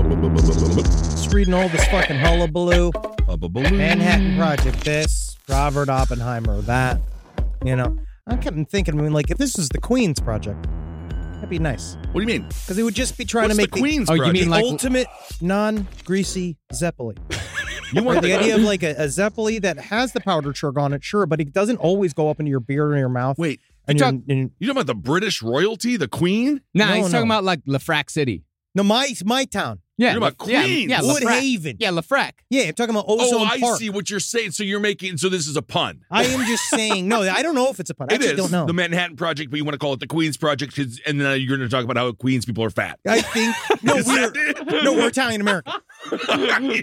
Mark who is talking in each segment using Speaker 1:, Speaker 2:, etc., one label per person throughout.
Speaker 1: Just reading all this fucking hullabaloo. Manhattan Project this, Robert Oppenheimer that. You know, I kept thinking, I mean, like, if this was the Queen's Project, that'd be nice.
Speaker 2: What do you mean?
Speaker 1: Because they would just be trying
Speaker 2: What's
Speaker 1: to make
Speaker 2: the Queen's
Speaker 1: the,
Speaker 2: Oh, you project? mean like-
Speaker 1: ultimate non greasy Zeppeli.
Speaker 2: You
Speaker 1: Or
Speaker 2: want
Speaker 1: the idea of like a, a Zeppeli that has the powdered sugar on it, sure, but it doesn't always go up into your beard or your mouth.
Speaker 2: Wait,
Speaker 1: and
Speaker 2: you
Speaker 1: your,
Speaker 2: talk-
Speaker 1: and-
Speaker 2: You talking about the British royalty, the Queen?
Speaker 3: Nah,
Speaker 1: No,
Speaker 3: he's
Speaker 1: no.
Speaker 3: talking about like Lafrac City.
Speaker 1: no, my my town,
Speaker 3: Yeah,
Speaker 2: You're talking
Speaker 3: Laf-
Speaker 2: about Queens.
Speaker 3: Yeah, yeah
Speaker 1: Wood
Speaker 3: Lafrac.
Speaker 1: Haven.
Speaker 3: Yeah, Lafrac.
Speaker 1: Yeah, I'm talking about
Speaker 2: Oh,
Speaker 1: Ozone
Speaker 2: I
Speaker 1: Park.
Speaker 2: see what you're saying. So you're making. So this is a pun.
Speaker 1: I am just saying. No, I don't know if it's a pun. I
Speaker 2: it
Speaker 1: just
Speaker 2: is
Speaker 1: don't know.
Speaker 2: the Manhattan Project, but you want to call it the Queen's Project, 'cause- and then you're going to talk about how Queens people are fat.
Speaker 1: I think no,
Speaker 2: Is
Speaker 1: we're
Speaker 2: that it?
Speaker 1: no, we're Italian American
Speaker 2: I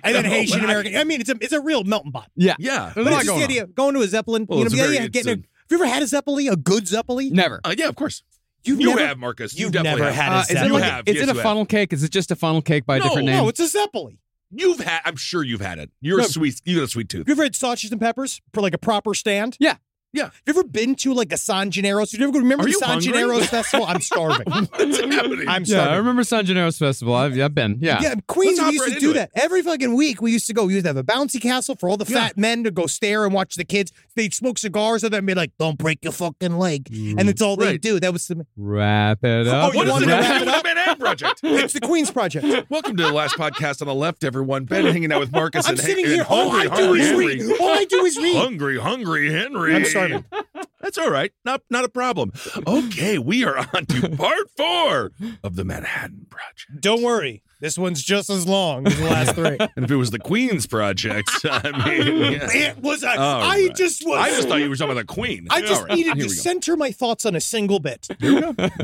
Speaker 1: and then
Speaker 2: know,
Speaker 1: Haitian
Speaker 2: but I-
Speaker 1: American. I mean, it's a it's a real melting pot.
Speaker 3: Yeah.
Speaker 2: Yeah.
Speaker 1: But it's just the idea of going to a zeppelin.
Speaker 2: Well,
Speaker 1: you know,
Speaker 2: it's
Speaker 1: the
Speaker 2: very-
Speaker 1: idea of getting a,
Speaker 2: it's
Speaker 1: have you ever had a zeppelin? A good zeppelin?
Speaker 3: Never.
Speaker 2: Uh, yeah, of course.
Speaker 1: You've
Speaker 2: you
Speaker 1: never,
Speaker 2: have, Marcus. You
Speaker 1: You've
Speaker 2: definitely
Speaker 1: never
Speaker 2: have.
Speaker 1: had a
Speaker 3: Uh, is it
Speaker 1: zeppelin.
Speaker 2: You
Speaker 3: like
Speaker 2: have.
Speaker 3: is
Speaker 2: Yes,
Speaker 3: it a
Speaker 2: you have.
Speaker 3: funnel cake? Is it just a funnel cake by a different
Speaker 2: No.
Speaker 3: name?
Speaker 1: No, it's a zeppelin.
Speaker 2: You've had. I'm sure you've had it. You're
Speaker 1: No.
Speaker 2: a sweet. You got a sweet tooth.
Speaker 1: Have you ever had sausages and peppers for like a proper stand?
Speaker 3: Yeah.
Speaker 2: Yeah.
Speaker 1: Have you ever been to like a San Gennaro's? Did you ever go remember
Speaker 2: Are
Speaker 1: the
Speaker 2: you
Speaker 1: San
Speaker 2: hungry?
Speaker 1: Gennaro's festival? I'm starving.
Speaker 2: What's happening?
Speaker 1: I'm
Speaker 3: yeah,
Speaker 1: starving.
Speaker 3: I remember San Gennaro's Festival. I've, I've been. Yeah.
Speaker 1: Yeah, in Queens,
Speaker 2: Let's
Speaker 1: we
Speaker 2: hop
Speaker 1: used
Speaker 2: right
Speaker 1: to do
Speaker 2: into
Speaker 1: that.
Speaker 2: it.
Speaker 1: Every fucking week, we used to go. We used to have a bouncy castle for all the
Speaker 2: Yeah.
Speaker 1: fat men to go stare and watch the kids. They'd smoke cigars and then be like, don't break your fucking leg. And that's all they
Speaker 2: Right.
Speaker 1: do. That was the,
Speaker 3: Wrap it
Speaker 1: Oh,
Speaker 3: up.
Speaker 1: you
Speaker 2: what is
Speaker 1: wanted
Speaker 2: it?
Speaker 1: to wrap
Speaker 2: about
Speaker 1: it
Speaker 2: The Manhattan Project.
Speaker 1: it's the Queen's Project.
Speaker 2: Welcome to the last podcast on the left, everyone. Ben hanging out with Marcus.
Speaker 1: I'm
Speaker 2: and,
Speaker 1: sitting
Speaker 2: and
Speaker 1: here. All
Speaker 2: Hungry,
Speaker 1: I do
Speaker 2: hungry
Speaker 1: is
Speaker 2: Henry.
Speaker 1: read. All I do is read.
Speaker 2: Hungry, hungry Henry.
Speaker 1: I'm starving.
Speaker 2: That's all right. Not not a problem. Okay, we are on to part four of the Manhattan Project.
Speaker 1: Don't worry. This one's just as long as the last three.
Speaker 2: And if it was the Queen's Project, I mean, yeah.
Speaker 1: It was. A,
Speaker 2: All
Speaker 1: I
Speaker 2: right.
Speaker 1: just was.
Speaker 2: I just thought you were talking about the Queen.
Speaker 1: I
Speaker 2: All
Speaker 1: just
Speaker 2: right,
Speaker 1: needed
Speaker 2: here
Speaker 1: to
Speaker 2: we go.
Speaker 1: center my thoughts on a single bit.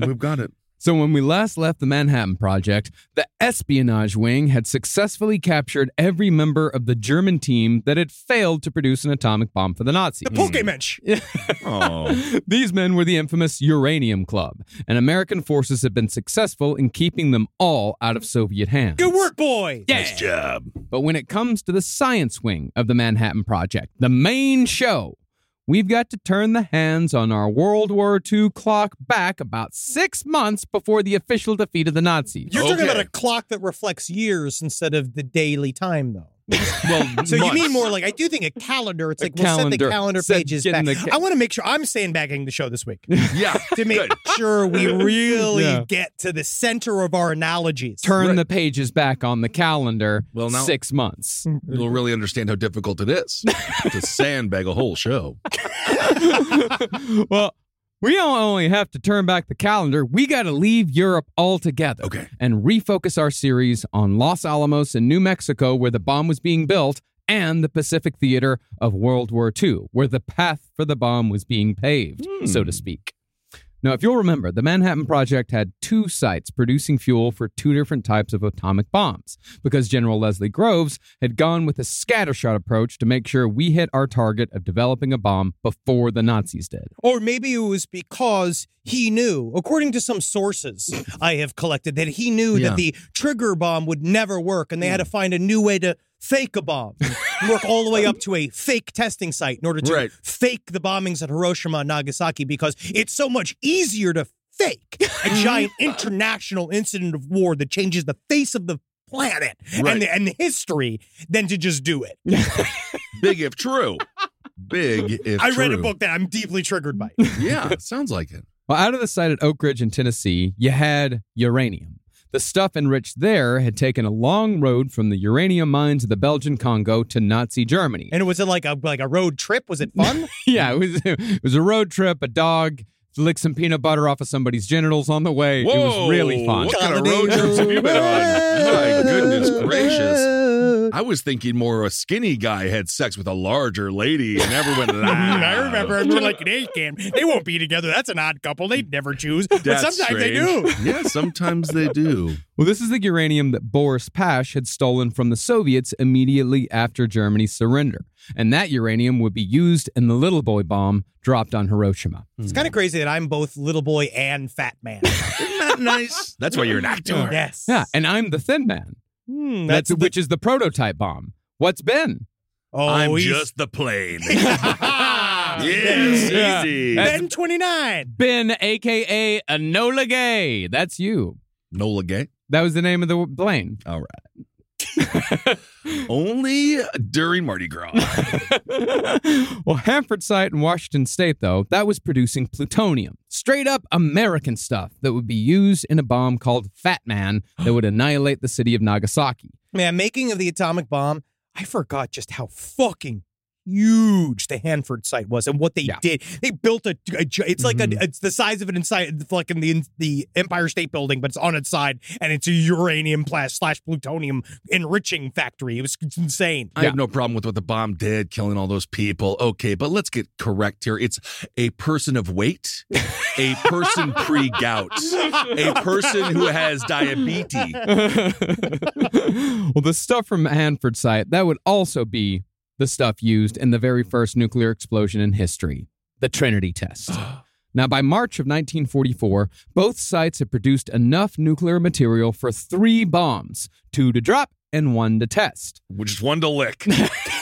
Speaker 2: We've got it.
Speaker 3: So, when we last left the Manhattan Project, the espionage wing had successfully captured every member of the German team that had failed to produce an atomic bomb for the Nazis.
Speaker 1: The
Speaker 2: Mm.
Speaker 1: Pokemensch.
Speaker 2: Oh,
Speaker 3: These men were the infamous Uranium Club, and American forces had been successful in keeping them all out of Soviet hands.
Speaker 1: Good work, boy.
Speaker 3: Yeah.
Speaker 2: nice job.
Speaker 3: But when it comes to the science wing of the Manhattan Project, the main show, we've got to turn the hands on our World War II clock back about six months before the official defeat of the Nazis.
Speaker 1: You're talking
Speaker 2: Okay.
Speaker 1: about a clock that reflects years instead of the daily time, though.
Speaker 2: Well,
Speaker 1: So you mean
Speaker 2: months.
Speaker 1: more like I do think a calendar. It's
Speaker 3: A
Speaker 1: like we'll set the
Speaker 3: calendar.
Speaker 1: calendar
Speaker 3: Set-
Speaker 1: pages
Speaker 3: get
Speaker 1: back.
Speaker 3: in the ca-
Speaker 1: I want to make sure I'm sandbagging the show this week
Speaker 2: Yeah,
Speaker 1: to make sure we really
Speaker 3: Yeah.
Speaker 1: get to the center of our analogies.
Speaker 3: Turn
Speaker 2: Right.
Speaker 3: the pages back on the calendar
Speaker 2: Well, now-
Speaker 3: six months.
Speaker 2: You'll really understand how difficult it is to sandbag a whole show.
Speaker 3: well, we don't only have to turn back the calendar, we got to leave Europe altogether
Speaker 2: Okay.
Speaker 3: and refocus our series on Los Alamos in New Mexico, where the bomb was being built, and the Pacific Theater of World War II, where the path for the bomb was being paved, so to speak. Now, if you'll remember, the Manhattan Project had two sites producing fuel for two different types of atomic bombs because General Leslie Groves had gone with a scattershot approach to make sure we hit our target of developing a bomb before the Nazis did.
Speaker 1: Or maybe it was because he knew, according to some sources I have collected, that he knew
Speaker 2: Yeah. Mm.
Speaker 1: that the trigger bomb would never work and they had to find a new way to fake a bomb, and work all the way up to a fake testing site in order to
Speaker 2: Right.
Speaker 1: fake the bombings at Hiroshima and Nagasaki because it's so much easier to fake a giant international incident of war that changes the face of the planet
Speaker 2: Right.
Speaker 1: and, the, and the history than to just do it.
Speaker 2: Big if true. Big if
Speaker 1: I read a
Speaker 2: true.
Speaker 1: book that I'm deeply triggered by. It.
Speaker 2: Yeah, sounds like it.
Speaker 3: Well, out of the site at Oak Ridge in Tennessee, you had uranium. The stuff enriched there had taken a long road from the uranium mines of the Belgian Congo to Nazi Germany.
Speaker 1: And was it like a like a road trip? Was it fun?
Speaker 3: yeah, it was it was a road trip, a dog licked some peanut butter off of somebody's genitals on the way.
Speaker 2: Whoa,
Speaker 3: it was really fun.
Speaker 2: What kind of road trips have you been on? My goodness gracious. I was thinking more a skinny guy had sex with a larger lady and everyone laughed.
Speaker 1: I remember we were like, they can They won't be together. That's an odd couple. They'd never choose. But
Speaker 2: That's
Speaker 1: sometimes they do.
Speaker 2: strange. Yeah, sometimes they do.
Speaker 3: Well, this is the uranium that Boris Pash had stolen from the Soviets immediately after Germany's surrender. And that uranium would be used in the little boy bomb dropped on Hiroshima.
Speaker 1: It's kind of crazy that I'm both little boy and fat man.
Speaker 2: Isn't that nice? That's why you're an actor.
Speaker 1: yes.
Speaker 3: Yeah, and I'm the thin man.
Speaker 1: Hmm, that's
Speaker 3: That's,
Speaker 1: the-
Speaker 3: which is the prototype bomb. What's Ben?
Speaker 1: oh,
Speaker 2: I'm
Speaker 1: he's-
Speaker 2: just the plane. yes,
Speaker 3: Yeah.
Speaker 2: easy.
Speaker 3: That's-
Speaker 1: Ben 29.
Speaker 3: Ben, aka Enola Gay. That's you.
Speaker 2: Nola Gay.
Speaker 3: That was the name of the plane.
Speaker 2: All right. Only during Mardi Gras.
Speaker 3: well, Hanford site in Washington State, though, that was producing plutonium. Straight up American stuff that would be used in a bomb called Fat Man that would annihilate the city of Nagasaki.
Speaker 1: Man, making of the atomic bomb, I forgot just how fucking huge the Hanford site was and what they
Speaker 3: Yeah.
Speaker 1: did. They built a, a gi- it's like
Speaker 2: Mm-hmm.
Speaker 1: a, it's the size of an inside like in the the Empire State Building, but it's on its side and it's a uranium plus slash plutonium enriching factory. It was it's insane.
Speaker 2: I have no problem with what the bomb did, killing all those people. Okay, but let's get correct here. It's a person of weight, a person pre gout, a person who has diabetes.
Speaker 3: well, the stuff from Hanford site, that would also be the stuff used in the very first nuclear explosion in history, the Trinity test. now, by March of 1944, both sites had produced enough nuclear material for three bombs two to drop and one to test.
Speaker 2: Which is one to lick.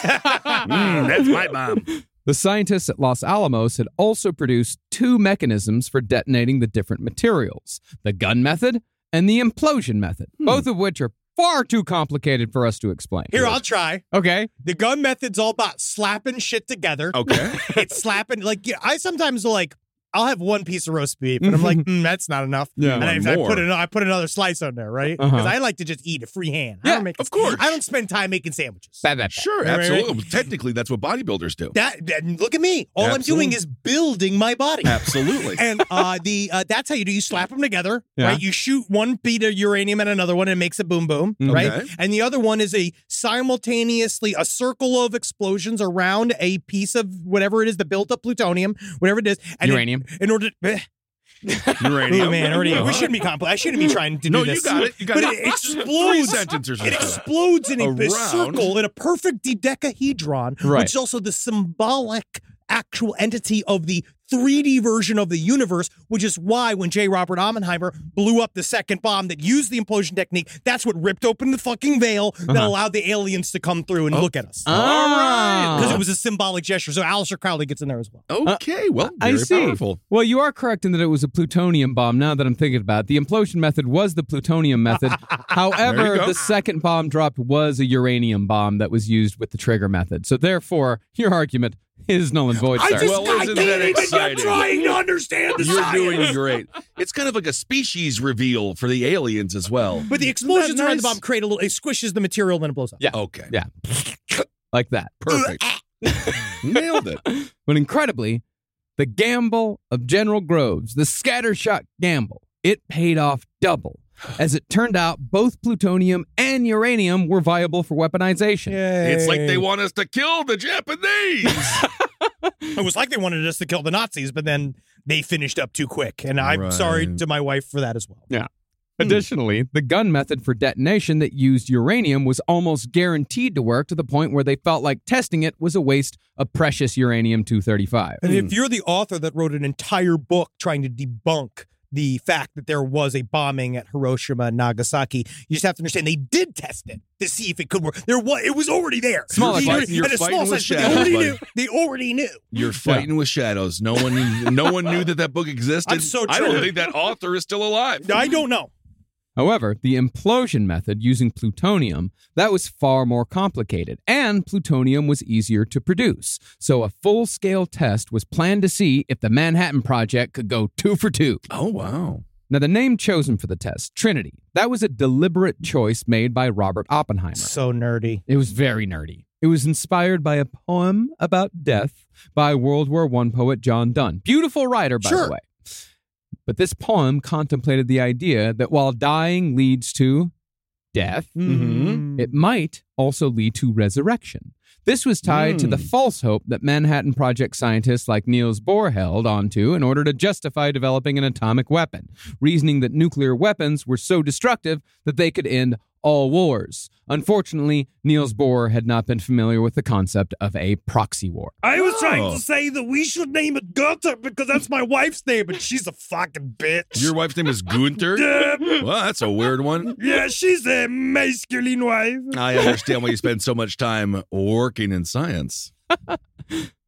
Speaker 2: Mm, that's my bomb.
Speaker 3: The scientists at Los Alamos had also produced two mechanisms for detonating the different materials the gun method and the implosion method, both of which are far too complicated for us to explain.
Speaker 1: Here, I'll try.
Speaker 3: Okay.
Speaker 1: The gun method's all about slapping shit together.
Speaker 2: Okay.
Speaker 1: it's slapping like yeah, I sometimes will, like I'll have one piece of roast beef and I'm like
Speaker 2: Mm-hmm.
Speaker 1: mm, that's not enough. and
Speaker 3: Yeah.
Speaker 2: You
Speaker 1: I,
Speaker 2: want
Speaker 1: I
Speaker 2: more.
Speaker 1: put an, I put another slice on there, right? Because
Speaker 3: Uh-huh.
Speaker 1: I like to just eat a free hand. I
Speaker 3: Yeah,
Speaker 1: don't make,
Speaker 2: of course.
Speaker 1: I don't spend time making sandwiches.
Speaker 3: Bad, bad, bad.
Speaker 2: Sure,
Speaker 1: Right, right,
Speaker 2: absolutely. Well, Technically, that's what bodybuilders do.
Speaker 1: That, that- look at me. All I'm doing
Speaker 2: Absolutely.
Speaker 1: is building my body.
Speaker 2: Absolutely.
Speaker 1: and uh, the uh, that's how you do. You slap them together,
Speaker 3: Yeah.
Speaker 1: right? You shoot one bead of uranium at another one, and it makes a boom boom,
Speaker 3: Okay.
Speaker 1: right? And the other one is a simultaneously a circle of explosions around a piece of whatever it is, the built up plutonium, whatever it is, and in-
Speaker 3: Uranium.
Speaker 1: In, order, to,
Speaker 2: Uranium.
Speaker 1: oh man, already we
Speaker 2: Uh-huh.
Speaker 1: shouldn't be complex. I shouldn't be trying to
Speaker 2: No,
Speaker 1: do
Speaker 2: you
Speaker 1: this.
Speaker 2: got it. You got
Speaker 1: but
Speaker 2: it.
Speaker 1: it
Speaker 2: Three
Speaker 1: explodes.
Speaker 2: sentences or
Speaker 1: It
Speaker 2: so.
Speaker 1: explodes in a, a
Speaker 2: Around.
Speaker 1: circle in a perfect dodecahedron,
Speaker 3: Right.
Speaker 1: which is also the symbolic actual entity of the 3D version of the universe, which is why when J. Robert Oppenheimer blew up the second bomb that used the implosion technique, that's what ripped open the fucking veil that
Speaker 3: Uh-huh.
Speaker 1: allowed the aliens to come through
Speaker 2: Oh.
Speaker 1: and look at us.
Speaker 2: Ah.
Speaker 3: All right.
Speaker 1: Because it was a symbolic gesture. So Alistair Crowley gets in there as well.
Speaker 2: Okay, well,
Speaker 3: I
Speaker 2: very
Speaker 3: see.
Speaker 2: powerful.
Speaker 3: Well, you are correct in that it was a plutonium bomb. Now that I'm thinking about it, the implosion method was the plutonium method.
Speaker 2: There
Speaker 3: However,
Speaker 2: you go.
Speaker 3: the second bomb dropped was a uranium bomb that was used with the trigger method. So, therefore, your argument is null and void, sir.
Speaker 2: Well, isn't that exciting?
Speaker 1: to understand
Speaker 2: You're doing great. It's kind of like a species reveal for the aliens as well.
Speaker 1: But the explosions around the
Speaker 2: nice?
Speaker 1: bomb create a little, it squishes the material and then it blows up.
Speaker 3: Yeah.
Speaker 2: Okay.
Speaker 3: Yeah. like that.
Speaker 2: Perfect. Nailed it.
Speaker 3: But incredibly, the gamble of General Groves, the scattershot gamble, it paid off double. As it turned out, both plutonium and uranium were viable for weaponization.
Speaker 2: It's like they want us to kill the Japanese.
Speaker 1: It was like they wanted us to kill the Nazis, but then they finished up too quick. And I'm sorry
Speaker 2: Right.
Speaker 1: to my wife for that as well.
Speaker 3: Hmm. Additionally, the gun method for detonation that used uranium was almost guaranteed to work to the point where they felt like testing it was a waste of precious uranium 235.
Speaker 2: Hmm.
Speaker 1: And if you're the author that wrote an entire book trying to debunk the fact that there was a bombing at Hiroshima and Nagasaki. You just have to understand they did test it to see if it could work. There was it was already there.
Speaker 3: Smaller
Speaker 1: They
Speaker 3: fight-
Speaker 1: already-
Speaker 2: you're
Speaker 1: at a
Speaker 2: fighting
Speaker 1: small
Speaker 2: with
Speaker 1: size, but
Speaker 2: shadows,
Speaker 1: they already
Speaker 2: buddy.
Speaker 1: knew. They already knew.
Speaker 2: You're fighting with shadows. No one, no one knew that that book existed.
Speaker 1: I'm so
Speaker 2: I don't
Speaker 1: triggered.
Speaker 2: think that author is still alive.
Speaker 1: I don't know.
Speaker 3: However, the implosion method using plutonium, that was far more complicated, and plutonium was easier to produce. So a full-scale test was planned to see if the Manhattan Project could go two for two.
Speaker 2: Oh wow!
Speaker 3: Now, the name chosen for the test, Trinity, that was a deliberate choice made by Robert Oppenheimer.
Speaker 1: So nerdy.
Speaker 3: It was very nerdy. It was inspired by a poem about death by World War I poet John Donne. Beautiful writer, by
Speaker 1: Sure.
Speaker 3: the way. But this poem contemplated the idea that while dying leads to death, it might also lead to resurrection. This was tied to the
Speaker 2: Hmm.
Speaker 3: false hope that Manhattan Project scientists like Niels Bohr held onto in order to justify developing an atomic weapon, reasoning that nuclear weapons were so destructive that they could end all wars. Unfortunately, Niels Bohr had not been familiar with the concept of a proxy war.
Speaker 1: I was
Speaker 2: trying to
Speaker 1: say that we should name it Gunther because that's my wife's name, and she's a fucking bitch.
Speaker 2: Your wife's name is Gunther. Well, that's a weird one.
Speaker 1: yeah, she's a masculine wife.
Speaker 2: I understand why you spend so much time working in science.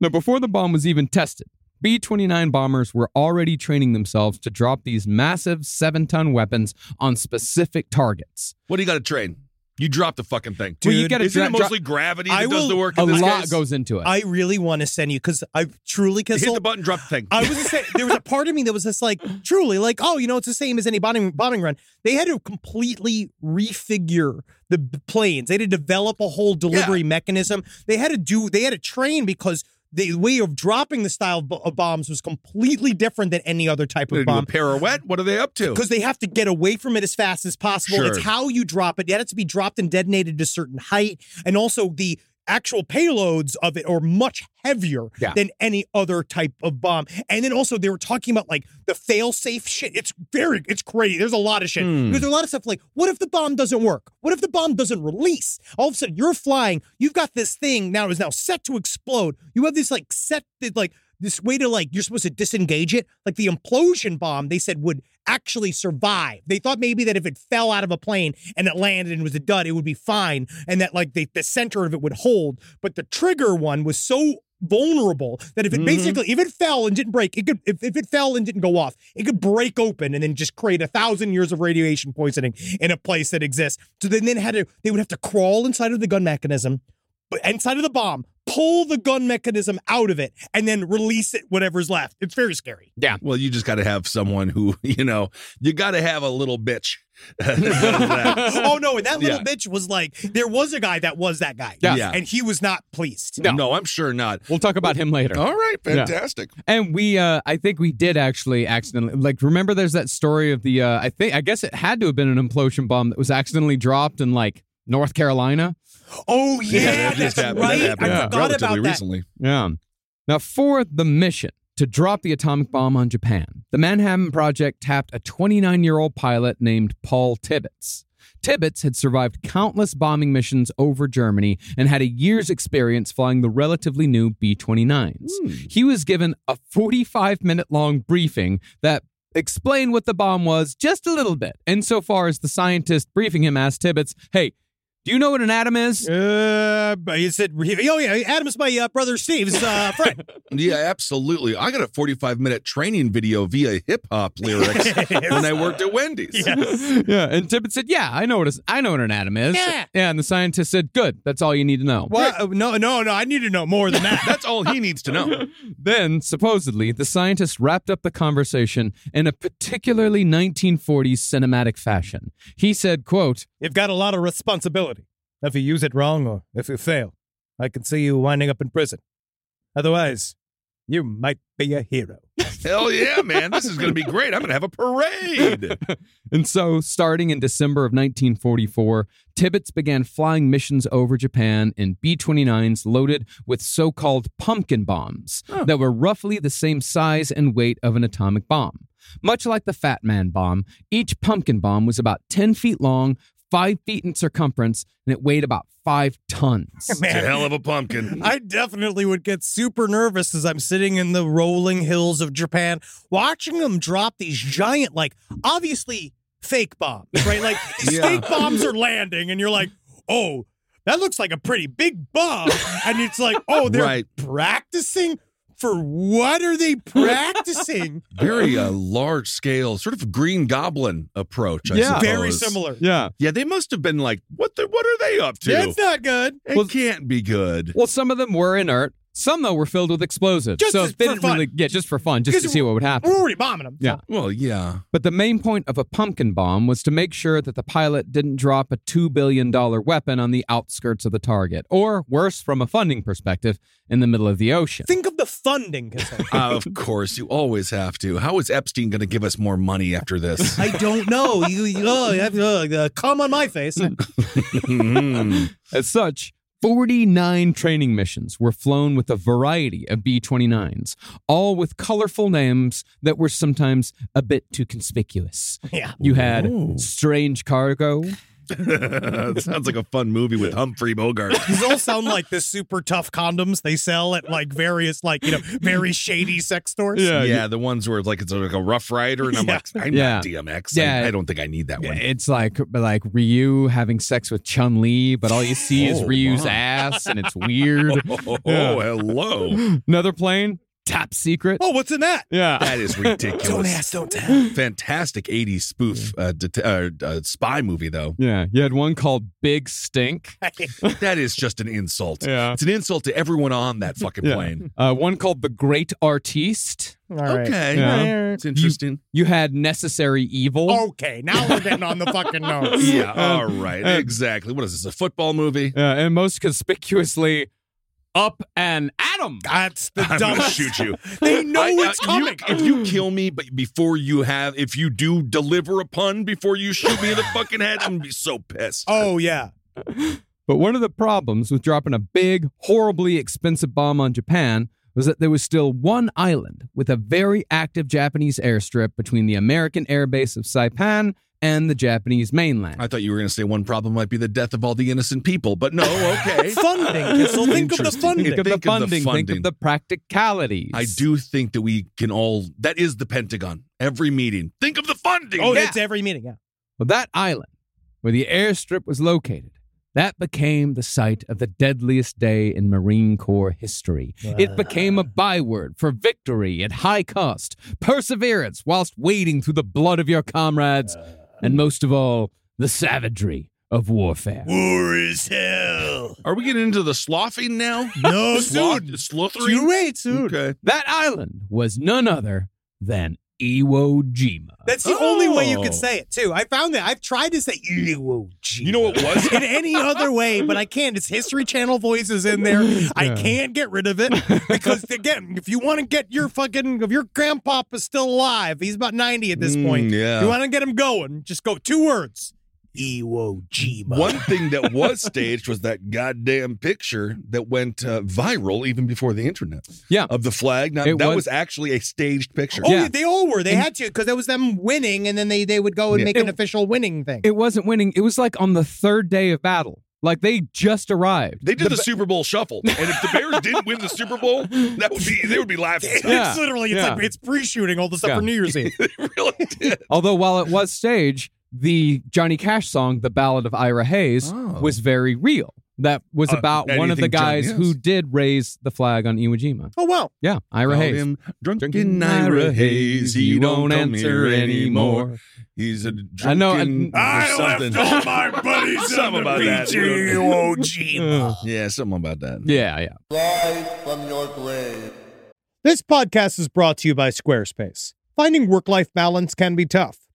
Speaker 3: Now, before the bomb was even tested, B 29 bombers were already training themselves to drop these massive seven ton weapons on specific targets.
Speaker 2: What do you got to train? You drop the fucking thing.
Speaker 3: Well, you gotta
Speaker 2: Isn't
Speaker 3: dra-
Speaker 2: it mostly gravity that
Speaker 1: I
Speaker 2: does
Speaker 1: will-
Speaker 2: the work?
Speaker 3: a
Speaker 2: in this
Speaker 3: lot
Speaker 2: case?
Speaker 3: goes into it.
Speaker 1: I really want to send you because I truly because
Speaker 2: Hit the button, drop the thing.
Speaker 1: I was gonna say there was a part of me that was just like truly like oh you know it's the same as any bombing bombing run. They had to completely refigure the b- planes. They had to develop a whole delivery mechanism. They had to do they had to train because the way of dropping the style of, b- of bombs was completely different than any other type
Speaker 2: They
Speaker 1: of
Speaker 2: do a
Speaker 1: bomb.
Speaker 2: pirouette. What are they up to?
Speaker 1: Because they have to get away from it as fast as possible.
Speaker 2: Sure.
Speaker 1: It's how you drop it. It has to be dropped and detonated to a certain height. And also the actual payloads of it are much heavier
Speaker 3: Yeah.
Speaker 1: than any other type of bomb. And then also they were talking about like the fail safe shit. It's very, it's crazy. There's a lot of shit. Because there's a lot of stuff like, what if the bomb doesn't work? What if the bomb doesn't release? All of a sudden you're flying. You've got this thing now is now set to explode. You have this like set like this way to like you're supposed to disengage it like the implosion bomb they said would actually survive they thought maybe that if it fell out of a plane and it landed and was a dud it would be fine and that like the, the center of it would hold but the trigger one was so vulnerable that if it basically if it fell and didn't break it could if, if it fell and didn't go off it could break open and then just create a thousand years of radiation poisoning in a place that exists so they then had to they would have to crawl inside of the gun mechanism but inside of the bomb, pull the gun mechanism out of it, and then release it, whatever's left. It's very scary.
Speaker 2: Well, you just got to have someone who, you know, you got to have a little bitch. That does that.
Speaker 1: oh no, and that little
Speaker 2: Yeah.
Speaker 1: bitch was like, there was a guy that was that guy.
Speaker 3: Yeah.
Speaker 2: Yeah.
Speaker 1: And he was not pleased.
Speaker 2: no. I'm sure not.
Speaker 3: We'll talk about him later.
Speaker 2: All right,
Speaker 3: Yeah.
Speaker 2: fantastic.
Speaker 3: And we, uh, I think we did actually accidentally, like, remember there's that story of the, uh, I think, I guess it had to have been an implosion bomb that was accidentally dropped in, like, North Carolina.
Speaker 1: Oh yeah,
Speaker 2: that
Speaker 1: that's
Speaker 2: just happened.
Speaker 1: right.
Speaker 2: That happened
Speaker 1: I
Speaker 3: Yeah.
Speaker 1: forgot
Speaker 2: relatively
Speaker 1: about that.
Speaker 2: recently.
Speaker 3: Yeah. Now, for the mission to drop the atomic bomb on Japan, the Manhattan Project tapped a 29 year old pilot named Paul Tibbets. Tibbets had survived countless bombing missions over Germany and had a year's experience flying the relatively new B 29s. He was given a 45 minute long briefing that explained what the bomb was just a little bit. Insofar as the scientist briefing him asked Tibbets, Hey, do you know what an atom is?
Speaker 1: Uh, but he said, "Oh yeah, Adam's my uh, brother Steve's uh, friend."
Speaker 2: Yeah, absolutely. I got a 45 minute training video via hip hop lyrics when I worked at Wendy's.
Speaker 3: yeah, and Tippett said, "Yeah, I know what is, I know what an atom is."
Speaker 1: Yeah.
Speaker 3: and the scientist said, "Good, that's all you need to know."
Speaker 1: Well, uh, no, no, no. I need to know more than that.
Speaker 2: That's all he needs to know.
Speaker 3: Then, supposedly, the scientist wrapped up the conversation in a particularly 1940s cinematic fashion. He said, "Quote:
Speaker 1: You've got a lot of responsibility. If you use it wrong or if you fail, I can see you winding up in prison. Otherwise, you might be a hero.
Speaker 2: Hell yeah, man. This is going to be great. I'm going to have a parade.
Speaker 3: And so, starting in December of 1944, Tibbets began flying missions over Japan in B 29s loaded with so called pumpkin bombs that were roughly the same size and weight of an atomic bomb. Much like the Fat Man bomb, each pumpkin bomb was about 10 feet long, five feet in circumference and it weighed about five tons.
Speaker 2: It's a hell of a pumpkin.
Speaker 1: I definitely would get super nervous as I'm sitting in the rolling hills of Japan watching them drop these giant, like, obviously fake bombs, right? Like, these
Speaker 2: Yeah.
Speaker 1: fake bombs are landing, and you're like, oh, that looks like a pretty big bomb. And it's like, oh, they're
Speaker 2: Right.
Speaker 1: practicing? For what are they practicing?
Speaker 2: Very uh, large scale, sort of Green Goblin approach. I
Speaker 1: It's very
Speaker 2: suppose.
Speaker 1: similar.
Speaker 3: Yeah.
Speaker 2: Yeah, they must have been like, what? The, what are they up to?
Speaker 1: That's not good.
Speaker 2: it can't be good.
Speaker 3: Well, some of them were inert. Some though were filled with explosives.
Speaker 1: Just
Speaker 3: so
Speaker 1: as-
Speaker 3: they
Speaker 1: for
Speaker 3: didn't
Speaker 1: fun.
Speaker 3: really yeah, just for fun, just to
Speaker 1: Because
Speaker 3: see what would happen.
Speaker 1: We're already bombing them.
Speaker 3: Yeah.
Speaker 2: Well, yeah.
Speaker 3: But the main point of a pumpkin bomb was to make sure that the pilot didn't drop a $2 billion weapon on the outskirts of the target, or worse, from a funding perspective, in the middle of the ocean.
Speaker 1: Think of the funding concern.
Speaker 2: Uh, of course, you always have to. How is Epstein going to give us more money after this?
Speaker 1: I don't know. You, you oh, you have, uh, uh, come on my face.
Speaker 2: Hmm.
Speaker 3: As such, 49 training missions were flown with a variety of B 29s, all with colorful names that were sometimes a bit too conspicuous.
Speaker 1: Yeah.
Speaker 3: You had Strange Cargo,
Speaker 2: That sounds like a fun movie with Humphrey Bogart.
Speaker 1: These all sound like the super tough condoms they sell at like various like you know very shady sex stores.
Speaker 2: Yeah, the ones where like it's like a Rough Rider, and I'm
Speaker 1: Yeah.
Speaker 2: like, I'm
Speaker 3: Yeah.
Speaker 2: not DMX.
Speaker 3: Yeah.
Speaker 2: I, I don't think I need that one.
Speaker 3: It's like like Ryu having sex with Chun Li, but all you see is
Speaker 2: Oh,
Speaker 3: Ryu's
Speaker 2: my.
Speaker 3: ass, and it's weird.
Speaker 2: Oh,
Speaker 3: Yeah.
Speaker 2: hello.
Speaker 3: Another plane, top secret.
Speaker 1: Oh, what's in that?
Speaker 3: Yeah,
Speaker 2: That is ridiculous.
Speaker 1: don't tell.
Speaker 2: Fantastic 80s spoof uh, det- uh, uh, spy movie, though.
Speaker 3: yeah. You had one called Big Stink.
Speaker 2: That is just an insult.
Speaker 3: Yeah.
Speaker 2: It's an insult to everyone on that fucking
Speaker 3: Yeah.
Speaker 2: plane.
Speaker 3: Uh, one called The Great Artiste.
Speaker 1: All right. Okay.
Speaker 2: Okay.
Speaker 3: Yeah.
Speaker 2: It's interesting.
Speaker 3: You had Necessary Evil.
Speaker 1: Oh. now we're getting on the fucking nose.
Speaker 2: yeah. All right.
Speaker 3: and-
Speaker 2: exactly. What is this? A football movie?
Speaker 3: Uh, and most conspicuously, Up and Atom.
Speaker 1: That's the
Speaker 2: I'm gonna
Speaker 1: dumbest.
Speaker 2: shoot you.
Speaker 1: They know
Speaker 2: I-
Speaker 1: it's
Speaker 2: I-
Speaker 1: coming.
Speaker 2: You, if you kill me, but before you have, if you do deliver a pun before you shoot me in the fucking head, I'm gonna be so pissed.
Speaker 1: oh yeah.
Speaker 3: But one of the problems with dropping a big, horribly expensive bomb on Japan was that there was still one island with a very active Japanese airstrip between the American airbase of Saipan and the Japanese mainland.
Speaker 2: I thought you were gonna say one problem might be the death of all the innocent people, but no. Okay.
Speaker 1: Funding. Kissel. Think of the
Speaker 2: Interesting.
Speaker 1: funding.
Speaker 3: think of the
Speaker 2: Think of the
Speaker 3: funding, think
Speaker 2: funding.
Speaker 3: of the practicalities.
Speaker 2: I do think that we can all. That is the Pentagon. Every meeting. Think of the funding.
Speaker 1: Oh,
Speaker 2: Yeah.
Speaker 1: that's every meeting. Yeah.
Speaker 3: But that island where the airstrip was located, that became the site of the deadliest day in Marine Corps history. It became a byword for victory at high cost, perseverance whilst wading through the blood of your comrades, and most of all, the savagery of warfare.
Speaker 1: War is hell.
Speaker 2: Are we getting into the sloughing now?
Speaker 1: No,
Speaker 2: Sloth-
Speaker 1: dude.
Speaker 2: Slothering.
Speaker 1: Too late, dude.
Speaker 2: Okay.
Speaker 3: That island was none other than Iwo Jima.
Speaker 1: That's the only way you
Speaker 2: Oh.
Speaker 1: could say it too. I found that I've tried to say Iwo Jima.
Speaker 2: You know what was?
Speaker 1: in any other way, but I can't. It's History Channel voices in there. I
Speaker 3: Yeah.
Speaker 1: can't get rid of it because again, if you want to get your fucking if your grandpapa still alive, he's about ninety at this
Speaker 2: Mm,
Speaker 1: point.
Speaker 2: yeah.
Speaker 1: You want to get him going? Just go two words: Iwo Jima.
Speaker 2: One thing that was staged was that goddamn picture that went uh, viral even before the internet.
Speaker 3: Yeah.
Speaker 2: Of the flag. Now,
Speaker 3: It
Speaker 2: that
Speaker 3: was-
Speaker 2: was, actually a staged picture.
Speaker 1: Oh,
Speaker 3: Yeah.
Speaker 1: yeah. they all were. They had to because that was them winning, and then they they would go and
Speaker 2: Yeah.
Speaker 1: make an official winning thing.
Speaker 3: It wasn't winning, it was like on the third day of battle. Like they just arrived.
Speaker 2: They did the, Super Bowl shuffle. And if the Bears didn't win the Super Bowl, that would be, they would be laughing.
Speaker 3: Yeah.
Speaker 1: It's literally it's
Speaker 3: Yeah.
Speaker 1: like it's pre-shooting all this stuff
Speaker 3: Yeah.
Speaker 1: for New Year's Eve.
Speaker 2: They really did.
Speaker 3: Although while it was stage, the Johnny Cash song, The Ballad of Ira Hayes,
Speaker 2: Oh.
Speaker 3: was very real. That was
Speaker 2: Uh,
Speaker 3: about one of the
Speaker 2: anything Johnny-
Speaker 3: guys
Speaker 2: yes.
Speaker 3: who did raise the flag on Iwo Jima.
Speaker 1: Oh wow!
Speaker 3: Yeah, Ira
Speaker 2: Call
Speaker 3: Hayes.
Speaker 2: him Drunken Ira Hayes. He won't answer anymore. He's a
Speaker 3: I know, I-
Speaker 2: drunken or something.
Speaker 4: my buddies
Speaker 2: Something about that.
Speaker 4: Iwo Jima.
Speaker 2: Yeah, something about that.
Speaker 3: Yeah, yeah.
Speaker 1: This podcast is brought to you by Squarespace. Finding work life balance can be tough,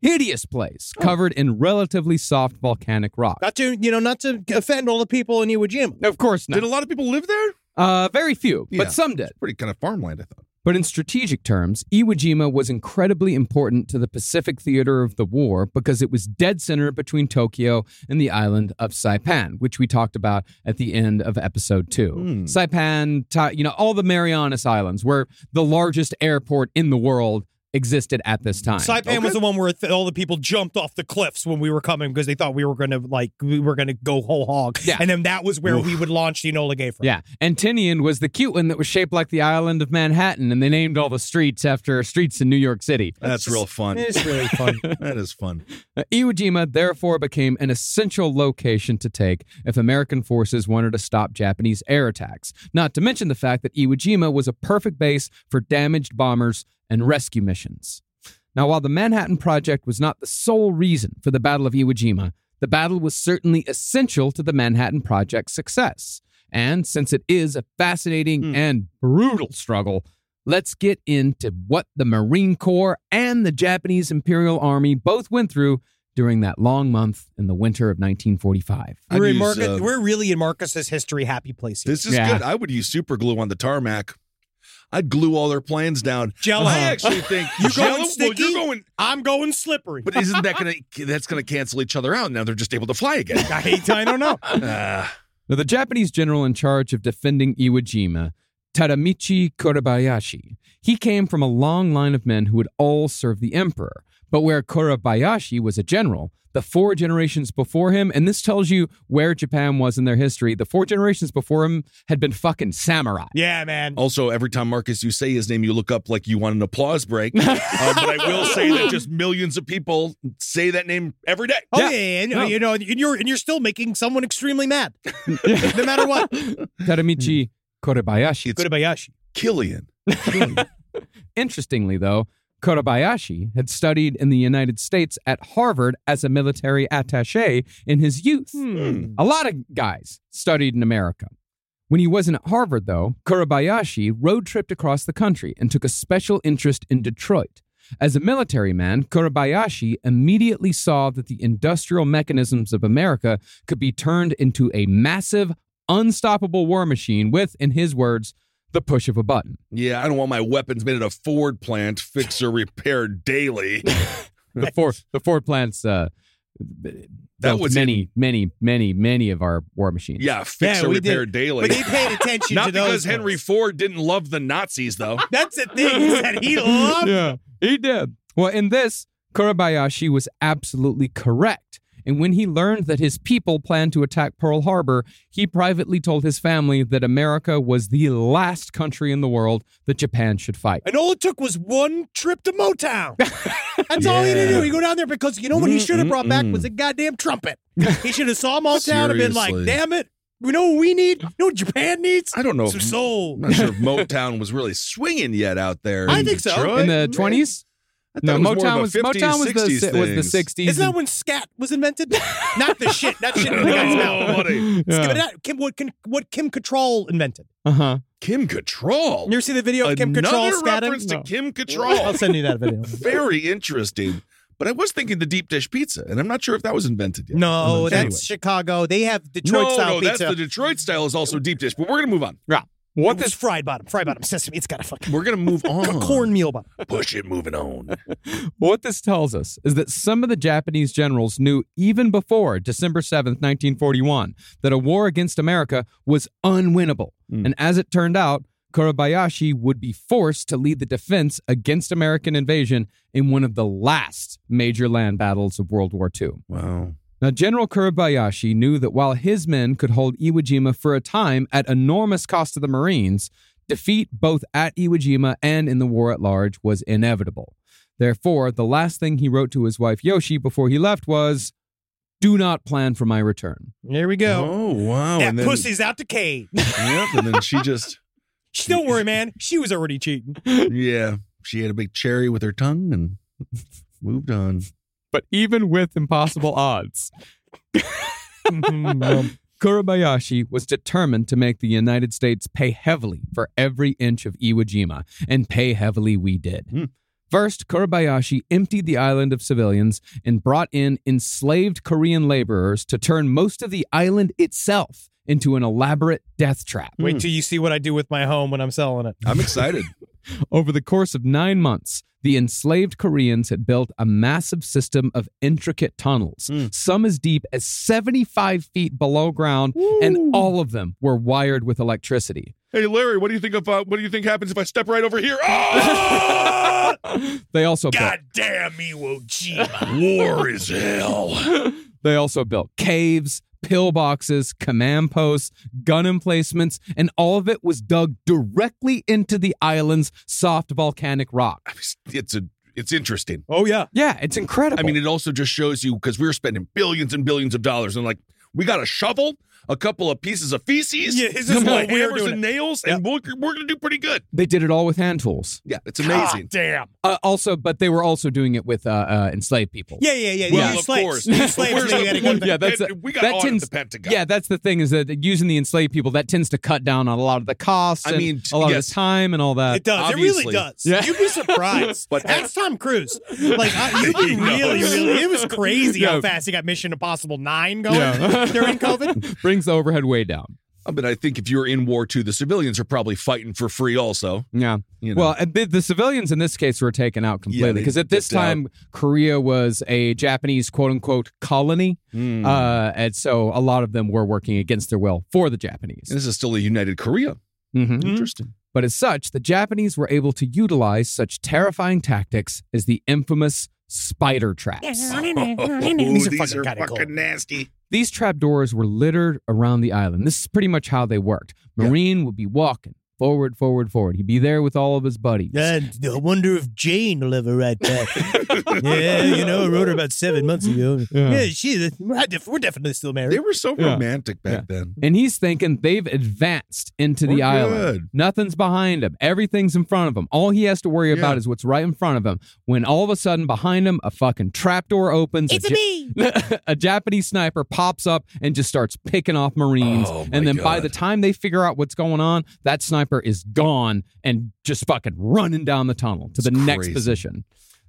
Speaker 3: hideous place covered in relatively soft volcanic rock.
Speaker 1: Not to, you know, not to offend all the people in Iwo Jima.
Speaker 3: Of course
Speaker 2: Did
Speaker 3: not.
Speaker 2: a lot of people live there?
Speaker 3: Uh, very few,
Speaker 2: Yeah.
Speaker 3: but some did.
Speaker 2: Pretty kind of farmland, I thought.
Speaker 3: But in strategic terms, Iwo Jima was incredibly important to the Pacific theater of the war because it was dead center between Tokyo and the island of Saipan, which we talked about at the end of episode two. Saipan, Ta- you know, all the Marianas Islands where the largest airport in the world existed at this time.
Speaker 1: Saipan was the one where th- all the people jumped off the cliffs when we were coming because they thought we were going to like we were going to go whole hog.
Speaker 3: Yeah.
Speaker 1: And then that was where we would launch the Enola Gay from.
Speaker 3: yeah, Antinian was the cute one that was shaped like the island of Manhattan, and they named all the streets after streets in New York City.
Speaker 2: That's, real fun.
Speaker 1: It's really fun.
Speaker 2: that is fun.
Speaker 3: Uh, Iwo Jima therefore became an essential location to take if American forces wanted to stop Japanese air attacks, not to mention the fact that Iwo Jima was a perfect base for damaged bombers and rescue missions. Now, while the Manhattan Project was not the sole reason for the Battle of Iwo Jima, the battle was certainly essential to the Manhattan Project's success. And since it is a fascinating and brutal struggle, let's get into what the Marine Corps and the Japanese Imperial Army both went through during that long month in the winter of 1945.
Speaker 2: I'd
Speaker 1: we're, in
Speaker 2: use,
Speaker 1: Marcus,
Speaker 2: uh,
Speaker 1: we're really in Marcus's history happy place. Here.
Speaker 2: This is
Speaker 3: Yeah.
Speaker 2: good. I would use super glue on the tarmac. I'd glue all their plans down.
Speaker 1: Jello.
Speaker 2: I actually think
Speaker 1: You going
Speaker 2: Jello? Well,
Speaker 1: sticky?
Speaker 2: you're going.
Speaker 1: I'm going slippery.
Speaker 2: But isn't that gonna that's gonna cancel each other out? Now they're just able to fly again.
Speaker 1: I hate. I don't know.
Speaker 2: Ah,
Speaker 3: Now, the Japanese general in charge of defending Iwo Jima Tadamichi Korabayashi. He came from a long line of men who would all serve the emperor. But where Korabayashi was a general, the four generations before him, and this tells you where Japan was in their history, the four generations before him had been fucking samurai.
Speaker 1: Yeah, man.
Speaker 2: Also, every time Marcus, you say his name, you look up like you want an applause break. Uh, but I will say that just millions of people say that name every day.
Speaker 1: Oh
Speaker 3: Yeah.
Speaker 1: yeah, yeah, yeah,
Speaker 3: No.
Speaker 1: you know, and you're and you're still making someone extremely mad, no matter what.
Speaker 3: Tadamichi Korabayashi.
Speaker 1: Kodabayashi.
Speaker 2: Killian.
Speaker 3: Interestingly, though, Kodabayashi had studied in the United States at Harvard as a military attache in his youth. A lot of guys studied in America. When he wasn't at Harvard, though, Korabayashi road tripped across the country and took a special interest in Detroit. As a military man, Korabayashi immediately saw that the industrial mechanisms of America could be turned into a massive, unstoppable war machine with, in his words, the push of a button.
Speaker 2: Yeah, I don't want my weapons made at a Ford plant, fixed or repaired daily.
Speaker 3: the four the four plants uh built
Speaker 2: was
Speaker 3: many many many many of our war machines
Speaker 2: Yeah, fixed
Speaker 1: Yeah,
Speaker 2: or
Speaker 1: we did.
Speaker 2: repaired daily.
Speaker 1: But he paid attention
Speaker 2: Not
Speaker 1: to those.
Speaker 2: because Henry
Speaker 1: ones.
Speaker 2: Ford didn't love the Nazis, though.
Speaker 1: That's the thing is that he loved.
Speaker 3: yeah he did well in this kurabayashi was absolutely correct and when he learned that his people planned to attack Pearl Harbor, he privately told his family that America was the last country in the world that Japan should fight.
Speaker 1: And all it took was one trip to Motown. That's all he had to do. He go down there because you know what he should have brought back was a goddamn trumpet. He should have saw Motown and been like,
Speaker 2: Seriously.
Speaker 1: "Damn it, we know what we need. You know what Japan needs?
Speaker 2: I don't know.
Speaker 1: Some
Speaker 2: if-
Speaker 1: soul."
Speaker 2: I'm not sure if Motown was really swinging yet out there.
Speaker 1: I
Speaker 2: in
Speaker 1: think so.
Speaker 2: Detroit.
Speaker 3: In the 20s?
Speaker 2: I thought
Speaker 3: No,
Speaker 2: it was more of
Speaker 3: Motown
Speaker 2: a
Speaker 3: was,
Speaker 2: 50s,
Speaker 3: Motown was,
Speaker 2: 60s
Speaker 3: the, was the
Speaker 2: things.
Speaker 3: 60s.
Speaker 1: Isn't that when scat was invented? not the shit. Not shit in the guy's
Speaker 2: Oh,
Speaker 1: mouth.
Speaker 2: buddy.
Speaker 1: Skip it out. Kim, what, Kim, what Kim Cattrall invented.
Speaker 3: uh-huh.
Speaker 2: Kim Cattrall.
Speaker 1: You ever see the video of Kim Cattrall
Speaker 2: Another
Speaker 1: scatting?
Speaker 2: reference to
Speaker 1: No.
Speaker 2: Kim
Speaker 1: I'll
Speaker 2: Cattrall.
Speaker 1: send you that video.
Speaker 2: Very interesting. But I was thinking the deep dish pizza, and I'm not sure if that was invented yet.
Speaker 1: No,
Speaker 2: Anyway.
Speaker 1: that's Chicago. They have Detroit
Speaker 2: no,
Speaker 1: style
Speaker 2: no,
Speaker 1: pizza.
Speaker 2: that's the Detroit style is also deep dish. But we're gonna move on.
Speaker 1: what this fried bottom, fried bottom sesame. It's got a fucking
Speaker 2: We're gonna move on.
Speaker 1: cornmeal bottom.
Speaker 2: Push it, moving on.
Speaker 3: What this tells us is that some of the Japanese generals knew even before December 7th, 1941, that a war against America was unwinnable. And as it turned out, Kurabayashi would be forced to lead the defense against American invasion in one of the last major land battles of World War II.
Speaker 2: Wow.
Speaker 3: Now, General Kurabayashi knew that while his men could hold Iwo Jima for a time at enormous cost to the Marines, defeat both at Iwo Jima and in the war at large was inevitable. Therefore, the last thing he wrote to his wife Yoshi before he left was, Do not plan for my return.
Speaker 1: There we go.
Speaker 2: Oh wow.
Speaker 1: that
Speaker 2: and then,
Speaker 1: pussy's out decayed.
Speaker 2: Yep, and then she just
Speaker 1: Shh, Don't worry, man. She was already cheating.
Speaker 2: yeah, she had a big cherry with her tongue and moved on.
Speaker 3: But even with impossible odds,
Speaker 2: Mm-hmm.
Speaker 3: Kurabayashi was determined to make the United States pay heavily for every inch of Iwo Jima, and pay heavily we did.
Speaker 2: Hmm.
Speaker 3: First, Kurabayashi emptied the island of civilians and brought in enslaved Korean laborers to turn most of the island itself into an elaborate death trap.
Speaker 1: Wait till you see what I do with my home when I'm selling it.
Speaker 2: I'm excited.
Speaker 3: Over the course of nine months, the enslaved Koreans had built a massive system of intricate tunnels, some as deep as 75 feet below ground, and all of them were wired with electricity.
Speaker 2: hey Larry, what do you think of uh, what do you think happens if I step right over here? Oh!
Speaker 3: They also
Speaker 4: God damn Iwo Jima.
Speaker 2: War is hell.
Speaker 3: built they also built caves, pillboxes, command posts, gun emplacements, and all of it was dug directly into the island's soft volcanic rock.
Speaker 2: It's a it's interesting.
Speaker 1: Oh yeah.
Speaker 3: Yeah, it's incredible.
Speaker 2: I mean, it also just shows you because we were spending billions and billions of dollars, and like we got a shovel, a couple of pieces of feces,
Speaker 1: Yeah, this is
Speaker 2: some
Speaker 1: what
Speaker 2: hammers
Speaker 1: we were doing
Speaker 2: and nails, and we're, we're gonna do pretty good.
Speaker 3: they did it all with hand tools.
Speaker 2: Yeah, it's amazing.
Speaker 1: God Ah, damn.
Speaker 3: Uh, also, but they were also doing it with uh, uh, enslaved people.
Speaker 1: Yeah, yeah, yeah.
Speaker 2: Well,
Speaker 1: you
Speaker 2: of
Speaker 1: slaves.
Speaker 2: course.
Speaker 1: You slaves.
Speaker 2: Where's
Speaker 1: so you
Speaker 2: the-
Speaker 1: gotta go
Speaker 2: Well,
Speaker 1: to
Speaker 3: yeah,
Speaker 1: the-
Speaker 3: that's
Speaker 2: It- we got
Speaker 3: that
Speaker 2: audit
Speaker 3: tends-
Speaker 2: the Pentagon.
Speaker 3: Yeah, that's the thing is that using the enslaved people that tends to cut down on a lot of the costs.
Speaker 2: I
Speaker 3: and
Speaker 2: mean, t-
Speaker 3: a lot of
Speaker 2: yes.
Speaker 3: the time and all that.
Speaker 1: It does. It
Speaker 2: obviously.
Speaker 1: really does.
Speaker 3: Yeah.
Speaker 1: You'd be surprised.
Speaker 2: But-
Speaker 1: but that's Tom Cruise. Like I, you'd
Speaker 2: He
Speaker 1: be
Speaker 2: knows.
Speaker 1: really, really. It was crazy
Speaker 3: Yeah.
Speaker 1: how fast he got Mission Impossible Nine going
Speaker 3: Yeah.
Speaker 1: during COVID.
Speaker 3: Brings the overhead way down.
Speaker 2: I mean, I think if you're in war too, the civilians are probably fighting for free also.
Speaker 3: Yeah.
Speaker 2: You know.
Speaker 3: Well, and the, the civilians in this case were taken out completely
Speaker 2: they
Speaker 3: because at this
Speaker 2: dipped out.
Speaker 3: time Korea was a Japanese quote unquote colony,
Speaker 2: Hmm.
Speaker 3: uh, and so a lot of them were working against their will for the Japanese.
Speaker 2: And this is still a united Korea.
Speaker 3: Mhm.
Speaker 2: Interesting.
Speaker 3: But as such, the Japanese were able to utilize such terrifying tactics as the infamous spider traps.
Speaker 2: Oh,
Speaker 4: these are fucking, nasty.
Speaker 3: These trapdoors were littered around the island. This is pretty much how they worked. Marine would be walking forward, forward, forward. He'd be there with all of his buddies.
Speaker 1: And I wonder if Jane will ever write back. yeah, you know, I wrote her about seven months ago.
Speaker 3: Yeah.
Speaker 1: Yeah, she. We're def- we're definitely still
Speaker 2: They
Speaker 1: married.
Speaker 2: were so
Speaker 3: Yeah.
Speaker 2: romantic back then.
Speaker 3: And he's thinking they've advanced into the
Speaker 2: We're
Speaker 3: island.
Speaker 2: good.
Speaker 3: Nothing's behind him. Everything's in front of him. All he has to worry
Speaker 2: Yeah.
Speaker 3: about is what's right in front of him. When all of a sudden behind him, a fucking trapdoor opens.
Speaker 1: It's a
Speaker 3: a
Speaker 1: me.
Speaker 3: a Japanese sniper pops up and just starts picking off Marines.
Speaker 2: Oh, my
Speaker 3: and then by
Speaker 2: God.
Speaker 3: the time they figure out what's going on, that sniper is gone and just fucking running down the tunnel to the
Speaker 2: It's
Speaker 3: next
Speaker 2: crazy.
Speaker 3: position.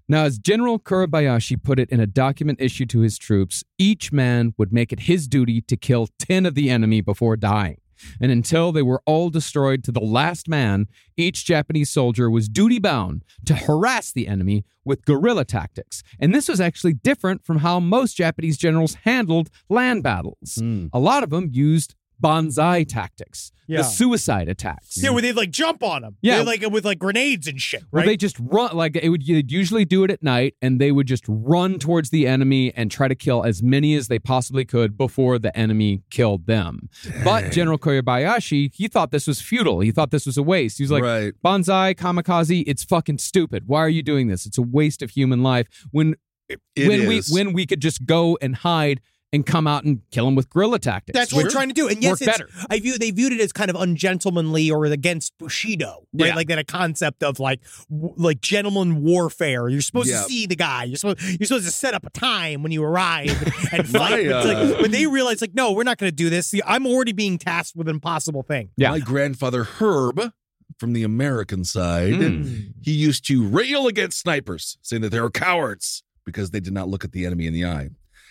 Speaker 3: Now, as General Kurabayashi put it in a document issued to his troops, each man would make it his duty to kill 10 of the enemy before dying. And until they were all destroyed to the last man, each Japanese soldier was duty bound to harass the enemy with guerrilla tactics. And this was actually different from how most Japanese generals handled land battles. A lot of them used bonsai tactics,
Speaker 1: Hmm. Yeah.
Speaker 3: the suicide attacks.
Speaker 1: Yeah, where they like jump on them.
Speaker 3: Yeah.
Speaker 1: They're, like with like grenades and shit.
Speaker 3: Where
Speaker 1: Right?
Speaker 3: they just run like it would you'd usually do it at night and they would just run towards the enemy and try to kill as many as they possibly could before the enemy killed them. But General Kobayashi, he thought this was futile. He thought this was a waste. He was like
Speaker 2: Right.
Speaker 3: Bonsai, kamikaze, it's fucking stupid. Why are you doing this? It's a waste of human life. When
Speaker 2: It
Speaker 3: when
Speaker 2: is.
Speaker 3: we when we could just go and hide and come out and kill them with guerrilla tactics.
Speaker 1: That's what we're
Speaker 3: Which-
Speaker 1: trying to do. And yes,
Speaker 3: Work
Speaker 1: it's,
Speaker 3: better.
Speaker 1: I view they viewed it as kind of ungentlemanly or against Bushido, right?
Speaker 3: Yeah.
Speaker 1: Like that a concept of like w- like gentleman warfare. You're supposed
Speaker 2: Yeah.
Speaker 1: to see the guy. You're supposed you're supposed to set up a time when you arrive and fight.
Speaker 2: My,
Speaker 1: But it's
Speaker 2: uh,
Speaker 1: like, when they realize like, no, we're not going to do this. See, I'm already being tasked with an impossible thing.
Speaker 3: Yeah.
Speaker 2: My grandfather Herb from the American side,
Speaker 1: Hmm.
Speaker 3: Mm.
Speaker 2: he used to rail against snipers, saying that they were cowards because they did not look at the enemy in the eye.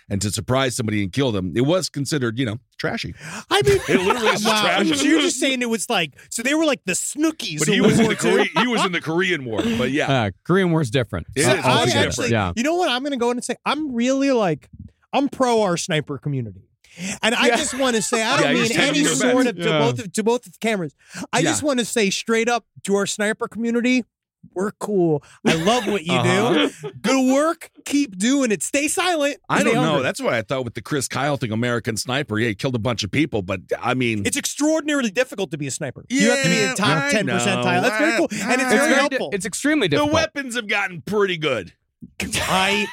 Speaker 2: And to surprise somebody and kill them, it was considered, you know, trashy.
Speaker 1: I mean,
Speaker 2: It literally is
Speaker 1: wow.
Speaker 2: trash.
Speaker 1: So you're just saying it was like so they were like the Snookies.
Speaker 2: But
Speaker 1: of
Speaker 2: he was, in
Speaker 1: World
Speaker 2: the
Speaker 1: War II.
Speaker 2: Korea, he was in the Korean War. But yeah,
Speaker 3: Uh, Korean War's different. Uh,
Speaker 2: It
Speaker 1: So I
Speaker 2: is altogether
Speaker 1: Uh, actually,
Speaker 2: different.
Speaker 3: Yeah.
Speaker 1: you know what? I'm going to go in and say I'm really like I'm pro our sniper community, and I
Speaker 2: Yeah.
Speaker 1: just want to say I
Speaker 2: Yeah,
Speaker 1: don't
Speaker 2: you're
Speaker 1: mean
Speaker 2: taking
Speaker 1: any
Speaker 2: your
Speaker 1: sort
Speaker 2: bets.
Speaker 1: of to
Speaker 3: Yeah.
Speaker 1: both of, to both of the cameras. I
Speaker 2: Yeah.
Speaker 1: just want to say straight up to our sniper community. We're cool. I love what you do. Good work. Keep doing it. Stay silent.
Speaker 2: Uh-huh. I
Speaker 1: Stay
Speaker 2: don't know.
Speaker 1: hungry.
Speaker 2: That's what I thought with the Chris Kyle thing, American Sniper. Yeah, he killed a bunch of people, but I mean,
Speaker 1: it's extraordinarily difficult to be a sniper. you have to be in
Speaker 2: Yeah,
Speaker 1: the top
Speaker 2: I
Speaker 1: ten
Speaker 2: know.
Speaker 1: percentile. That's very cool, and it's
Speaker 2: It's
Speaker 3: It's,
Speaker 1: very
Speaker 3: very di-
Speaker 1: helpful.
Speaker 3: it's extremely
Speaker 2: the
Speaker 3: difficult.
Speaker 2: weapons have gotten pretty good.
Speaker 1: I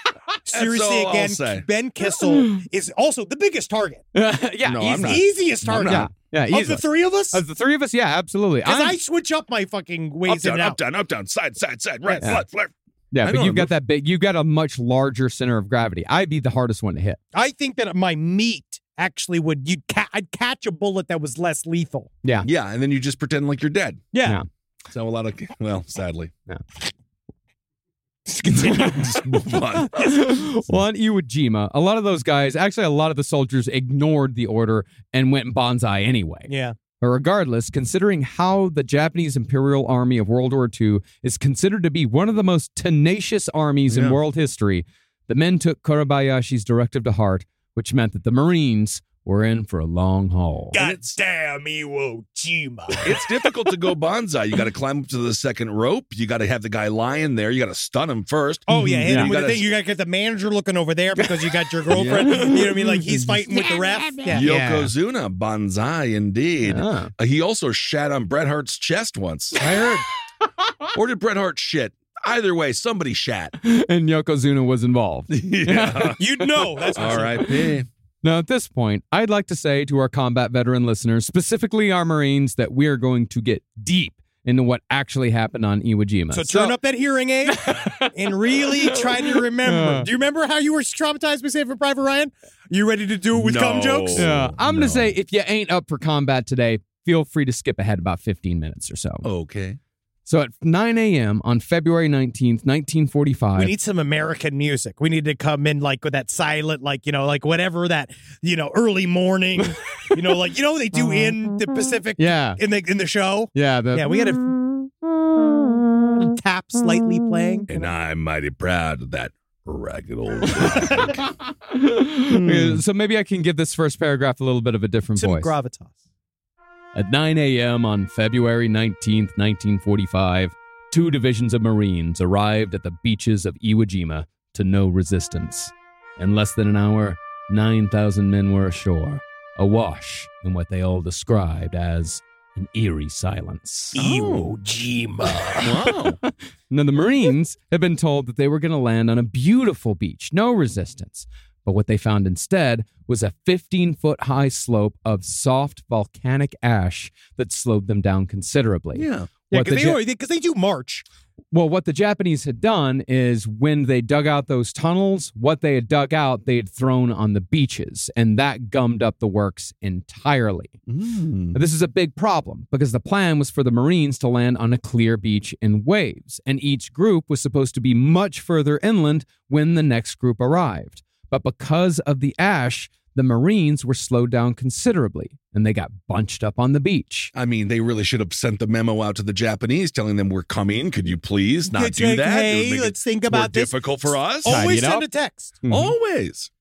Speaker 1: seriously
Speaker 2: all I'll say.
Speaker 1: again, Ben Kissel is also the biggest target.
Speaker 3: yeah,
Speaker 2: No, I'm
Speaker 3: easy.
Speaker 2: not.
Speaker 1: easiest
Speaker 2: I'm
Speaker 1: target.
Speaker 3: Yeah, yeah,
Speaker 1: Of
Speaker 3: easily.
Speaker 1: the three of us?
Speaker 3: Of the three of us, yeah, absolutely.
Speaker 1: Because
Speaker 3: I'm-
Speaker 1: I switch up my fucking
Speaker 2: Up
Speaker 1: ways in
Speaker 2: down,
Speaker 1: and
Speaker 2: up
Speaker 1: out.
Speaker 2: down, up down, side side side, right,
Speaker 3: Yeah.
Speaker 2: left left.
Speaker 3: yeah,
Speaker 2: I
Speaker 3: but
Speaker 2: know,
Speaker 3: you've
Speaker 2: I'm-
Speaker 3: got that big. You've got a much larger center of gravity. I'd be the hardest one to hit.
Speaker 1: I think that my meat actually would you ca- I'd catch a bullet that was less lethal.
Speaker 2: Yeah, and then you just pretend like you're dead.
Speaker 1: Yeah.
Speaker 3: Yeah.
Speaker 2: So a lot of well, sadly.
Speaker 3: Yeah.
Speaker 2: Just continue. Just move on.
Speaker 3: well, on Iwo Jima, a lot of those guys, actually, a lot of the soldiers ignored the order and went bonsai anyway.
Speaker 1: Yeah.
Speaker 3: But regardless, considering how the Japanese Imperial Army of World War II is considered to be one of the most tenacious armies in
Speaker 2: Yeah.
Speaker 3: world history, the men took Kurabayashi's directive to heart, which meant that the Marines were in for a long haul.
Speaker 4: God damn Iwo Jima.
Speaker 2: It's difficult to go bonsai. You got to climb up to the second rope. You got to have the guy lying there. You got to stun him first.
Speaker 1: Oh yeah, hit
Speaker 2: Mm-hmm. Yeah.
Speaker 1: him
Speaker 2: You
Speaker 1: with
Speaker 2: gotta-
Speaker 1: the thing. You gotta get the manager looking over there because you got your girlfriend. You know what I mean? Like he's fighting with the ref. Yeah.
Speaker 2: Yokozuna, bonsai indeed.
Speaker 3: Ah.
Speaker 2: Uh, He also shat on Bret Hart's chest once.
Speaker 1: I heard.
Speaker 2: or did Bret Hart shit? Either way, somebody shat.
Speaker 3: And Yokozuna was involved.
Speaker 2: yeah.
Speaker 1: You'd know. That's for sure.
Speaker 2: R.I.P.
Speaker 3: Now, at this point, I'd like to say to our combat veteran listeners, specifically our Marines, that we are going to get deep into what actually happened on Iwo Jima.
Speaker 1: So turn up that hearing aid and really try to remember. Do you remember how you were traumatized by Saving Private Ryan? You ready to do it with
Speaker 2: No.
Speaker 1: cum jokes?
Speaker 3: Yeah, I'm
Speaker 2: No.
Speaker 3: going to say if you ain't up for combat today, feel free to skip ahead about 15 minutes
Speaker 1: Oh.
Speaker 3: or so.
Speaker 2: Okay.
Speaker 3: So at 9 a.m. on February 19th, 1945.
Speaker 1: We need some American music. We need to come in like with that silent, like you know, like whatever that you know, early morning, you know, like you know they do in the Pacific
Speaker 3: yeah.
Speaker 1: in the in the show.
Speaker 3: Yeah. The,
Speaker 1: Yeah, we had a tap slightly playing.
Speaker 2: And I'm mighty proud of that ragged old.
Speaker 3: Uh, So maybe I can give this first paragraph a little bit of a different
Speaker 1: Some
Speaker 3: voice.
Speaker 1: gravitas.
Speaker 3: At 9 a.m. on February 19, 1945, two divisions of Marines arrived at the beaches of Iwo Jima to no resistance. In less than an hour, 9,000 men were ashore, awash in what they all described as an eerie silence.
Speaker 4: Iwo Jima.
Speaker 2: Wow.
Speaker 3: Now, the
Speaker 1: Mm-hmm.
Speaker 3: Marines had been told that they were going to land on a beautiful beach, no resistance. But what they found instead was a 15 foot high slope of soft volcanic ash that slowed them down considerably.
Speaker 2: yeah.
Speaker 1: Yeah,
Speaker 3: What the
Speaker 1: because they,
Speaker 3: Ja-
Speaker 1: already- 'cause they do March.
Speaker 3: well, what the Japanese had done is when they dug out those tunnels, what they had dug out, they had thrown on the beaches, and that gummed up the works entirely.
Speaker 2: Mm.
Speaker 1: Hmm.
Speaker 3: Now, This is a big problem because the plan was for the Marines to land on a clear beach in waves, and each group was supposed to be much further inland when the next group arrived. But because of the ash, the Marines were slowed down considerably and they got bunched up on the beach.
Speaker 2: I mean, they really should have sent the memo out to the Japanese telling them we're coming. Could you please not
Speaker 1: It's
Speaker 2: do
Speaker 1: like,
Speaker 2: that? It would
Speaker 1: Hey,
Speaker 2: make it
Speaker 1: let's think
Speaker 2: more
Speaker 1: about this.
Speaker 2: difficult for us.
Speaker 1: Always Mm-hmm.
Speaker 3: Tidy it
Speaker 1: send
Speaker 3: up.
Speaker 1: a text.
Speaker 2: Mm-hmm. Always.
Speaker 3: Oh,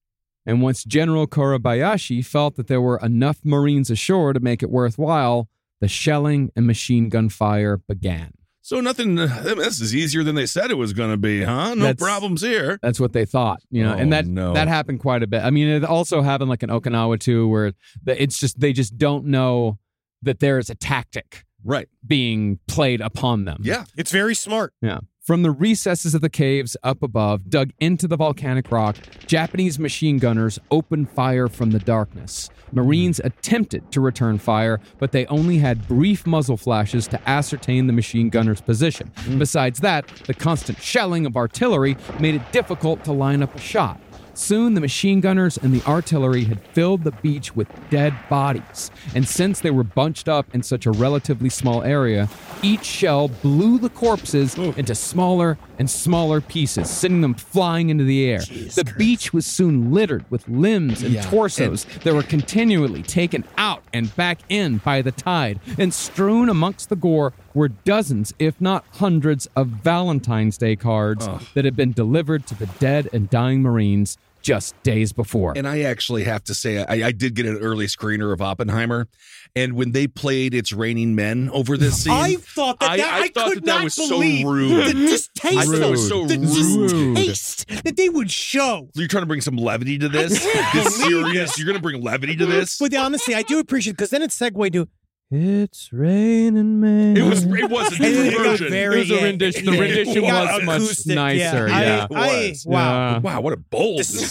Speaker 3: And once General Korebayashi felt that there were enough Marines ashore to make it worthwhile, the shelling and machine gun fire began.
Speaker 2: So nothing. I mean, this is easier than they said it was going to be, huh? No
Speaker 3: That's-
Speaker 2: problems here.
Speaker 3: That's what they thought, you know,
Speaker 2: Oh,
Speaker 3: and that
Speaker 2: no.
Speaker 3: that happened quite a bit. I mean, it also happened like in Okinawa too, where the, it's just they just don't know that there is a tactic
Speaker 2: Right.
Speaker 3: being played upon them.
Speaker 2: Yeah.
Speaker 1: It's very smart.
Speaker 3: Yeah. From the recesses of the caves up above, dug into the volcanic rock, Japanese machine gunners opened fire from the darkness. Marines attempted to return fire, but they only had brief muzzle flashes to ascertain the machine gunner's position. Besides that, the constant shelling of artillery made it difficult to line up a shot. Soon, the machine gunners and the artillery had filled the beach with dead bodies, and since they were bunched up in such a relatively small area, each shell blew the corpses into smaller and smaller pieces, sending them flying into the air. the beach was soon littered with limbs and torsos that were continually taken out and back in by the tide, and strewn amongst the gore were dozens, if not hundreds, of Valentine's Day cards that had been delivered to the dead and dying Marines just days before.
Speaker 2: And I actually have to say, I, I did get an early screener of Oppenheimer, and when they played "It's Raining Men" over this scene,
Speaker 1: I thought that
Speaker 2: I-
Speaker 1: that,
Speaker 2: I
Speaker 1: I,
Speaker 2: thought
Speaker 1: could
Speaker 2: that that
Speaker 1: not
Speaker 2: was so
Speaker 1: believe
Speaker 2: rude.
Speaker 1: the distaste,
Speaker 2: I thought it was so
Speaker 1: the
Speaker 2: rude.
Speaker 1: distaste that they would show.
Speaker 2: you're trying to bring some levity to this. This serious. You're going to bring levity to this.
Speaker 1: But honestly, I do appreciate because then it segued to "It's raining, man."
Speaker 2: It was. It wasn't
Speaker 1: And then it got
Speaker 2: version.
Speaker 1: very-
Speaker 3: it was a
Speaker 1: yeah,
Speaker 3: rendition. The
Speaker 1: yeah,
Speaker 3: rendition
Speaker 1: it got
Speaker 3: was much
Speaker 1: acoustic,
Speaker 3: nicer. Yeah.
Speaker 1: I-
Speaker 2: Yeah, it
Speaker 1: I-
Speaker 2: was.
Speaker 1: wow.
Speaker 3: Yeah.
Speaker 2: Wow, what a bold
Speaker 1: This is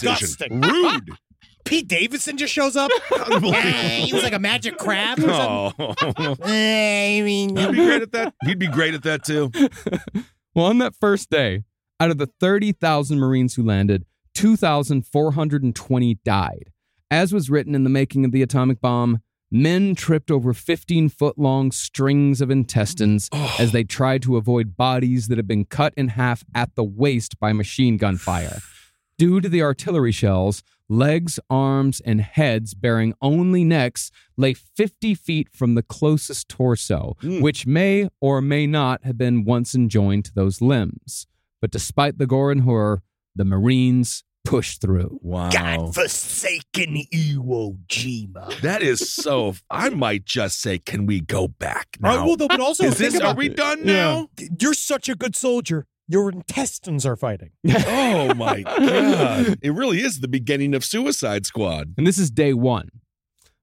Speaker 1: disgusting.
Speaker 2: decision. Rude.
Speaker 1: Pete Davidson just shows up.
Speaker 2: Unbelievable.
Speaker 1: he was like a magic crab. Or something.
Speaker 2: Oh,
Speaker 1: I mean,
Speaker 2: he'd be great at that. He'd be great at that too.
Speaker 3: Well, on that first day, out of the 30,000 Marines who landed, 2,420 died. As was written in the making of the atomic bomb, men tripped over 15 foot long strings of intestines as they tried to avoid bodies that had been cut in half at the waist by machine gun fire. Due to the artillery shells, legs, arms, and heads bearing only necks lay 50 feet from the closest torso, which may or may not have been once enjoined to those limbs. But despite the gore and horror, the Marines pushed through.
Speaker 2: Wow.
Speaker 4: Godforsaken Iwo Jima.
Speaker 2: That is so. I might just say, can we go back
Speaker 1: All right,
Speaker 2: now?
Speaker 1: well, though, but also
Speaker 2: is
Speaker 1: think
Speaker 2: this? Are
Speaker 1: about
Speaker 2: we done
Speaker 1: Yeah.
Speaker 2: now?
Speaker 1: you're such a good soldier. Your intestines are fighting.
Speaker 2: Oh my god! It really is the beginning of Suicide Squad.
Speaker 3: And this is day one.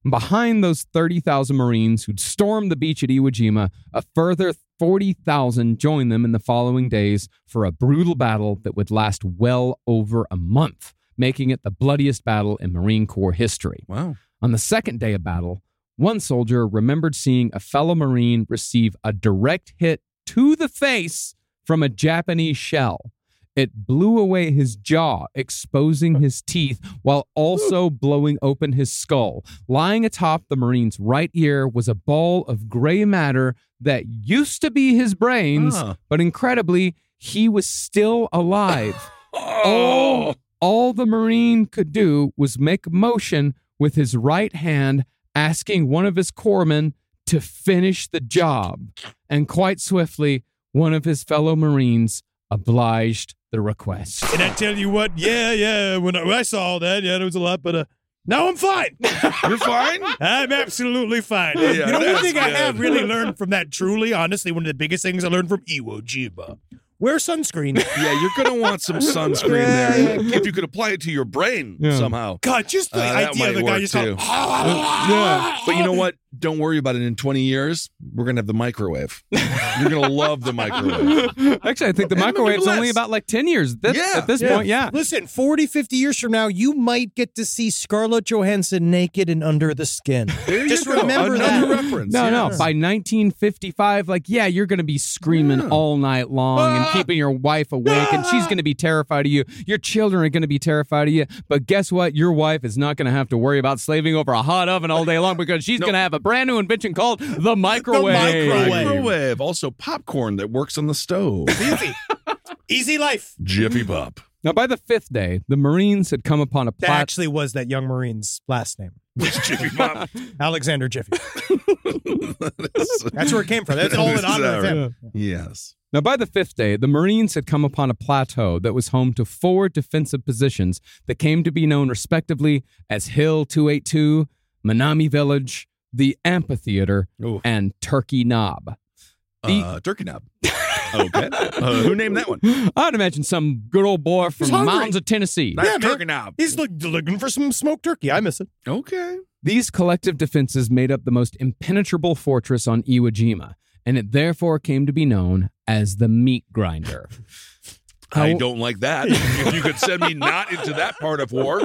Speaker 3: Behind those 30,000 Marines who'd stormed the beach at Iwo Jima, a further 40,000 joined them in the following days for a brutal battle that would last well over a month, making it the bloodiest battle in Marine Corps history.
Speaker 2: Wow.
Speaker 3: On the second day of battle, one soldier remembered seeing a fellow Marine receive a direct hit to the face from a Japanese shell. It blew away his jaw, exposing his teeth while also blowing open his skull. Lying atop the Marine's right ear was a ball of gray matter that used to be his brains,
Speaker 2: Ah.
Speaker 3: but incredibly, he was still alive.
Speaker 2: Oh,
Speaker 3: All, all the Marine could do was make a motion with his right hand, asking one of his corpsmen to finish the job. And quite swiftly, one of his fellow Marines obliged the request.
Speaker 1: And I tell you what, yeah, yeah. When I, when I saw that, yeah, there was a lot, but uh, No, I'm fine.
Speaker 2: You're fine.
Speaker 1: I'm absolutely fine.
Speaker 2: Yeah,
Speaker 1: you know, one
Speaker 2: that's
Speaker 1: thing I have
Speaker 2: good.
Speaker 1: really learned from that, truly, honestly, one of the biggest things I learned from Iwo Jima wear sunscreen.
Speaker 2: Yeah, you're gonna want some sunscreen
Speaker 1: Yeah,
Speaker 2: there. If you could apply it to your brain somehow.
Speaker 1: God, just the
Speaker 2: Uh, that
Speaker 1: idea of
Speaker 2: might
Speaker 1: the guy
Speaker 2: work,
Speaker 1: just
Speaker 2: too.
Speaker 1: going, "Ah, yeah.
Speaker 2: But you know what? Don't worry about it. In 20 years, we're gonna have the microwave. You're gonna love the microwave.
Speaker 3: Actually, I think the
Speaker 2: And maybe
Speaker 3: microwave's only
Speaker 2: less.
Speaker 3: about like 10 years This-
Speaker 2: Yeah,
Speaker 3: at this
Speaker 1: yeah.
Speaker 3: point. Yeah.
Speaker 1: Listen, 40, 50 years from now, you might get to see Scarlett Johansson naked and under the skin.
Speaker 2: There you
Speaker 1: Just
Speaker 2: go.
Speaker 1: remember
Speaker 2: Another
Speaker 1: that.
Speaker 2: reference.
Speaker 3: No, no.
Speaker 2: yes.
Speaker 3: By 1955, like, yeah, you're going to be screaming all night long and
Speaker 2: Ah.
Speaker 3: keeping your wife awake, and she's going to be terrified of you. Your children are going to be terrified of you. But guess what? Your wife is not going to have to worry about slaving over a hot oven all day long because she's going to have a brand new invention called the microwave.
Speaker 1: microwave.
Speaker 2: microwave. Also, popcorn that works on the stove.
Speaker 1: Easy. Easy life.
Speaker 2: Jiffy Pop.
Speaker 3: Now, by the fifth day, the Marines had come upon a
Speaker 1: That
Speaker 3: plot.
Speaker 1: actually was that young Marine's last name.
Speaker 2: Jiffy Pop.
Speaker 1: Alexander Jiffy. That's where it came from. That's all that
Speaker 2: Bizarre.
Speaker 1: I'm
Speaker 2: yes.
Speaker 3: Now, by the fifth day, the Marines had come upon a plateau that was home to four defensive positions that came to be known respectively as Hill 282, Manami Village, the Amphitheater,
Speaker 2: Ooh.
Speaker 3: and Turkey Knob. The-
Speaker 2: Uh, turkey knob. okay. Uh, who named that one?
Speaker 3: I'd imagine some good old boy from the
Speaker 1: hungry.
Speaker 3: mountains of Tennessee.
Speaker 2: Nice
Speaker 1: Yeah, man.
Speaker 2: turkey knob.
Speaker 1: He's look, looking for some smoked turkey. I miss it.
Speaker 2: Okay.
Speaker 3: These collective defenses made up the most impenetrable fortress on Iwo Jima, and it therefore came to be known as the Meat Grinder.
Speaker 2: I
Speaker 3: How-
Speaker 2: don't like that. if you could send me not into that part of war.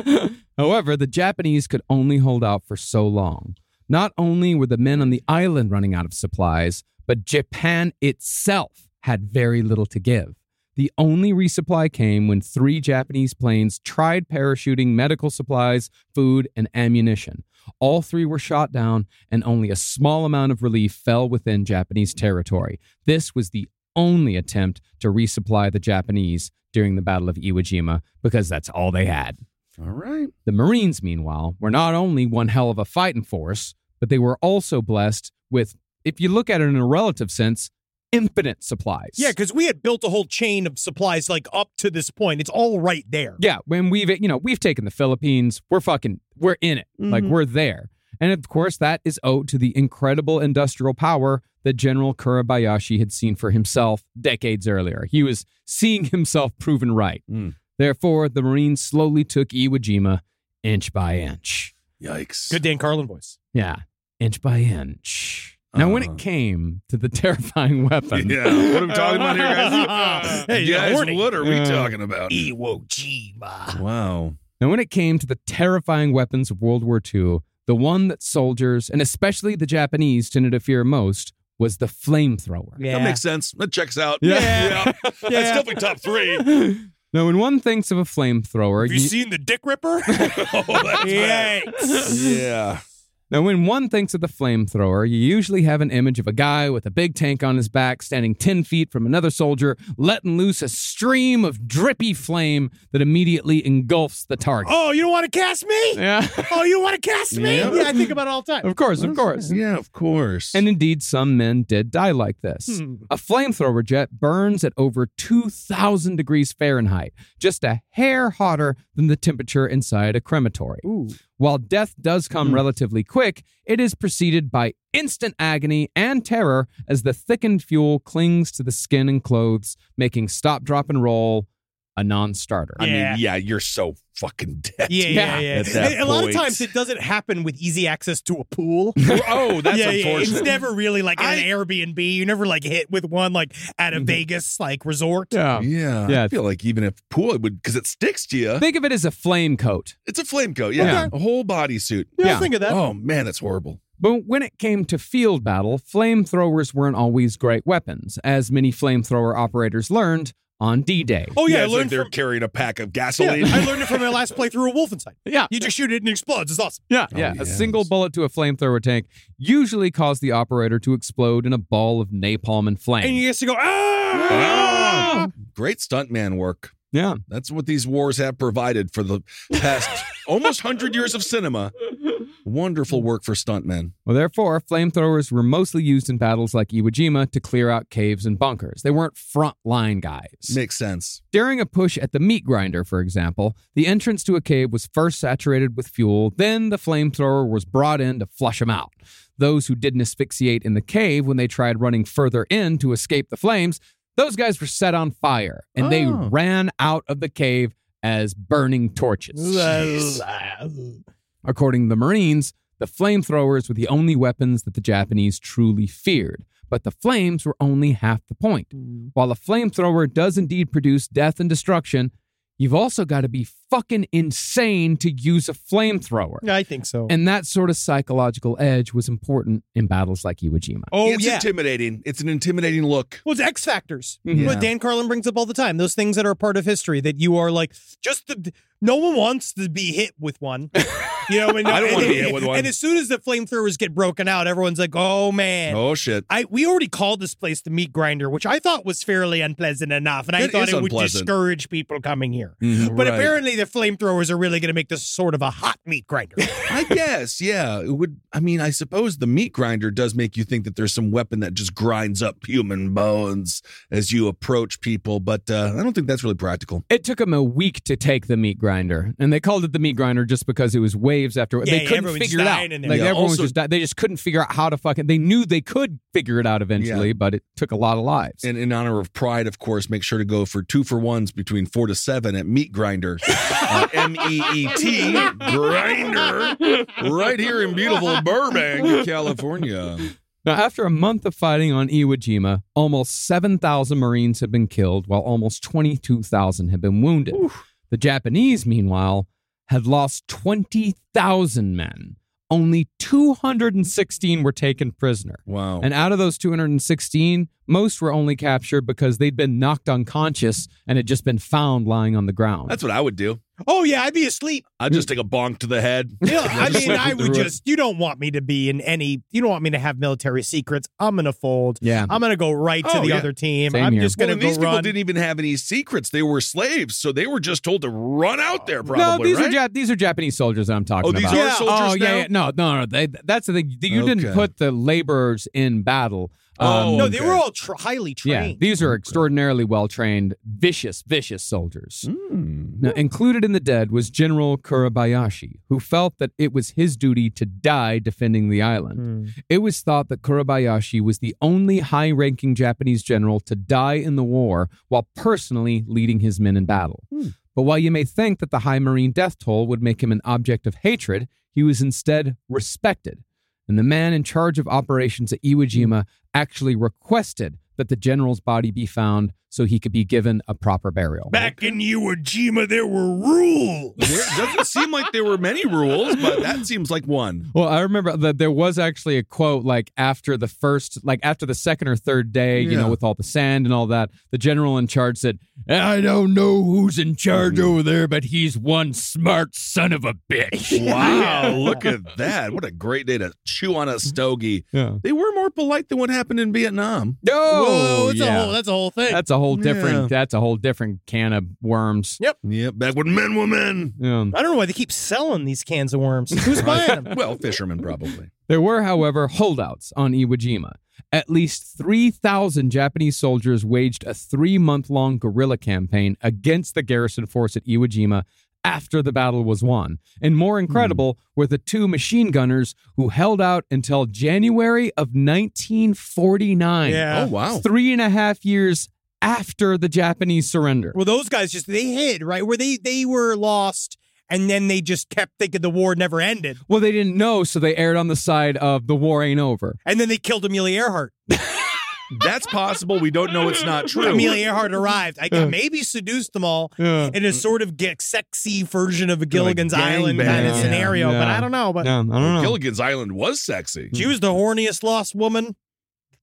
Speaker 3: However, the Japanese could only hold out for so long. Not only were the men on the island running out of supplies, but Japan itself had very little to give. The only resupply came when three Japanese planes tried parachuting medical supplies, food, and ammunition. All three were shot down, and only a small amount of relief fell within Japanese territory. This was the only attempt to resupply the Japanese during the Battle of Iwo Jima because that's all they had.
Speaker 2: All right.
Speaker 3: The Marines, meanwhile, were not only one hell of a fighting force, but they were also blessed with, if you look at it in a relative sense, infinite supplies.
Speaker 1: Yeah, because we had built a whole chain of supplies like up to this point. It's all right there.
Speaker 3: yeah. When we've, you know, we've taken the Philippines, we're fucking, we're in it. Like we're there. And of course, that is owed to the incredible industrial power that General Kurabayashi had seen for himself decades earlier. He was seeing himself proven right.
Speaker 2: Mm.
Speaker 3: Therefore, the Marines slowly took Iwo Jima inch by inch.
Speaker 2: Yikes.
Speaker 1: Good Dan Carlin voice.
Speaker 3: Yeah, inch by inch. Now, when
Speaker 2: Uh-huh.
Speaker 3: it came to the terrifying weapon,
Speaker 2: Yeah. What are we talking about here, guys?
Speaker 1: Hey,
Speaker 2: You
Speaker 1: you're
Speaker 2: guys,
Speaker 1: horny. E
Speaker 2: what are we
Speaker 3: Uh,
Speaker 2: talking about?
Speaker 4: Iwo Jima.
Speaker 2: Wow.
Speaker 3: now when it came to the terrifying weapons of World War II, the one that soldiers and especially the Japanese tended to fear most was the flamethrower.
Speaker 1: Yeah.
Speaker 2: That makes sense. That checks out.
Speaker 3: Yeah.
Speaker 2: That's definitely top three.
Speaker 3: Now, when one thinks of a flamethrower,
Speaker 1: Have you
Speaker 3: you-
Speaker 1: seen the Dick Ripper?
Speaker 2: Oh, that's bad.
Speaker 1: Yikes.
Speaker 2: Yeah.
Speaker 3: Now, when one thinks of the flamethrower, you usually have an image of a guy with a big tank on his back standing 10 feet from another soldier, letting loose a stream of drippy flame that immediately engulfs the target.
Speaker 1: Oh, you don't want to cast me?
Speaker 3: Yeah.
Speaker 1: Oh, you want to cast me?
Speaker 2: Yeah.
Speaker 1: Yeah, I think about it all the time.
Speaker 3: Of course, of course.
Speaker 2: Yeah, of course.
Speaker 3: And indeed, some men did die like this. A flamethrower jet burns at over 2,000 degrees Fahrenheit, just a hair hotter than the temperature inside a crematory. While death does come relatively quick, it is preceded by instant agony and terror as the thickened fuel clings to the skin and clothes, making stop, drop, and roll a non starter.
Speaker 2: I
Speaker 1: Yeah.
Speaker 2: mean, yeah, you're so fucking dead.
Speaker 1: Yeah, yeah, yeah.
Speaker 2: At that
Speaker 1: And a lot of
Speaker 2: point.
Speaker 1: times it doesn't happen with easy access to a pool.
Speaker 2: Oh, that's
Speaker 1: yeah, yeah,
Speaker 2: unfortunate.
Speaker 1: it's never really like
Speaker 2: I-
Speaker 1: an Airbnb. You never like hit with one like at a Vegas like resort.
Speaker 3: Yeah.
Speaker 2: yeah,
Speaker 3: Yeah.
Speaker 2: I feel like even if pool it would because it sticks to you,
Speaker 3: Think of it as a flame coat.
Speaker 2: it's a flame coat. Yeah, a whole bodysuit.
Speaker 1: You
Speaker 3: Yeah.
Speaker 1: yeah. think of that.
Speaker 2: Oh man, that's horrible.
Speaker 3: But when it came to field battle, flamethrowers weren't always great weapons, as many flamethrower operators learned on D Day.
Speaker 1: Oh yeah, I
Speaker 2: it's like
Speaker 1: learned
Speaker 2: they're
Speaker 1: from
Speaker 2: carrying a pack of
Speaker 1: yeah,
Speaker 2: gasoline.
Speaker 1: I learned it from my last playthrough of Wolfenstein.
Speaker 3: Yeah.
Speaker 1: You just shoot it and it explodes. It's awesome.
Speaker 3: Yeah,
Speaker 2: Oh,
Speaker 3: yeah. A
Speaker 2: yes.
Speaker 3: single bullet to a flamethrower tank usually caused the operator to explode in a ball of napalm and flame.
Speaker 1: And you get to go, ah!
Speaker 2: Ah! Great stuntman work.
Speaker 3: yeah.
Speaker 2: That's what these wars have provided for the past almost hundred years of cinema. Wonderful work for stuntmen.
Speaker 3: Well, therefore, flamethrowers were mostly used in battles like Iwo Jima to clear out caves and bunkers. They weren't front-line guys.
Speaker 2: Makes sense.
Speaker 3: During a push at the meat grinder, for example, the entrance to a cave was first saturated with fuel, then the flamethrower was brought in to flush them out. Those who didn't asphyxiate in the cave when they tried running further in to escape the flames, those guys were set on fire and they
Speaker 2: Oh.
Speaker 3: ran out of the cave as burning torches. According to the Marines, the flamethrowers were the only weapons that the Japanese truly feared, but the flames were only half the point. While a flamethrower does indeed produce death and destruction, you've also got to be fucking insane to use a flamethrower.
Speaker 1: I think so.
Speaker 3: And that sort of psychological edge was important in battles like Iwo Jima.
Speaker 1: oh
Speaker 2: it's
Speaker 1: yeah.
Speaker 2: intimidating. It's an intimidating look.
Speaker 1: Well, it's X factors.
Speaker 2: Mm-hmm.
Speaker 3: Mhm.
Speaker 1: What Dan Carlin brings up all the time. Those things that are a part of history that you are like, just the no one wants to be hit with one. You know, and,
Speaker 2: I don't wanna
Speaker 1: and-
Speaker 2: be hit with one.
Speaker 1: And as soon as the flamethrowers get broken out, everyone's like, "Oh man."
Speaker 2: Oh shit.
Speaker 1: I we already called this place the meat grinder, which I thought was fairly unpleasant enough, and I
Speaker 2: It
Speaker 1: thought
Speaker 2: is
Speaker 1: it would
Speaker 2: unpleasant.
Speaker 1: discourage people coming here.
Speaker 2: Mhm,
Speaker 1: But
Speaker 2: right.
Speaker 1: apparently, the flamethrowers are really going to make this sort of a hot meat grinder.
Speaker 2: I guess, yeah, it would. I mean, I suppose the meat grinder does make you think that there's some weapon that just grinds up human bones as you approach people, but uh, I don't think that's really practical.
Speaker 3: It took them a week to take the meat grinder, and they called it the meat grinder just because it was waves after.
Speaker 1: Yeah,
Speaker 3: they
Speaker 1: yeah,
Speaker 3: couldn't
Speaker 1: everyone's
Speaker 3: figure it out.
Speaker 1: dying in there.
Speaker 3: Like
Speaker 2: Yeah,
Speaker 3: everyone was
Speaker 2: also-
Speaker 3: just di- they just couldn't figure out how to fucking. They knew they could figure it out eventually, but it took a lot of lives.
Speaker 2: And in honor of pride, of course, make sure to go for two for ones between four to seven at Meat Grinder, uh, M E E T Grinder, right here in beautiful Burbank, California.
Speaker 3: now, after a month of fighting on Iwo Jima, almost seven thousand Marines had been killed, while almost twenty-two thousand had been wounded. The Japanese, meanwhile, had lost twenty thousand men. Only two hundred and sixteen were taken prisoner.
Speaker 2: Wow.
Speaker 3: And out of those 216, most were only captured because they'd been knocked unconscious and had just been found lying on the ground.
Speaker 2: that's what I would do.
Speaker 1: oh yeah, I'd be asleep.
Speaker 2: I'd just take a bonk to the head.
Speaker 1: Yeah, I
Speaker 2: just
Speaker 1: mean,
Speaker 2: slip
Speaker 1: I
Speaker 2: it
Speaker 1: would
Speaker 2: through it.
Speaker 1: just. You don't want me to be in any. You don't want me to have military secrets. I'm gonna fold.
Speaker 3: yeah.
Speaker 1: I'm gonna go right to
Speaker 2: Oh,
Speaker 1: the
Speaker 2: yeah.
Speaker 1: other team.
Speaker 3: Same
Speaker 1: I'm
Speaker 3: here.
Speaker 1: just
Speaker 2: Well,
Speaker 1: gonna
Speaker 2: and
Speaker 1: go
Speaker 2: these people
Speaker 1: run.
Speaker 2: didn't even have any secrets. They were slaves, so they were just told to run out there. Probably
Speaker 3: no, these
Speaker 2: right?
Speaker 3: are Jap- these are Japanese soldiers that I'm talking
Speaker 2: Oh, these
Speaker 3: about.
Speaker 2: are soldiers
Speaker 3: oh, yeah,
Speaker 2: now?
Speaker 3: yeah. No, no, no. They, that's the thing. You didn't
Speaker 2: Okay.
Speaker 3: put the laborers in battle. Um,
Speaker 2: Oh,
Speaker 1: no, they
Speaker 2: Okay.
Speaker 1: were all tr- highly
Speaker 3: yeah.
Speaker 1: trained.
Speaker 3: These are extraordinarily well trained, vicious, vicious soldiers.
Speaker 2: Hmm.
Speaker 3: Now, included in the dead was General Kurabayashi, who felt that it was his duty to die defending the island. It was thought that Kurabayashi was the only high ranking Japanese general to die in the war while personally leading his men in battle. But while you may think that the high Marine death toll would make him an object of hatred, he was instead respected. And the man in charge of operations at Iwo Jima actually requested that the general's body be found so he could be given a proper burial.
Speaker 1: Back in Iwo Jima, there were rules.
Speaker 2: There- doesn't seem like there were many rules, but that seems like one.
Speaker 3: Well, I remember that there was actually a quote like after the first, like after the second or third day, you know,
Speaker 2: Yeah.
Speaker 3: with all the sand and all that, the general in charge said, I don't know who's in charge over there, but he's one smart son of a bitch.
Speaker 2: Wow, look at that. What a great day to chew on a stogie.
Speaker 3: Yeah.
Speaker 2: They were more polite than what happened in Vietnam.
Speaker 3: No,
Speaker 1: Whoa, that's
Speaker 3: yeah.
Speaker 1: a whole that's a whole thing.
Speaker 3: that's a whole different,
Speaker 2: Yeah.
Speaker 3: that's a whole different can of worms.
Speaker 2: Yep, back when men were men.
Speaker 3: Um,
Speaker 1: I don't know why they keep selling these cans of worms. Who's buying them?
Speaker 2: Well, fishermen probably.
Speaker 3: There were, however, holdouts on Iwo Jima. At least 3,000 Japanese soldiers waged a three month long guerrilla campaign against the garrison force at Iwo Jima after the battle was won. And more incredible were the two machine gunners who held out until January of 1949.
Speaker 2: Oh wow.
Speaker 3: Three and a half years after the Japanese surrender.
Speaker 1: Well, those guys just they hid right where they they were lost, and then they just kept thinking the war never ended,
Speaker 3: Well, they didn't know, so they aired on the side of the war ain't over.
Speaker 1: and then they killed Amelia Earhart.
Speaker 2: That's possible. We don't know it's not true.
Speaker 1: Amelia Earhart arrived. I maybe seduced them all
Speaker 3: Yeah.
Speaker 1: in a sort of ge- sexy version of a Gilligan's Island
Speaker 2: gangbang.
Speaker 1: kind
Speaker 2: Yeah,
Speaker 1: of scenario,
Speaker 3: yeah.
Speaker 1: but I don't know. But
Speaker 3: Yeah, Um, I don't know.
Speaker 2: Gilligan's Island was sexy.
Speaker 1: she was the horniest lost woman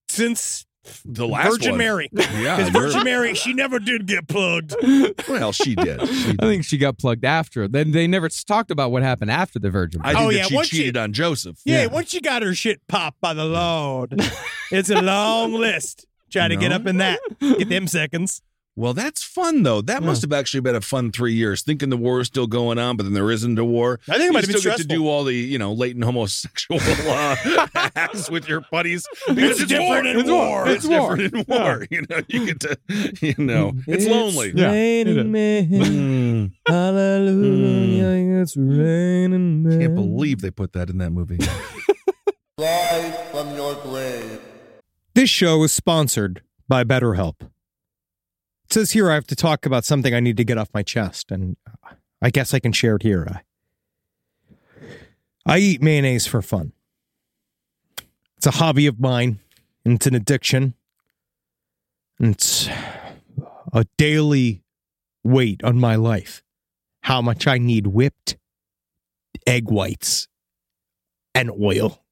Speaker 1: since
Speaker 2: The last
Speaker 1: Virgin
Speaker 2: one.
Speaker 1: Mary.
Speaker 2: Yeah.
Speaker 1: Because Virgin Mary, she never did get plugged.
Speaker 2: Well, she did. She
Speaker 3: I
Speaker 2: did.
Speaker 3: think she got plugged after. Then they never s- talked about what happened after the Virgin.
Speaker 2: I
Speaker 3: Mary.
Speaker 2: think
Speaker 1: Oh,
Speaker 2: that
Speaker 1: yeah,
Speaker 2: she
Speaker 1: once she-
Speaker 2: cheated on Joseph.
Speaker 1: Yeah, once you got her shit popped by the Lord, it's a long list. Try to get
Speaker 2: No.
Speaker 1: up in that, get them seconds.
Speaker 2: Well, that's fun though. That must have actually been a fun three years. Thinking the war is still going on, but then there isn't a war.
Speaker 5: I think it
Speaker 2: you
Speaker 5: might have been
Speaker 2: still get to
Speaker 5: stressful.
Speaker 2: do all the you know latent homosexual uh, acts with your buddies. Because
Speaker 5: It's different in
Speaker 2: It's
Speaker 5: war.
Speaker 2: It's,
Speaker 3: It's war.
Speaker 2: different in war. You know, you get to you know, it's, lonely.
Speaker 5: Yeah, it
Speaker 1: raining men.
Speaker 2: Mm.
Speaker 1: Hallelujah, it's raining men.
Speaker 2: Can't believe they put that in that movie.
Speaker 1: This show is sponsored by BetterHelp. It says here I have to talk about something I need to get off my chest, and I guess I can share it here. I, I eat mayonnaise for fun. It's a hobby of mine, and it's an addiction. And it's a daily weight on my life. How much I need whipped egg whites and oil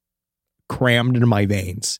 Speaker 1: crammed into my veins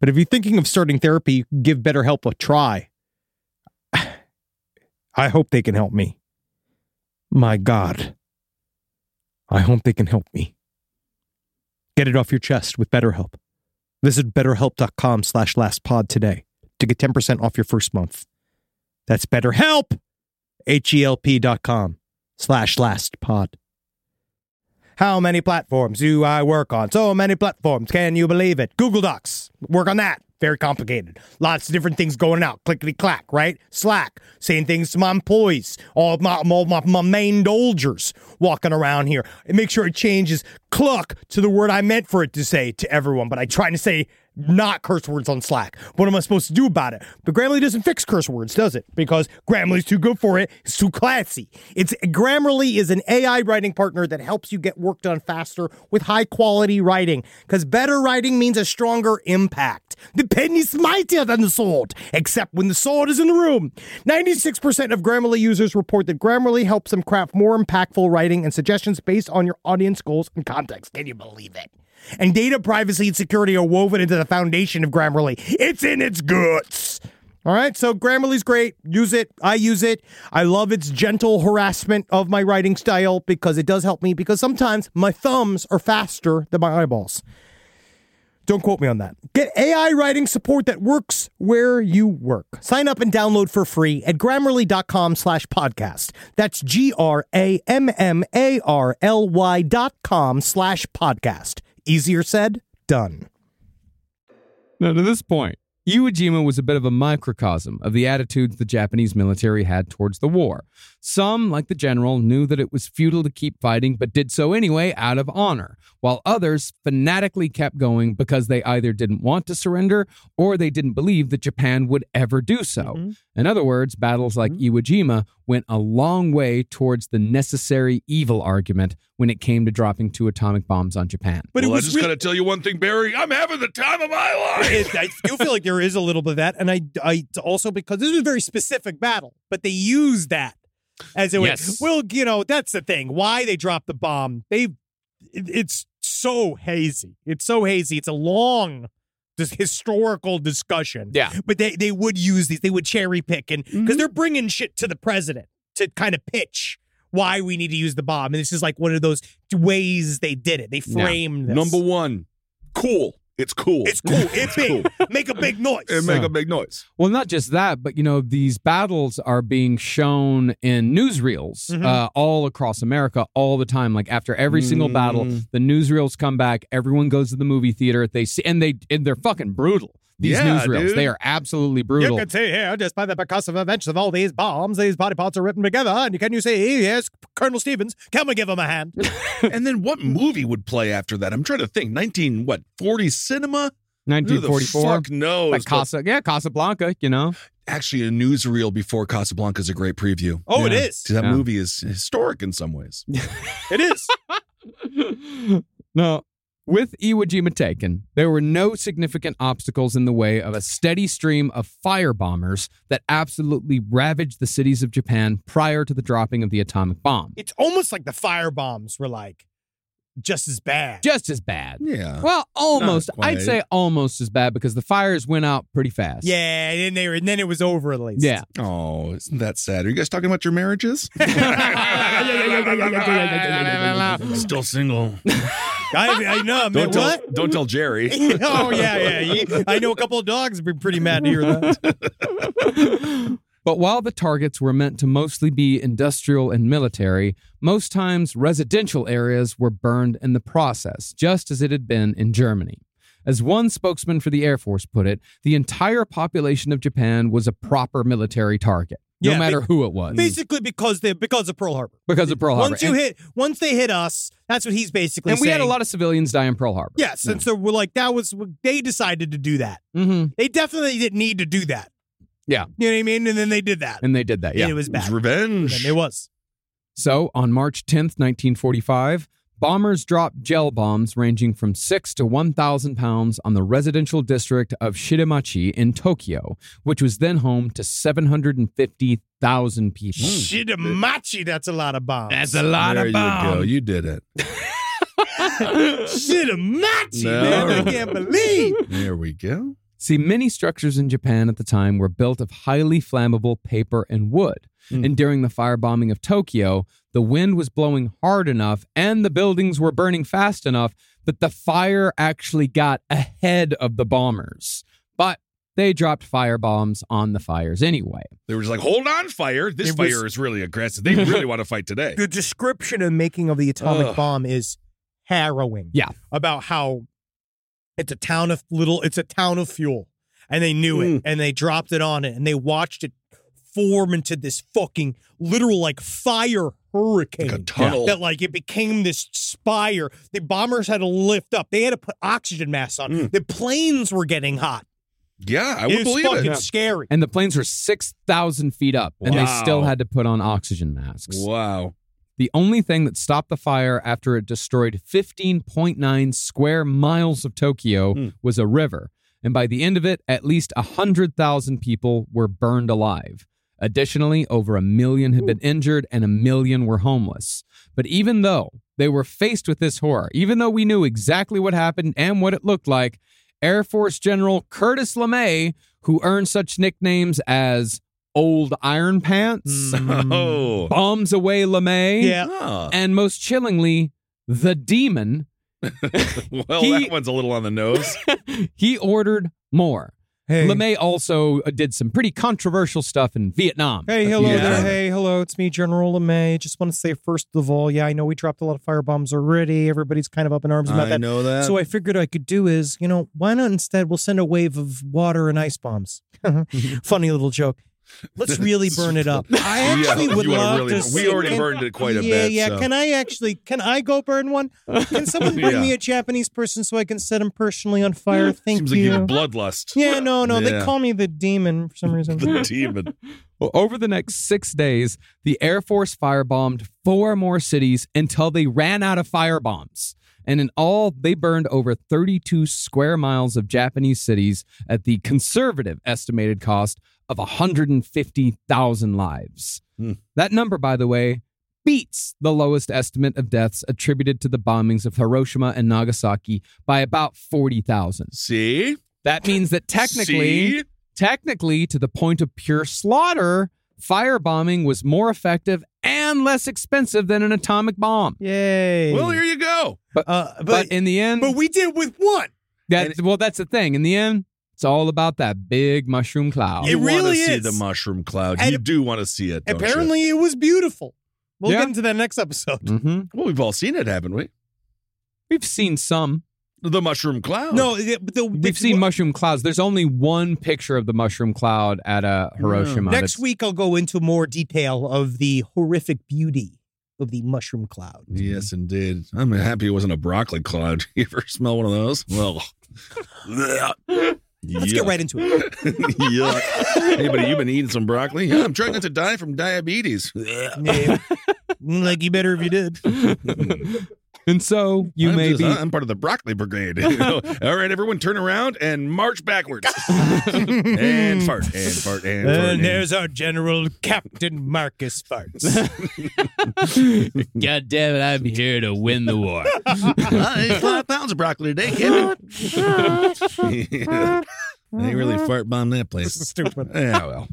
Speaker 1: but if you're thinking of starting therapy, give BetterHelp a try. I hope they can help me. My God. I hope they can help me. Get it off your chest with BetterHelp. Visit betterhelp.com slash lastpod today to get 10% off your first month. That's BetterHelp! H-E-L-P dot com slash lastpod. How many platforms do I work on? So many platforms. Can you believe it? Google Docs. Work on that. Very complicated. Lots of different things going out. Clickety clack, right? Slack. Saying things to my employees. All my, all my, my main dolgers walking around here. And make sure it changes cluck to the word I meant for it to say to everyone. But I try to say not curse words on Slack. What am I supposed to do about it? But Grammarly doesn't fix curse words, does it? Because Grammarly's too good for it. It's too classy. It's Grammarly is an AI writing partner that helps you get work done faster with high quality writing. Because better writing means a stronger impact. The pen is mightier than the sword, except when the sword is in the room. 96% of Grammarly users report that Grammarly helps them craft more impactful writing and suggestions based on your audience goals and context. Can you believe it? And data privacy and security are woven into the foundation of Grammarly. It's in its guts. All right, so Grammarly's great. Use it. I use it. I love its gentle harassment of my writing style because it does help me because sometimes my thumbs are faster than my eyeballs. Don't quote me on that. Get AI writing support that works where you work. Sign up and download for free at grammarly.com slash podcast. That's G R A M M A R L Y dot com slash podcast. Easier said, done.
Speaker 3: Now, to this point, Iwo Jima was a bit of a microcosm of the attitudes the Japanese military had towards the war. Some, like the general, knew that it was futile to keep fighting but did so anyway out of honor, while others fanatically kept going because they either didn't want to surrender or they didn't believe that Japan would ever do so. In other words, battles like Iwo Jima went a long way towards the necessary evil argument when it came to dropping two atomic bombs on Japan.
Speaker 2: well, I just gotta tell you one thing, Barry. I'm having the time of my life.
Speaker 1: it, I do feel like there is a little bit of that, and I, I also because this was a very specific battle, but they used that as a way.
Speaker 3: Yes.
Speaker 1: Well, you know that's the thing. Why they dropped the bomb? They, it- it's so hazy. It's so hazy. It's a long, this historical discussion.
Speaker 3: Yeah.
Speaker 1: But they they would use these. They would cherry pick and because
Speaker 2: Mm-hmm.
Speaker 1: they're bringing shit to the president to kind of pitch. Why we need to use the bomb, and this is like one of those ways they did it. They
Speaker 3: Yeah.
Speaker 1: framed this.
Speaker 2: Number one, cool. It's cool.
Speaker 1: it's cool. It's big.
Speaker 2: cool.
Speaker 1: Make a big noise.
Speaker 2: And make a big noise.
Speaker 3: Well, not just that, but you know, these battles are being shown in newsreels
Speaker 2: Mm-hmm.
Speaker 3: uh, all across America all the time. Like after every single battle,
Speaker 2: Mm.
Speaker 3: the newsreels come back. Everyone goes to the movie theater. They see, and they and they're fucking brutal. These
Speaker 2: Yeah,
Speaker 3: newsreels,
Speaker 2: dude.
Speaker 3: they are absolutely brutal.
Speaker 1: You can see here, despite the percussive events of all these bombs, these body parts are written together. And can you see, yes, Colonel Stevens, can we give him a hand?
Speaker 2: and then what movie would play after that? I'm trying to think. 19 what? 40 cinema? Who the
Speaker 3: 1944,
Speaker 2: fuck knows?
Speaker 3: like
Speaker 2: But
Speaker 3: Casa, yeah, Casablanca. You know,
Speaker 2: actually, a newsreel before Casablanca is a great preview.
Speaker 1: Oh, it
Speaker 3: Yeah.
Speaker 1: is.
Speaker 2: See, that
Speaker 3: Yeah.
Speaker 2: movie is historic in some ways.
Speaker 1: It is.
Speaker 3: no. With Iwo Jima taken, there were no significant obstacles in the way of a steady stream of firebombers that absolutely ravaged the cities of Japan prior to the dropping of the atomic bomb.
Speaker 1: It's almost like the firebombs were like just as bad.
Speaker 3: Just as bad.
Speaker 2: Yeah.
Speaker 3: Well, almost.
Speaker 2: Not quite.
Speaker 3: I'd say almost as bad because the fires went out pretty fast.
Speaker 1: yeah, and then they were, and then it was over at least.
Speaker 3: Yeah.
Speaker 2: Oh, isn't that sad? Are you guys talking about your marriages? Still single.
Speaker 1: I, I know. Man,
Speaker 2: Don't tell,
Speaker 1: what?
Speaker 2: don't tell Jerry.
Speaker 1: oh yeah, yeah. You- I know a couple of dogs have been pretty mad to hear that.
Speaker 3: Mm. But while the targets were meant to mostly be industrial and military, most times residential areas were burned in the process, just as it had been in Germany. As one spokesman for the Air Force put it, the entire population of Japan was a proper military target, no
Speaker 1: Yeah,
Speaker 3: matter who it was,
Speaker 1: Basically, because they because of Pearl Harbor.
Speaker 3: because of Pearl Harbor.
Speaker 1: Once you
Speaker 3: and,
Speaker 1: hit, once they hit us, that's what he's basically.
Speaker 3: and we had a
Speaker 1: saying.
Speaker 3: lot of civilians die in Pearl Harbor.
Speaker 1: Yes, and so we're like, that was they decided to do that.
Speaker 3: hmm
Speaker 1: They definitely didn't need to do that.
Speaker 3: Yeah.
Speaker 1: you know what I mean. And then they did that,
Speaker 3: And they did that,
Speaker 1: and
Speaker 3: yeah.
Speaker 1: it was
Speaker 2: It's
Speaker 1: bad.
Speaker 2: revenge.
Speaker 1: And it was.
Speaker 3: So, on March 10th, 1945, bombers dropped gel bombs ranging from 6 to 1,000 pounds on the residential district of Shidemachi in Tokyo, which was then home to 750,000 people.
Speaker 1: Hmm. Shitamachi, that's a lot of bombs.
Speaker 3: Hmm. That's a lot
Speaker 2: there
Speaker 3: of
Speaker 2: you go.
Speaker 3: bombs.
Speaker 2: You did it.
Speaker 1: Shitamachi,
Speaker 2: No.
Speaker 1: man. I can't believe.
Speaker 2: There we go.
Speaker 3: See, many structures in Japan at the time were built of highly flammable paper and wood. And during the firebombing of Tokyo, the wind was blowing hard enough and the buildings were burning fast enough that the fire actually got ahead of the bombers. But they dropped firebombs on the fires anyway.
Speaker 2: They were just like, hold on, fire. This
Speaker 1: It was-
Speaker 2: fire is really aggressive. They really want to fight today.
Speaker 1: The description of making of the atomic
Speaker 2: Ugh.
Speaker 1: bomb is harrowing.
Speaker 3: Yeah.
Speaker 1: about how it's a town of little. It's a town of fuel, and they knew
Speaker 2: Mm.
Speaker 1: it, and they dropped it on it, and they watched it form into this fucking literal like fire hurricane.
Speaker 2: Like a tunnel.
Speaker 1: that like it became this spire. The bombers had to lift up. They had to put oxygen masks on. The planes were getting hot.
Speaker 2: Yeah, Mm. I
Speaker 1: it
Speaker 2: would
Speaker 1: was
Speaker 2: believe
Speaker 1: fucking
Speaker 2: it.
Speaker 1: scary.
Speaker 3: And the planes were 6,000 feet up and they
Speaker 2: Wow.
Speaker 3: still had to put on oxygen masks.
Speaker 2: Wow.
Speaker 3: The only thing that stopped the fire after it destroyed 15.9 square miles of Tokyo was a river. And by the end of it, at least 100,000 people were burned alive. Additionally, over a million had been injured and a million were homeless. But even though they were faced with this horror, even though we knew exactly what happened and what it looked like, Air Force General Curtis LeMay, who earned such nicknames as Old Iron Pants,
Speaker 2: Oh.
Speaker 3: Bombs Away LeMay,
Speaker 1: Mm-hmm. yeah.
Speaker 2: Ah.
Speaker 3: and most chillingly, the demon,
Speaker 2: Well,
Speaker 3: He-
Speaker 2: that one's a little on the nose.
Speaker 3: he ordered more.
Speaker 1: Hey.
Speaker 3: LeMay also uh, did some pretty controversial stuff in Vietnam.
Speaker 1: Hey, hello
Speaker 2: Yeah.
Speaker 1: there. Hey, hello. It's me, General LeMay. Just want to say, first of all, yeah, I know we dropped a lot of firebombs already. Everybody's kind of up in arms about that.
Speaker 2: know that.
Speaker 1: So I figured I could do is, you know, why not instead we'll send a wave of water and ice bombs? Funny little joke. Let's really burn it up. I
Speaker 2: Yeah,
Speaker 1: actually would
Speaker 2: you wanna
Speaker 1: love
Speaker 2: really-
Speaker 1: to.
Speaker 2: we
Speaker 1: see-
Speaker 2: already
Speaker 1: can-
Speaker 2: burned it quite a
Speaker 1: yeah,
Speaker 2: bit,
Speaker 1: Yeah,
Speaker 2: so.
Speaker 1: Can I actually? Can I go burn one? Can someone bring
Speaker 2: Yeah.
Speaker 1: me a Japanese person so I can set him personally on fire? Thank
Speaker 2: Seems like
Speaker 1: you.
Speaker 2: you have bloodlust.
Speaker 1: yeah, no, no. They
Speaker 2: Yeah.
Speaker 1: call me the demon for some reason.
Speaker 2: The demon.
Speaker 3: Well, over the next six days, the Air Force firebombed four more cities until they ran out of firebombs. And in all, they burned over 32 square miles of Japanese cities at the conservative estimated cost of 150,000 lives. That number, by the way, beats the lowest estimate of deaths attributed to the bombings of Hiroshima and Nagasaki by about 40,000.
Speaker 2: See?
Speaker 3: That means that technically
Speaker 2: See?
Speaker 3: technically to the point of pure slaughter, firebombing was more effective and less expensive than an atomic bomb.
Speaker 1: Yay.
Speaker 2: Well, here you go.
Speaker 1: uh,
Speaker 3: But, in the end,
Speaker 1: But we did with
Speaker 2: Oh,
Speaker 1: one.
Speaker 3: that, well, that's the thing. In the end, it's all about that big mushroom cloud.
Speaker 1: It
Speaker 2: You wanna
Speaker 1: really
Speaker 2: see
Speaker 1: is.
Speaker 2: the mushroom cloud.
Speaker 1: And-
Speaker 2: you do want to see it. don't you?
Speaker 1: Apparently, it was beautiful. We'll
Speaker 3: Yeah.
Speaker 1: get into that next
Speaker 2: Mm.
Speaker 1: episode.
Speaker 3: hmm
Speaker 2: Well, we've all seen it, haven't we?
Speaker 3: We've seen some.
Speaker 2: The mushroom cloud.
Speaker 1: No, the, the,
Speaker 3: We've seen mushroom clouds. There's only one picture of the mushroom cloud at uh, Hiroshima.
Speaker 1: Next week, I'll go into more detail of the horrific beauty of the mushroom cloud.
Speaker 2: Yes, indeed. I'm happy it wasn't a broccoli cloud. You ever smell one of those? Well, let's
Speaker 1: Let's get right into it.
Speaker 2: Yuck. Hey, buddy, you've been eating some broccoli? Yeah, I'm trying not to die from diabetes.
Speaker 1: Yeah. like you better if you did.
Speaker 3: That's- And so you
Speaker 2: I'm
Speaker 3: may
Speaker 2: just- uh,
Speaker 3: be
Speaker 2: I'm part of the broccoli brigade. You know? All right, everyone, turn around and march backwards. and fart and fart and fart.
Speaker 1: And there's our general, Captain Marcus Farts.
Speaker 3: God damn it, I'm here to win the war.
Speaker 2: I ate five pounds of broccoli today, Kevin. They really fart bombed that place.
Speaker 1: Stupid.
Speaker 2: Yeah, well.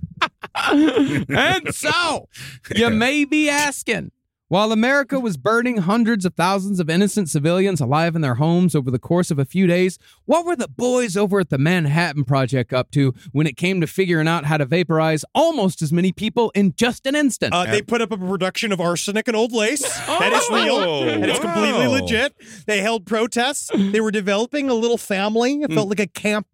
Speaker 3: and so you may be asking while America was burning hundreds of thousands of innocent civilians alive in their homes over the course of a few days, what were the boys over at the Manhattan Project up to when it came to figuring out how to vaporize almost as many people in just an instant?
Speaker 1: Uh, they put up a production of arsenic and old lace. that is real.
Speaker 2: Oh,
Speaker 1: and it's completely
Speaker 2: wow.
Speaker 1: legit. They held protests. They were developing a little family. It felt like a camp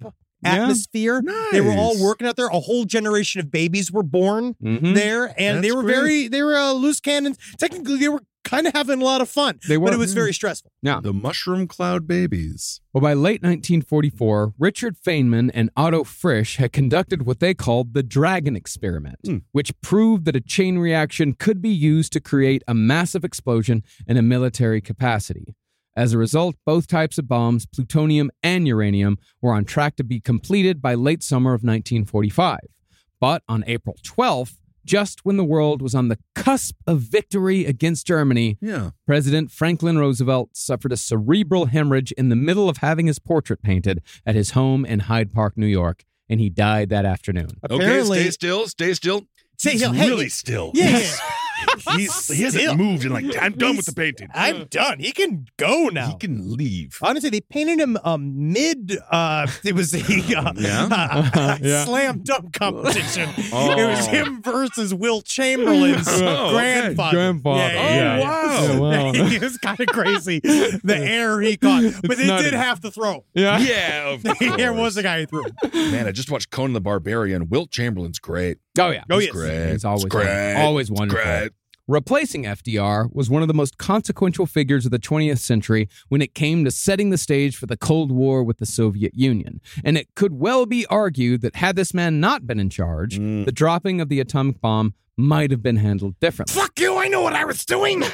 Speaker 1: atmosphere. They were all
Speaker 2: Mm. Nice. Mm-hmm.
Speaker 1: working out there. A whole generation of babies were born
Speaker 3: Mhm.
Speaker 1: there, and they
Speaker 2: That's
Speaker 1: were
Speaker 2: great.
Speaker 1: very they were uh, loose cannons. Technically, they were kind of having a lot of fun.
Speaker 3: They were.
Speaker 1: but it was very stressful.
Speaker 2: The mushroom cloud babies.
Speaker 3: Well, by late 1944, Richard Feynman and Otto Frisch had conducted what they called the Dragon Experiment, which proved that a chain reaction could be used to create a massive explosion in a military capacity. As a result, both types of bombs, plutonium and uranium, were on track to be completed by late summer of 1945. But on April 12th, just when the world was on the cusp of victory against Germany,
Speaker 2: Yeah.
Speaker 3: President Franklin Roosevelt suffered a cerebral hemorrhage in the middle of having his portrait painted at his home in Hyde Park, New York, and he died that afternoon.
Speaker 1: Apparently-
Speaker 2: okay, stay still, stay still.
Speaker 1: Say,
Speaker 2: He's
Speaker 1: yo, hey,
Speaker 2: really still.
Speaker 1: yeah,
Speaker 2: He's- He's, he
Speaker 1: Still.
Speaker 2: hasn't moved in like, I'm done with the painting.
Speaker 1: I'm done. He can go now.
Speaker 2: He can leave.
Speaker 1: Honestly, they painted him um, mid. Uh, it was a uh,
Speaker 2: Yeah?
Speaker 3: Yeah.
Speaker 1: slam dunk competition.
Speaker 2: Oh.
Speaker 1: It was him versus Will Chamberlain's
Speaker 2: Oh, okay.
Speaker 1: grandfather.
Speaker 3: Grandfather.
Speaker 2: Oh, wow.
Speaker 3: Yeah, wow.
Speaker 1: it was kind of crazy the air he caught, but
Speaker 3: It's
Speaker 1: they
Speaker 3: nutty.
Speaker 1: did have to throw.
Speaker 3: Yeah.
Speaker 2: Yeah, of course.
Speaker 1: Here was the guy who threw.
Speaker 2: Man, I just watched Conan the Barbarian. Wilt Chamberlain's great.
Speaker 3: Oh, yeah.
Speaker 1: Oh
Speaker 2: He's
Speaker 1: yes.
Speaker 2: great.
Speaker 3: It's always,
Speaker 2: He's great.
Speaker 3: always
Speaker 2: He's
Speaker 3: wonderful.
Speaker 2: Great.
Speaker 3: Replacing FDR was one of the most consequential figures of the 20th century when it came to setting the stage for the Cold War with the Soviet Union. And it could well be argued that had this man not been in charge,
Speaker 2: Mm.
Speaker 3: the dropping of the atomic bomb might have been handled differently.
Speaker 2: Fuck you, I know what I was doing.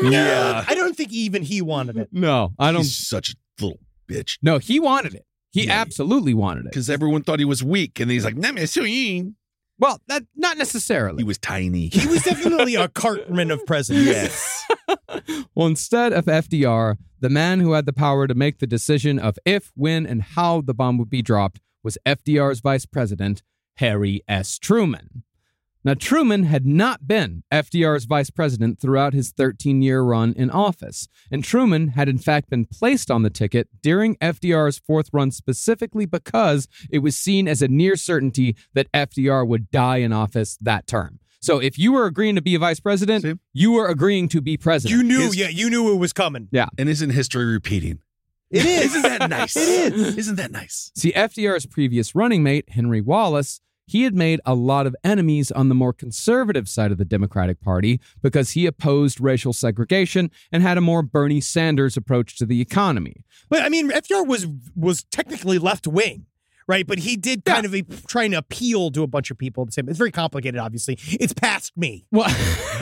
Speaker 1: Yeah. I don't think even he wanted it.
Speaker 3: No, I don't
Speaker 2: He's such a little bitch.
Speaker 3: No, he wanted it. He
Speaker 2: Yeah.
Speaker 3: absolutely wanted it.
Speaker 2: Because everyone thought he was weak, and then he's like, "Nah, man, so he
Speaker 3: Well, that not
Speaker 2: he
Speaker 3: necessarily.
Speaker 2: was tiny."
Speaker 1: He was definitely a Cartman of presidents.
Speaker 2: yes.
Speaker 3: Well, instead of FDR, the man who had the power to make the decision of if, when, and how the bomb would be dropped was FDR's vice president, Harry S. Truman. Now, Truman had not been FDR's vice president throughout his 13 year run in office, and Truman had in fact been placed on the ticket during FDR's fourth run specifically because it was seen as a near certainty that FDR would die in office that term. So, if you were agreeing to be a vice president,
Speaker 2: See?
Speaker 3: you were agreeing to be president.
Speaker 1: You knew,
Speaker 2: His-
Speaker 1: yeah, you knew it was coming.
Speaker 2: And isn't history repeating?
Speaker 1: It is.
Speaker 2: Isn't that nice?
Speaker 1: It is.
Speaker 2: Isn't that nice?
Speaker 3: See, FDR's previous running mate, Henry Wallace, he had made a lot of enemies on the more conservative side of the Democratic Party because he opposed racial segregation and had a more Bernie Sanders approach to the economy.
Speaker 1: But I mean, FDR was was technically left wing, right? But he did kind of a, trying to appeal to a bunch of people. at The same, it's very complicated. Obviously, it's past me.
Speaker 3: Well,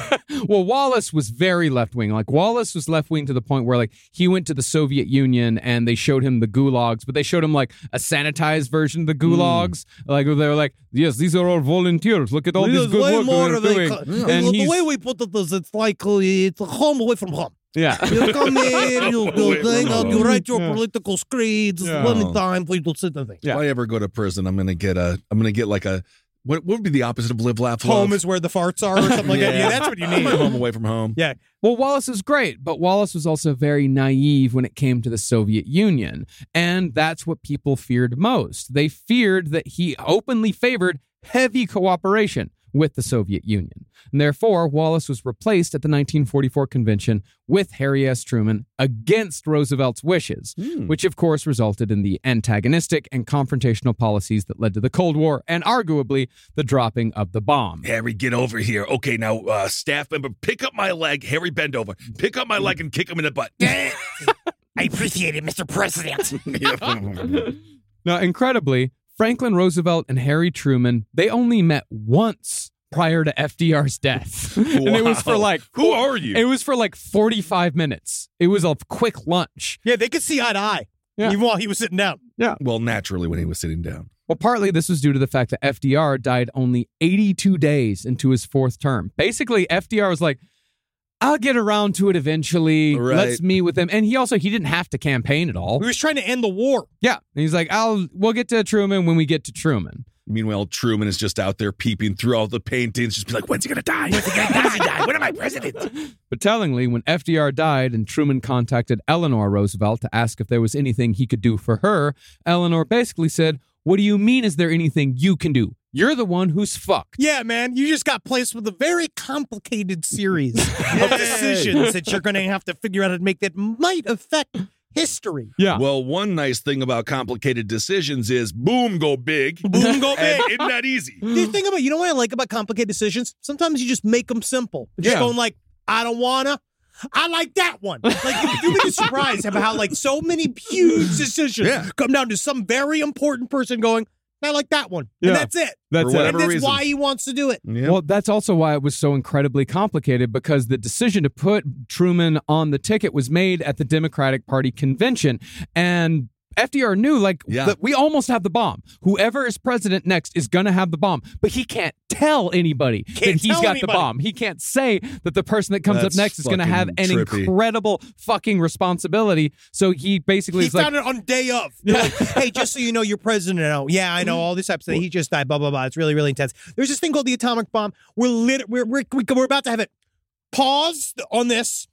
Speaker 3: well, Wallace was very left wing. Like Wallace was left wing to the point where, like, he went to the Soviet Union and they showed him the gulags, but they showed him like a sanitized version of the gulags. Like they were like, "Yes, these are all volunteers. Look at all this good work we're doing." and he's-
Speaker 1: we put it is, it's like uh, it's a home away from home.
Speaker 3: yeah.
Speaker 1: You come in, you,
Speaker 2: Away from home.
Speaker 3: Yeah.
Speaker 1: political creeds.
Speaker 3: Yeah.
Speaker 1: time we don't sit and think.
Speaker 3: Yeah.
Speaker 2: If I ever go to prison, I'm gonna get a. I'm gonna get like a. What, what would be the opposite of live, laugh, love?
Speaker 1: Home is where the farts are, or something like that. Yeah, that's what you need.
Speaker 2: home away from home.
Speaker 1: Yeah,
Speaker 3: Well, Wallace is great, but Wallace was also very naive when it came to the Soviet Union. And that's what people feared most. They feared that he openly favored heavy cooperation with the Soviet Union. And therefore, Wallace was replaced at the 1944 convention with Harry S. Truman against Roosevelt's wishes, which of course resulted in the antagonistic and confrontational policies that led to the Cold War and arguably the dropping of the bomb.
Speaker 2: Harry, get over here. Okay, now uh, staff member, pick up my leg. Harry, bend over. Pick up my leg and kick him in the butt.
Speaker 1: I appreciate it, Mr. President.
Speaker 3: Now, incredibly, Franklin Roosevelt and Harry Truman, they only met once prior to FDR's death. And it was for
Speaker 2: Wow.
Speaker 3: like
Speaker 2: Who are you?
Speaker 3: It was for like 45 minutes. It was a quick lunch.
Speaker 1: Yeah, they could see eye to eye.
Speaker 3: Yeah.
Speaker 1: Even while he was sitting down.
Speaker 2: well, naturally, when he was sitting down.
Speaker 3: Well, partly this was due to the fact that FDR died only 82 days into his fourth term. Basically, FDR was like, I'll get around to it eventually.
Speaker 2: Right.
Speaker 3: Let's meet with him. And he also he didn't have to campaign at all.
Speaker 1: He was trying to end the war.
Speaker 3: Yeah. And he's like, I'll we'll get to Truman when we get to Truman.
Speaker 2: Meanwhile, Truman is just out there peeping through all the paintings, just be like, when's he gonna die? When's he gonna die? When's he die? When am I president?
Speaker 3: But tellingly, when FDR died and Truman contacted Eleanor Roosevelt to ask if there was anything he could do for her, Eleanor basically said, What do you mean, is there anything you can do? You're the one who's fucked.
Speaker 1: Yeah, man. You just got placed with a very complicated series of decisions that you're going to have to figure out how to make that might affect history.
Speaker 3: Yeah.
Speaker 2: Well, one nice thing about complicated decisions is boom, go big.
Speaker 1: Boom, go big.
Speaker 2: And isn't that easy?
Speaker 1: The thing about you know what I like about complicated decisions? Sometimes you just make them simple. Just
Speaker 2: Yeah.
Speaker 1: going like, I don't wanna. I like that one. Like you would be surprised about how like so many huge decisions
Speaker 2: Yeah.
Speaker 1: come down to some very important person going, I like that one.
Speaker 3: Yeah.
Speaker 1: And that's it.
Speaker 3: That's
Speaker 2: For
Speaker 3: it.
Speaker 1: And
Speaker 2: whatever
Speaker 1: that's
Speaker 2: reason.
Speaker 1: why he wants to do it.
Speaker 2: Yeah.
Speaker 3: Well, that's also why it was so incredibly complicated because the decision to put Truman on the ticket was made at the Democratic Party convention. And FDR knew, like,
Speaker 2: Yeah.
Speaker 3: that we almost have the bomb. Whoever is president next is going to have the bomb, but he can't tell anybody
Speaker 1: Can't
Speaker 3: that he's
Speaker 1: tell
Speaker 3: got the
Speaker 1: anybody.
Speaker 3: bomb. He can't say that the person that comes
Speaker 2: That's
Speaker 3: up next is going to
Speaker 2: fucking
Speaker 3: have an
Speaker 2: trippy.
Speaker 3: incredible fucking responsibility. So he basically
Speaker 1: He
Speaker 3: is like,
Speaker 1: found it on day of. They're like, hey, just so you know, you're president now. Yeah, I know all this type of stuff. He just died. Blah blah blah. It's really really intense. There's this thing called the atomic bomb. We're lit. We're we're, we- we're about to have it. Pause on this.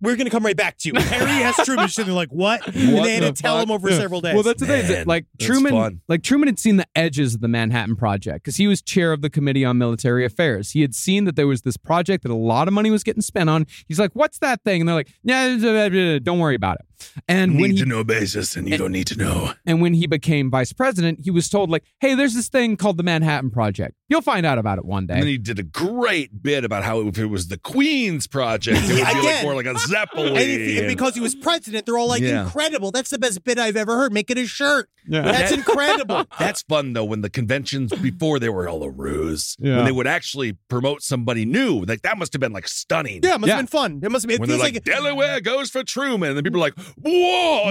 Speaker 1: We're gonna come right back to you. Harry has Truman sitting there like what? and
Speaker 3: What
Speaker 1: they had to
Speaker 3: the
Speaker 1: tell
Speaker 3: fuck?
Speaker 1: him over
Speaker 3: Yeah.
Speaker 1: several days.
Speaker 3: Well, that's the thing.
Speaker 2: Man,
Speaker 3: that, Like
Speaker 2: that's
Speaker 3: Truman,
Speaker 2: fun.
Speaker 3: like Truman had seen the edges of the Manhattan Project because he was chair of the Committee on Military Affairs. He had seen that there was this project that a lot of money was getting spent on. He's like, "What's that thing?" And they're like, "Yeah, blah, blah, blah, don't worry about it." And when
Speaker 2: need
Speaker 3: he
Speaker 2: to know basis, and you don't need to know.
Speaker 3: and when he became vice president, he was told like, "Hey, there's this thing called the Manhattan Project. You'll find out about it one
Speaker 2: And then
Speaker 3: day."
Speaker 2: he did a great bit about how if it was the Queen's project, it would
Speaker 1: Yeah,
Speaker 2: be like
Speaker 1: again.
Speaker 2: more like a Zeppelin.
Speaker 1: and if, and because he was president, they're all like
Speaker 2: Yeah.
Speaker 1: incredible. That's the best bit I've ever heard. Make it a shirt.
Speaker 3: Yeah.
Speaker 1: That's
Speaker 2: That-
Speaker 1: incredible.
Speaker 2: Uh, That's fun though. When the conventions before they were all a ruse,
Speaker 3: Yeah.
Speaker 2: when they would actually promote somebody new, like that must have been like stunning.
Speaker 1: Yeah, it must
Speaker 3: Yeah.
Speaker 1: have been fun. It must have been. It
Speaker 2: when they're
Speaker 1: feels
Speaker 2: like,
Speaker 1: like
Speaker 2: Delaware goes for Truman, and then people are like, "Whoa!"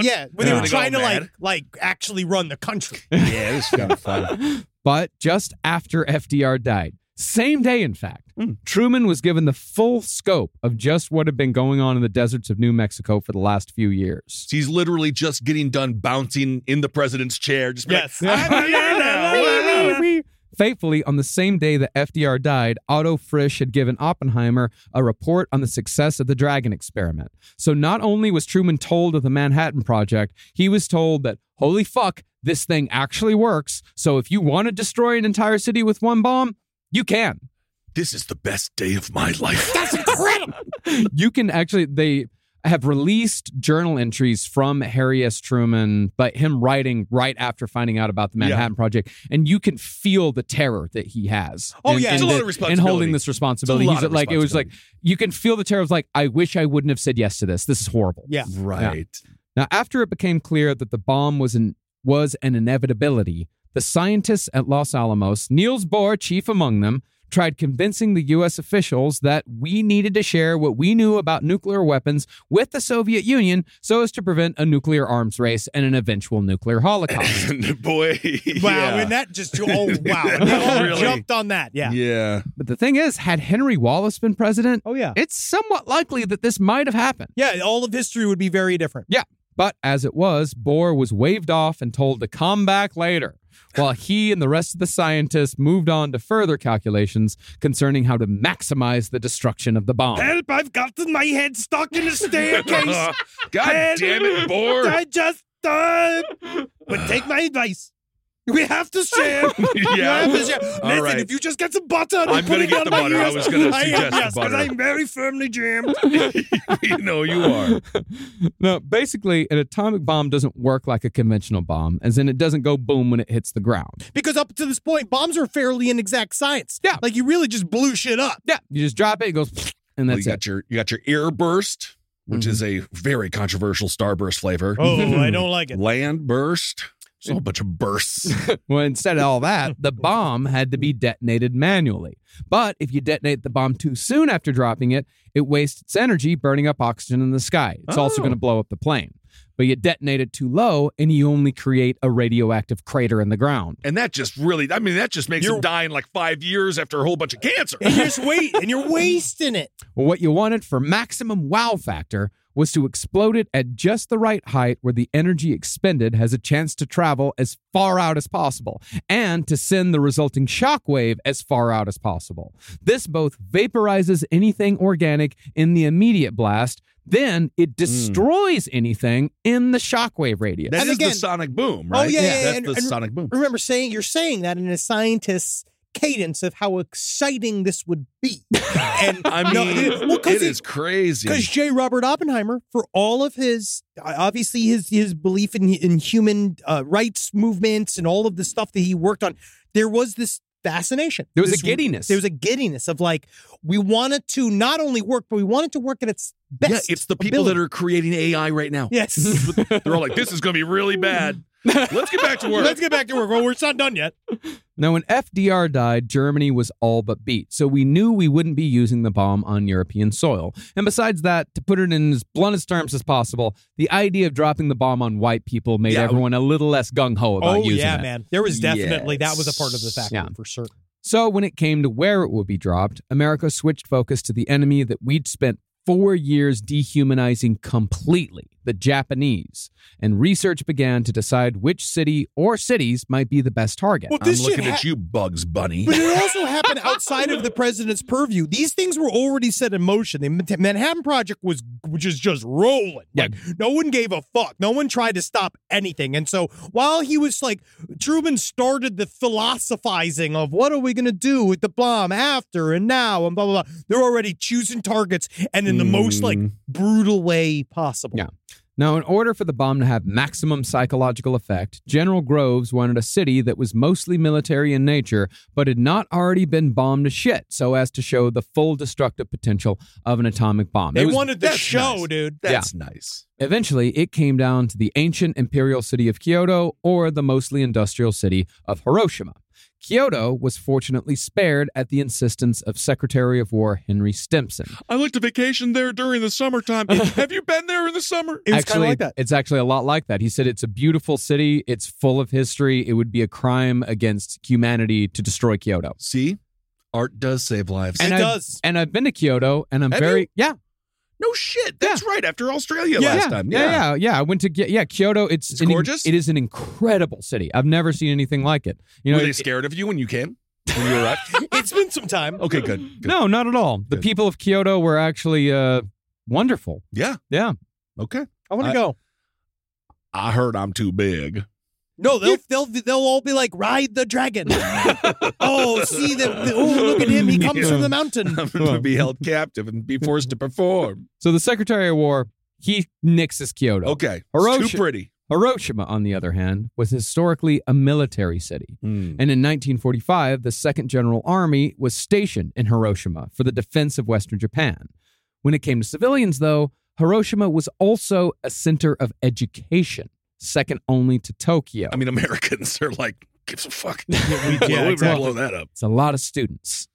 Speaker 1: yeah, when
Speaker 2: Yeah.
Speaker 1: they were
Speaker 2: They go
Speaker 1: trying to
Speaker 2: mad.
Speaker 1: like like actually run the country.
Speaker 2: yeah, this is kind of fun.
Speaker 3: But just after FDR died, same day, in fact, Truman was given the full scope of just what had been going on in the deserts of New Mexico for the last few years.
Speaker 2: He's literally just getting done bouncing in the president's chair. Just be
Speaker 1: Yes.
Speaker 2: like, "I'm here now."
Speaker 3: Faithfully, on the same day that FDR died, Otto Frisch had given Oppenheimer a report on the success of the Dragon experiment. So not only was Truman told of the Manhattan Project, he was told that, holy fuck, this thing actually works. So if you want to destroy an entire city with one bomb, you can.
Speaker 2: This is the best day of my life.
Speaker 3: you can actually they have released journal entries from Harry S. Truman, but him writing right after finding out about the
Speaker 2: Yeah.
Speaker 3: Manhattan Project, and you you can feel the terror that he has.
Speaker 2: Oh,
Speaker 3: in-
Speaker 2: yeah, it's
Speaker 3: in
Speaker 2: a lot of
Speaker 3: the- in holding
Speaker 2: responsibility.
Speaker 3: this responsibility,
Speaker 2: It's a
Speaker 3: he's
Speaker 2: lot of
Speaker 3: like it was like you can feel the terror of like I wish I wouldn't have said yes to this. This is horrible.
Speaker 1: Yeah.
Speaker 2: Right.
Speaker 3: Now, after it became clear that the bomb was an was an inevitability, the scientists at Los Alamos, Niels Bohr chief among them, tried convincing the U.S. officials that we needed to share what we knew about nuclear weapons with the Soviet Union so as to prevent a nuclear arms race and an eventual nuclear holocaust.
Speaker 2: And boy.
Speaker 1: Wow,
Speaker 2: yeah.
Speaker 1: and that just oh wow, and they all
Speaker 2: Really?
Speaker 1: jumped on that. Yeah.
Speaker 2: Yeah.
Speaker 3: but the thing is, had Henry Wallace been president,
Speaker 1: Oh yeah.
Speaker 3: it's somewhat likely that this might have happened.
Speaker 1: Yeah, all of history would be very different.
Speaker 3: Yeah. But as it was, Bohr was waved off and told to come back later, while he and the rest of the scientists moved on to further calculations concerning how to maximize the destruction of the bomb.
Speaker 1: Help, I've gotten my head stuck in a staircase.
Speaker 2: God damn it, Boar.
Speaker 1: just uh, but take my advice. We have to share.
Speaker 2: Yeah.
Speaker 1: You have to share.
Speaker 2: All
Speaker 1: Listen,
Speaker 2: right.
Speaker 1: if you just get some butter, and
Speaker 2: I'm
Speaker 1: put
Speaker 2: gonna
Speaker 1: it
Speaker 2: get
Speaker 1: on
Speaker 2: the
Speaker 1: my
Speaker 2: butter. I
Speaker 1: ears,
Speaker 2: was gonna
Speaker 1: I am,
Speaker 2: suggest the
Speaker 1: yes, 'cause
Speaker 2: butter.
Speaker 1: I'm very firmly jammed.
Speaker 2: you know you are.
Speaker 3: Now, basically, an atomic bomb doesn't work like a conventional bomb, as in it doesn't go boom when it hits the ground.
Speaker 1: Because up to this point, bombs are fairly an exact science.
Speaker 3: Yeah.
Speaker 1: like you really just blew shit up.
Speaker 3: Yeah, you just drop it, it goes, and
Speaker 2: Well,
Speaker 3: that's
Speaker 2: you
Speaker 3: it.
Speaker 2: got your you got your ear burst, Mm-hmm. which is a very controversial starburst flavor.
Speaker 1: Oh, I don't like it.
Speaker 2: Land burst. So a bunch of bursts.
Speaker 3: Well, instead of all that, the bomb had to be detonated manually. But if you detonate the bomb too soon after dropping it, it wastes its energy, burning up oxygen in the sky. It's also
Speaker 2: Oh.
Speaker 3: going to blow up the plane. But you detonate it too low, and you only create a radioactive crater in the ground.
Speaker 2: And that just really, I mean, that just makes
Speaker 5: You're-
Speaker 2: him die in like five years after a whole bunch of cancer.
Speaker 1: And you're just wait, and you're wasting it.
Speaker 3: Well, what you wanted for maximum wow factor was to explode it at just the right height where the energy expended has a chance to travel as far out as possible and to send the resulting shockwave as far out as possible. This both vaporizes anything organic in the immediate blast, then it destroys anything in the shockwave radius.
Speaker 2: That
Speaker 1: And
Speaker 2: is
Speaker 1: again-
Speaker 2: the sonic boom, right?
Speaker 1: Oh yeah, yeah, yeah,
Speaker 2: That's
Speaker 1: and-
Speaker 2: the
Speaker 1: and-
Speaker 2: sonic boom.
Speaker 1: Remember saying you're saying that in a scientist's cadence of how exciting this would be. And
Speaker 2: I
Speaker 1: no,
Speaker 2: mean,
Speaker 1: it- well, 'cause
Speaker 2: it
Speaker 1: he-
Speaker 2: is crazy.
Speaker 1: because J. Robert Oppenheimer, for all of his uh, obviously his his belief in in human uh, rights movements and all of the stuff that he worked on, there was this fascination.
Speaker 3: There was
Speaker 1: This-
Speaker 3: a giddiness.
Speaker 1: There was a giddiness of like we wanted to not only work, but we wanted to work at its best.
Speaker 2: yeah, it's the people that are creating AI right now.
Speaker 1: yes.
Speaker 2: They're all like, this is going to be really bad. Let's get back to work.
Speaker 1: Let's get back to work. Well, we're not done yet.
Speaker 3: Now, when FDR died, Germany was all but beat, so we knew we wouldn't be using the bomb on European soil. And besides that, to put it in as bluntest terms as possible, the idea of dropping the bomb on white people made
Speaker 2: Yeah.
Speaker 3: everyone a little less gung ho about
Speaker 1: oh
Speaker 3: using
Speaker 1: yeah,
Speaker 3: it.
Speaker 1: man. There was definitely that was a
Speaker 2: Yes.
Speaker 1: part of the factor
Speaker 3: Yeah.
Speaker 1: for certain.
Speaker 3: So when it came to where it would be dropped, America switched focus to the enemy that we'd spent four years dehumanizing completely the Japanese. And research began to decide which city or cities might be the best target.
Speaker 1: Well,
Speaker 2: I'm
Speaker 1: this shit
Speaker 2: looking at you, Bugs Bunny.
Speaker 1: But it also happened outside of the president's purview. These things were already set in motion. The Manhattan Project was just just rolling.
Speaker 3: Yeah.
Speaker 1: Like no one gave a fuck. No one tried to stop anything. And so while he was like Truman started the philosophizing of what are we going to do with the bomb after and now and blah blah blah. They're already choosing targets and in the most like brutal way possible.
Speaker 3: Mm. Yeah. Now, in order for the bomb to have maximum psychological effect, General Groves wanted a city that was mostly military in nature, but had not already been bombed to shit, so as to show the full destructive potential of an atomic bomb.
Speaker 1: They
Speaker 3: It was-
Speaker 1: wanted the
Speaker 2: that's
Speaker 1: show,
Speaker 2: nice.
Speaker 1: dude.
Speaker 2: That's nice.
Speaker 3: eventually, it came down to the ancient imperial city of Kyoto or the mostly industrial city of Hiroshima. Kyoto was fortunately spared at the insistence of Secretary of War Henry Stimson.
Speaker 2: I like to vacation there during the summertime. Have you been there in the summer?
Speaker 1: It was kind
Speaker 3: actually,
Speaker 1: of like that.
Speaker 3: It's actually a lot like that. He said it's a beautiful city. It's full of history. It would be a crime against humanity to destroy Kyoto.
Speaker 2: See, art does save lives.
Speaker 1: And
Speaker 3: I-
Speaker 1: it does.
Speaker 3: And I've been to Kyoto, and I'm
Speaker 2: Have
Speaker 3: very yeah,
Speaker 2: no shit. That's right. After Australia
Speaker 3: yeah,
Speaker 2: last time.
Speaker 3: yeah, yeah, yeah. I went to Ki- yeah Kyoto. It's,
Speaker 2: It's
Speaker 3: an in-
Speaker 2: gorgeous?
Speaker 3: It is an incredible city. I've never seen anything like it. You know,
Speaker 2: Were they
Speaker 3: it-
Speaker 2: scared of you when you came? When you arrived?
Speaker 1: it's been some time.
Speaker 2: okay, good. good.
Speaker 3: no, not at all. The
Speaker 2: Good.
Speaker 3: people of Kyoto were actually uh, wonderful.
Speaker 2: Yeah.
Speaker 3: Yeah.
Speaker 2: Okay.
Speaker 1: I want
Speaker 2: I-
Speaker 1: to go.
Speaker 2: I heard I'm too big.
Speaker 1: No, they'll they'll they'll all be like, ride the dragon. oh, see the, the oh look at him, he comes from the mountain.
Speaker 2: I'm going to be held captive and be forced to perform.
Speaker 3: So the Secretary of War he nixes Kyoto.
Speaker 2: Okay.
Speaker 3: Hiroshi-
Speaker 2: It's too pretty.
Speaker 3: Hiroshima, on the other hand, was historically a military city. And in 1945, the Second General Army was stationed in Hiroshima for the defense of Western Japan. When it came to civilians, though, Hiroshima was also a center of education, second only to Tokyo.
Speaker 2: I mean, Americans are like, gives a fuck.
Speaker 1: we-
Speaker 2: Blow-
Speaker 1: yeah,
Speaker 2: we
Speaker 1: exactly.
Speaker 2: blow that up.
Speaker 3: it's a lot of students.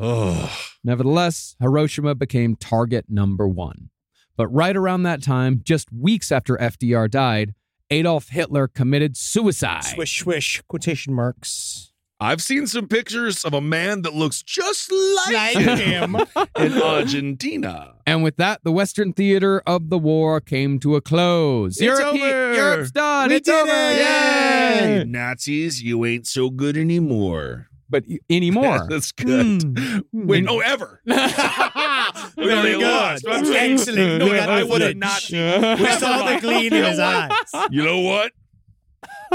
Speaker 2: Oh.
Speaker 3: Nevertheless, Hiroshima became target number one. But right around that time, just weeks after FDR died, Adolf Hitler committed suicide.
Speaker 1: Swish swish quotation marks.
Speaker 2: I've seen some pictures of a man that looks just like, him in Argentina.
Speaker 3: And with that, the Western theater of the war came to a close.
Speaker 2: It's
Speaker 3: Europe,
Speaker 2: over.
Speaker 3: Europe's done.
Speaker 1: We
Speaker 3: it's
Speaker 1: did
Speaker 3: over.
Speaker 1: it.
Speaker 3: Yay.
Speaker 2: Hey, Nazis, you ain't so good anymore.
Speaker 3: But y- anymore. Hmm.
Speaker 2: That's good. Wait, oh, ever. We
Speaker 1: Very
Speaker 2: only
Speaker 1: good.
Speaker 2: lost. I'm sorry.
Speaker 1: Excellent.
Speaker 2: No,
Speaker 1: Look at
Speaker 2: Mm-hmm. I
Speaker 1: those
Speaker 2: would have
Speaker 1: lips.
Speaker 2: not.
Speaker 1: We saw the gleam in his eyes.
Speaker 2: You know what?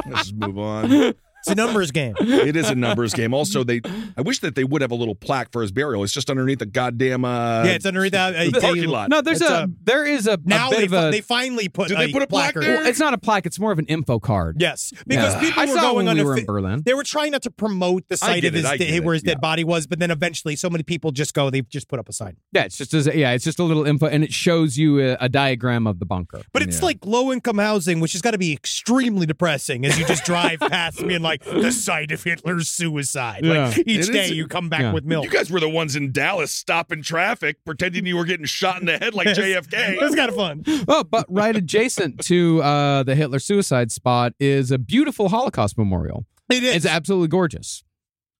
Speaker 2: Let's just move on.
Speaker 1: It's a numbers game.
Speaker 2: It is a numbers game. Also, they I wish that they would have a little plaque for his burial. It's just underneath the goddamn uh
Speaker 1: yeah, it's underneath that.
Speaker 2: the
Speaker 1: uh,
Speaker 2: parking
Speaker 1: you-
Speaker 2: lot.
Speaker 3: No, there's
Speaker 1: It's
Speaker 3: a,
Speaker 1: a-
Speaker 3: there is a, a
Speaker 1: Now
Speaker 3: bit
Speaker 1: they,
Speaker 3: of
Speaker 1: fi-
Speaker 3: a.
Speaker 1: they finally put.
Speaker 2: Did they put a plaque
Speaker 1: placard.
Speaker 2: there?
Speaker 3: well, it's not a plaque. It's more of an info card.
Speaker 1: Yes, because
Speaker 3: Yeah.
Speaker 1: people
Speaker 3: I
Speaker 1: were
Speaker 3: saw it
Speaker 1: going
Speaker 3: when
Speaker 1: on
Speaker 3: we
Speaker 1: a
Speaker 3: were
Speaker 1: fi-
Speaker 3: in Berlin.
Speaker 1: They were trying not to promote the site
Speaker 2: get
Speaker 1: of
Speaker 2: it,
Speaker 1: his
Speaker 2: I get
Speaker 1: da- where
Speaker 2: it,
Speaker 1: his dead body was, but then eventually, so many people just go. They just put up a sign,
Speaker 3: Yeah, it's just as yeah, it's just a little info, and it shows you a, a diagram of the bunker.
Speaker 1: but it's like low income housing, which has got to be extremely depressing as you just drive past being like the site of Hitler's suicide.
Speaker 3: Yeah.
Speaker 1: Like each
Speaker 2: It
Speaker 1: day,
Speaker 2: is-
Speaker 1: you come back
Speaker 3: yeah.
Speaker 1: with milk.
Speaker 2: You guys were the ones in Dallas stopping traffic, pretending you were getting shot in the head like JFK.
Speaker 1: That's kind of fun.
Speaker 3: Oh, but right adjacent to uh, the Hitler suicide spot is a beautiful Holocaust memorial.
Speaker 1: It
Speaker 3: It's
Speaker 1: is.
Speaker 3: absolutely gorgeous.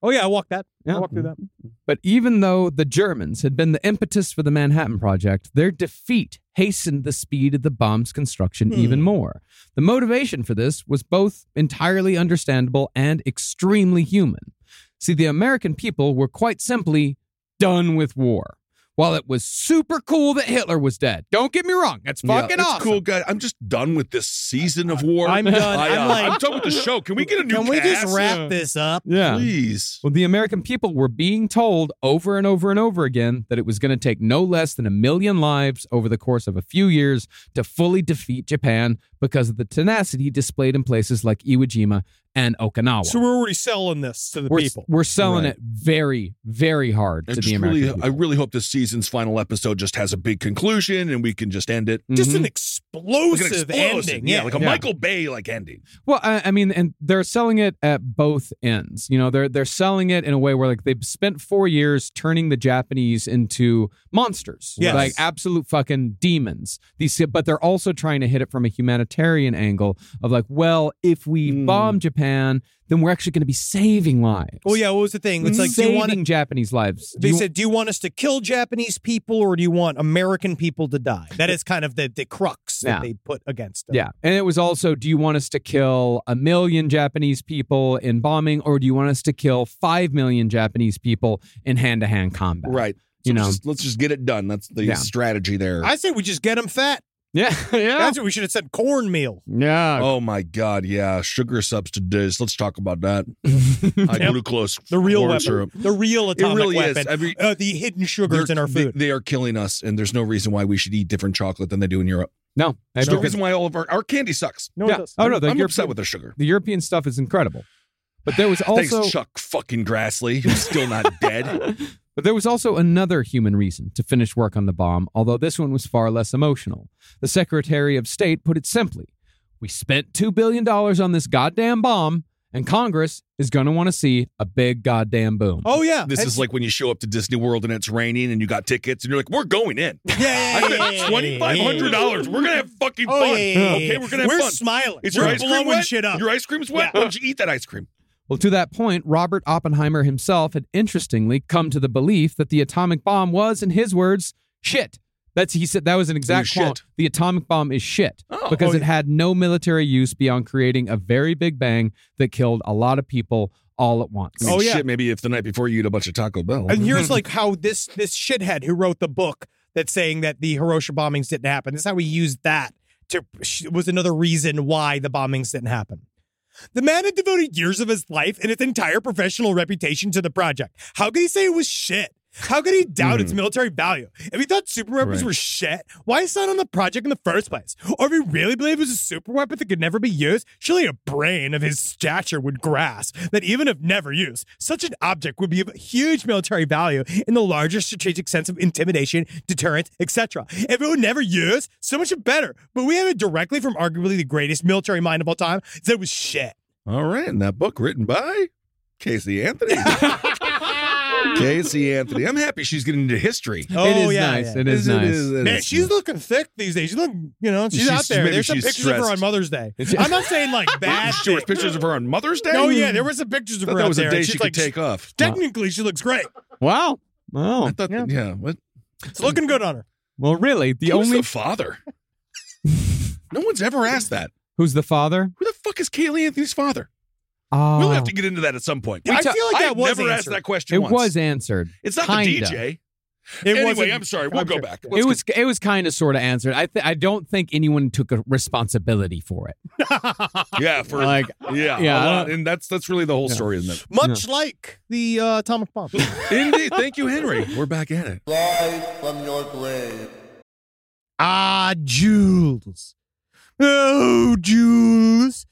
Speaker 1: oh yeah, I walked that.
Speaker 3: Yeah.
Speaker 1: I walked through that.
Speaker 3: But even though the Germans had been the impetus for the Manhattan Project, their defeat hastened the speed of the bomb's construction even more. The motivation for this was both entirely understandable and extremely human. See, the American people were quite simply done with war. While it was super cool that Hitler was dead, don't get me wrong, that's fucking
Speaker 2: it's
Speaker 3: awesome.
Speaker 2: cool, guy. I'm just done with this season of war.
Speaker 1: I'm done.
Speaker 2: I, uh,
Speaker 1: I'm like-
Speaker 2: I'm done with the show. Can we get a new
Speaker 1: Can we just
Speaker 2: cast?
Speaker 1: wrap this up?
Speaker 3: Yeah.
Speaker 2: Please.
Speaker 3: Well, the American people were being told over and over and over again that it was going to take no less than a million lives over the course of a few years to fully defeat Japan because of the tenacity displayed in places like Iwo Jima and
Speaker 2: Oh,
Speaker 3: Okinawa.
Speaker 1: So we're already selling this to the
Speaker 3: we're,
Speaker 1: people.
Speaker 3: we're selling
Speaker 2: Right.
Speaker 3: it very, very hard
Speaker 2: I
Speaker 3: to
Speaker 2: just
Speaker 3: the American
Speaker 2: really, I
Speaker 3: people.
Speaker 2: really hope this season's final episode just has a big conclusion and we can just end it.
Speaker 1: Just an
Speaker 2: mm-hmm. Like an
Speaker 1: explosive,
Speaker 2: explosive,
Speaker 1: ending.
Speaker 2: yeah,
Speaker 1: Yeah,
Speaker 2: like a
Speaker 3: Yeah.
Speaker 2: Michael Bay like ending.
Speaker 3: Well, I, I mean, and they're selling it at both ends. You know, they're they're selling it in a way where like they've spent four years turning the Japanese into monsters,
Speaker 1: Yes.
Speaker 3: like absolute fucking demons. These, but they're also trying to hit it from a humanitarian angle of like, well, if we
Speaker 1: Hmm.
Speaker 3: bomb Japan, then we're actually going to be saving lives.
Speaker 1: Well, yeah, what was the thing? It's like, do
Speaker 3: saving
Speaker 1: you want to,
Speaker 3: Japanese lives. Do
Speaker 1: they
Speaker 3: you-
Speaker 1: said, do you want us to kill Japanese people or do you want American people to die? That is kind of the, the crux
Speaker 3: Yeah.
Speaker 1: that they put against them.
Speaker 3: Yeah. And it was also do you want us to kill a million Japanese people in bombing or do you want us to kill 5 million Japanese people in hand to hand combat?
Speaker 2: Right.
Speaker 3: You
Speaker 2: So
Speaker 3: know.
Speaker 2: just- let's just get it done. That's the
Speaker 3: Yeah.
Speaker 2: strategy there.
Speaker 1: I say we just get them fat.
Speaker 3: Yeah. Yeah.
Speaker 1: That's what we should have said cornmeal.
Speaker 3: Yeah.
Speaker 2: Oh my God! Yeah, sugar substitutes. Let's talk about that. High glucose,
Speaker 1: The real
Speaker 2: corn
Speaker 1: weapon.
Speaker 2: syrup.
Speaker 1: The real atomic
Speaker 2: really is.
Speaker 1: weapon.
Speaker 2: Every-
Speaker 1: uh, the hidden sugars
Speaker 2: They're-
Speaker 1: in our
Speaker 2: they-
Speaker 1: food.
Speaker 2: They, are killing us, and there's no reason why we should eat different chocolate than they do in Europe.
Speaker 3: No. I
Speaker 2: There's no
Speaker 3: don't-
Speaker 2: reason why all of our our candy sucks.
Speaker 1: no,
Speaker 3: yeah. Oh no, the
Speaker 2: I'm
Speaker 3: European,
Speaker 2: upset with their sugar.
Speaker 3: the European stuff is incredible. But there was also
Speaker 2: Thanks, Chuck fucking Grassley, who's still not dead.
Speaker 3: But there was also another human reason to finish work on the bomb, although this one was far less emotional. The Secretary of State put it simply We spent $2 billion on this goddamn bomb, and Congress is going to want to see a big goddamn boom.
Speaker 1: Oh yeah.
Speaker 2: This is like when you show up to Disney World and it's raining and you got tickets and you're like, "We're going in.
Speaker 1: yeah, yeah,
Speaker 2: I
Speaker 1: yeah, yeah, yeah,
Speaker 2: spent twenty five hundred
Speaker 1: yeah, yeah.
Speaker 2: dollars. We're gonna have fucking
Speaker 1: Oh,
Speaker 2: fun.
Speaker 1: yeah, yeah, yeah,
Speaker 2: Okay,
Speaker 1: yeah.
Speaker 2: we're gonna have
Speaker 1: We're
Speaker 2: fun.
Speaker 1: smiling.
Speaker 2: Is
Speaker 1: we're
Speaker 2: your ice cream
Speaker 1: blowing
Speaker 2: wet?
Speaker 1: shit up.
Speaker 2: Your ice cream's wet. Why don't you eat that ice cream?
Speaker 3: Well, to that point, Robert Oppenheimer himself had interestingly come to the belief that the atomic bomb was, in his words, shit. That's he said that was an exact
Speaker 2: Ooh,
Speaker 3: quote.
Speaker 2: shit.
Speaker 3: The atomic bomb is shit
Speaker 2: Oh.
Speaker 3: because
Speaker 2: Oh,
Speaker 3: it had no military use beyond creating a very big bang that killed a lot of people all at once.
Speaker 2: I mean,
Speaker 1: Oh, yeah.
Speaker 2: shit, maybe if the night before you eat a bunch of Taco Bell.
Speaker 1: And here's like how this this shithead who wrote the book that's saying that the Hiroshima bombings didn't happen. This is how he used that to was another reason why the bombings didn't happen. The man had devoted years of his life and his entire professional reputation to the project. How could he say it was shit? How could he doubt its military value? If he thought super weapons
Speaker 2: Right.
Speaker 1: were shit, why sign on the project in the first place? Or if he really believed it was a super weapon that could never be used, surely a brain of his stature would grasp that even if never used, such an object would be of huge military value in the larger strategic sense of intimidation, deterrent, etc. If it would never used, so much the better. But we have it directly from arguably the greatest military mind of all time. That it was shit.
Speaker 2: All right, and that book written by Casey Anthony. Casey Anthony. I'm happy she's getting into history.
Speaker 1: Oh
Speaker 3: it is
Speaker 1: yeah,
Speaker 3: nice.
Speaker 1: yeah.
Speaker 3: It is
Speaker 2: It
Speaker 3: nice.
Speaker 2: it
Speaker 1: Man,
Speaker 2: is-
Speaker 1: she's looking thick these days. She's looking, you know, she's,
Speaker 2: She's-
Speaker 1: out there.
Speaker 2: maybe
Speaker 1: There's some
Speaker 2: she's
Speaker 1: pictures of her on
Speaker 2: stressed.
Speaker 1: Mother's Day. I'm not saying like bad.
Speaker 2: She was
Speaker 1: thing.
Speaker 2: pictures of her on Mother's Day.
Speaker 1: Oh yeah, there were some pictures of
Speaker 2: Thought
Speaker 1: her
Speaker 2: that
Speaker 1: out
Speaker 2: was
Speaker 1: there.
Speaker 2: a
Speaker 1: and
Speaker 2: day
Speaker 1: she's
Speaker 2: she
Speaker 1: like,
Speaker 2: could take off.
Speaker 1: Technically, she looks great.
Speaker 3: Wow.
Speaker 2: I
Speaker 3: Wow.
Speaker 2: thought, Oh, yeah, yeah what?
Speaker 1: It's looking good on her.
Speaker 3: Well, really, the
Speaker 2: Who's
Speaker 3: only
Speaker 2: the father? no one's ever asked that.
Speaker 3: who's the father?
Speaker 2: Who the fuck is Kaylee Anthony's father?
Speaker 3: Ah,
Speaker 2: We'll have to get into that at some point.
Speaker 1: I feel like
Speaker 2: I
Speaker 1: that was
Speaker 2: never asked
Speaker 1: answered.
Speaker 2: that question.
Speaker 3: it
Speaker 2: once.
Speaker 3: was answered.
Speaker 2: It's not
Speaker 3: Kinda.
Speaker 2: the DJ.
Speaker 1: It
Speaker 2: anyway,
Speaker 1: wasn't-
Speaker 2: I'm sorry. We'll
Speaker 1: I'm
Speaker 2: go
Speaker 1: sure.
Speaker 2: back.
Speaker 3: it was it was kind of sort of answered. I th- I don't think anyone took a responsibility for it.
Speaker 2: yeah, for
Speaker 3: Like
Speaker 2: yeah,
Speaker 3: yeah,
Speaker 2: a
Speaker 3: I
Speaker 2: lot.
Speaker 3: don't-
Speaker 2: and that's that's really the whole story, isn't it?
Speaker 1: Much like the uh, atomic bomb.
Speaker 2: Indeed. Thank you, Henry. We're back at it.
Speaker 1: Ah, Jules. Oh, Jules.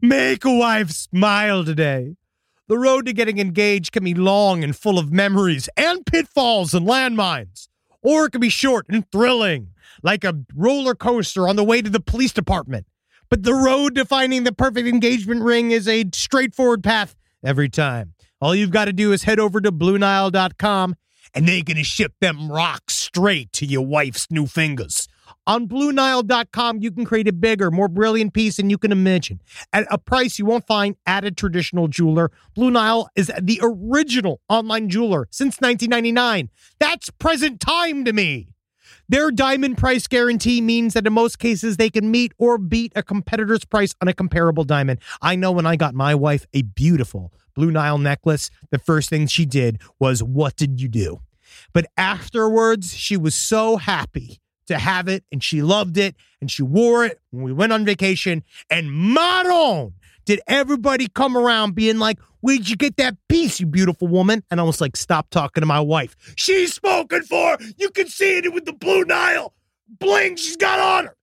Speaker 1: Make a wife smile today. The road to getting engaged can be long and full of memories and pitfalls and landmines, or it can be short and thrilling, like a roller coaster on the way to the police department. But the road to finding the perfect engagement ring is a straightforward path every time. All you've got to do is head over to BlueNile.com and they're going to ship them rocks straight to your wife's new fingers. On BlueNile.com, you can create a bigger, more brilliant piece than you can imagine at a price you won't find at a traditional jeweler. Blue Nile is the original online jeweler since 1999. That's present time to me. Their diamond price guarantee means that in most cases they can meet or beat a competitor's price on a comparable diamond. I know when I got my wife a beautiful Blue Nile necklace, the first thing she did was, What did you do? But afterwards, she was so happy to have it and she loved it and she wore it when we went on vacation. And Maron did everybody come around being like, Where'd you get that piece, you beautiful woman? And I was like, Stop talking to my wife. She's spoken for. You can see it with the Blue Nile bling she's got on her.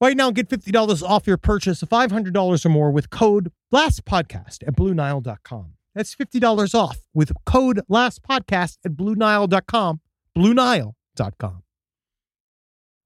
Speaker 1: Right now, get $50 off your purchase of $500 or more with code LASTPODCAST at BlueNile.com. That's $50 off with code LASTPODCAST at BlueNile.com. BlueNile.com.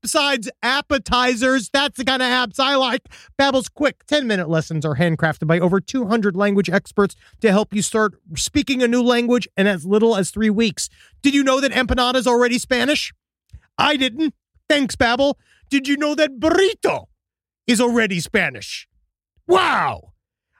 Speaker 1: Besides appetizers, that's the kind of apps I like. Babbel's quick 10-minute lessons are handcrafted by over 200 language experts to help you start speaking a new language in as little as 3 weeks. Did you know that empanada is already Spanish? I didn't. Thanks, Babbel. Did you know that burrito is already Spanish? Wow!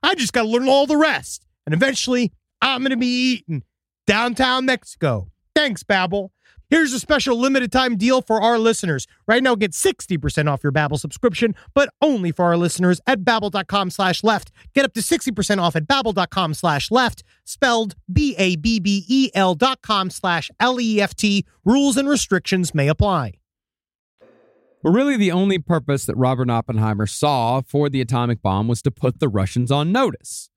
Speaker 1: I just got to learn all the rest. And eventually, I'm going to be eating downtown Mexico. Thanks, Babbel. Here's a special limited time deal for our listeners. Right now, get 60% off your Babbel subscription, but only for our listeners at babbel.com slash left. Get up to 60% off at babbel.com slash left, spelled B-A-B-B-E-L E dot com slash L-E-F-T. Rules and restrictions may apply.
Speaker 3: Well, really, the only purpose that Robert Oppenheimer saw for the atomic bomb was to put the Russians on notice.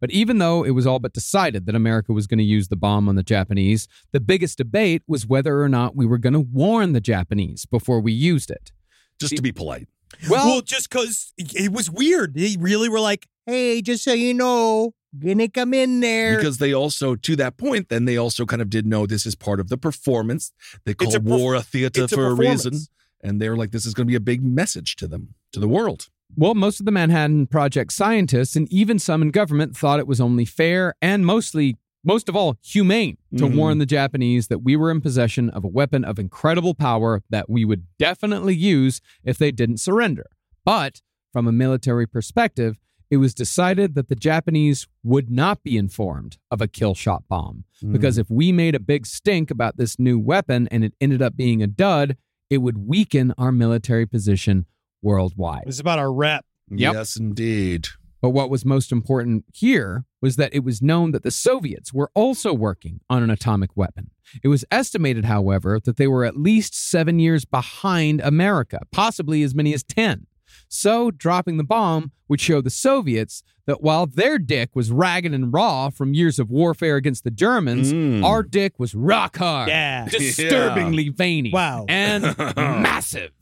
Speaker 3: But even though it was all but decided that America was going to use the bomb on the Japanese, the biggest debate was whether or not we were going to warn the Japanese before we used it.
Speaker 2: Just to be polite.
Speaker 3: Well,
Speaker 1: Oh, just because it was weird. They really were like, hey, just so you know, gonna come in there.
Speaker 2: Because they also, to that point, then they also kind of did know this is part of the performance. They call
Speaker 1: a perf-
Speaker 2: war a theater
Speaker 1: it's a
Speaker 2: for a reason.
Speaker 1: performance.
Speaker 2: And they're like, this is going to be a big message to them, to the world.
Speaker 3: Well, most of the Manhattan Project scientists and even some in government thought it was only fair and mostly, most of all, humane to
Speaker 2: Mhm.
Speaker 3: warn the Japanese that we were in possession of a weapon of incredible power that we would definitely use if they didn't surrender. But from a military perspective, it was decided that the Japanese would not be informed of a kill shot bomb because if we made a big stink about this new weapon and it ended up being a dud, it would weaken our military position worldwide.
Speaker 1: it's about our rep.
Speaker 3: Yep.
Speaker 2: Yes, indeed.
Speaker 3: But what was most important here was that it was known that the Soviets were also working on an atomic weapon. It was estimated, however, that they were at least seven years behind America, possibly as many as 10. So, dropping the bomb would show the Soviets that while their dick was ragged and raw from years of warfare against the Germans,
Speaker 2: Mm.
Speaker 3: our dick was rock hard,
Speaker 1: Yeah.
Speaker 3: disturbingly veiny,
Speaker 1: Wow.
Speaker 3: and massive,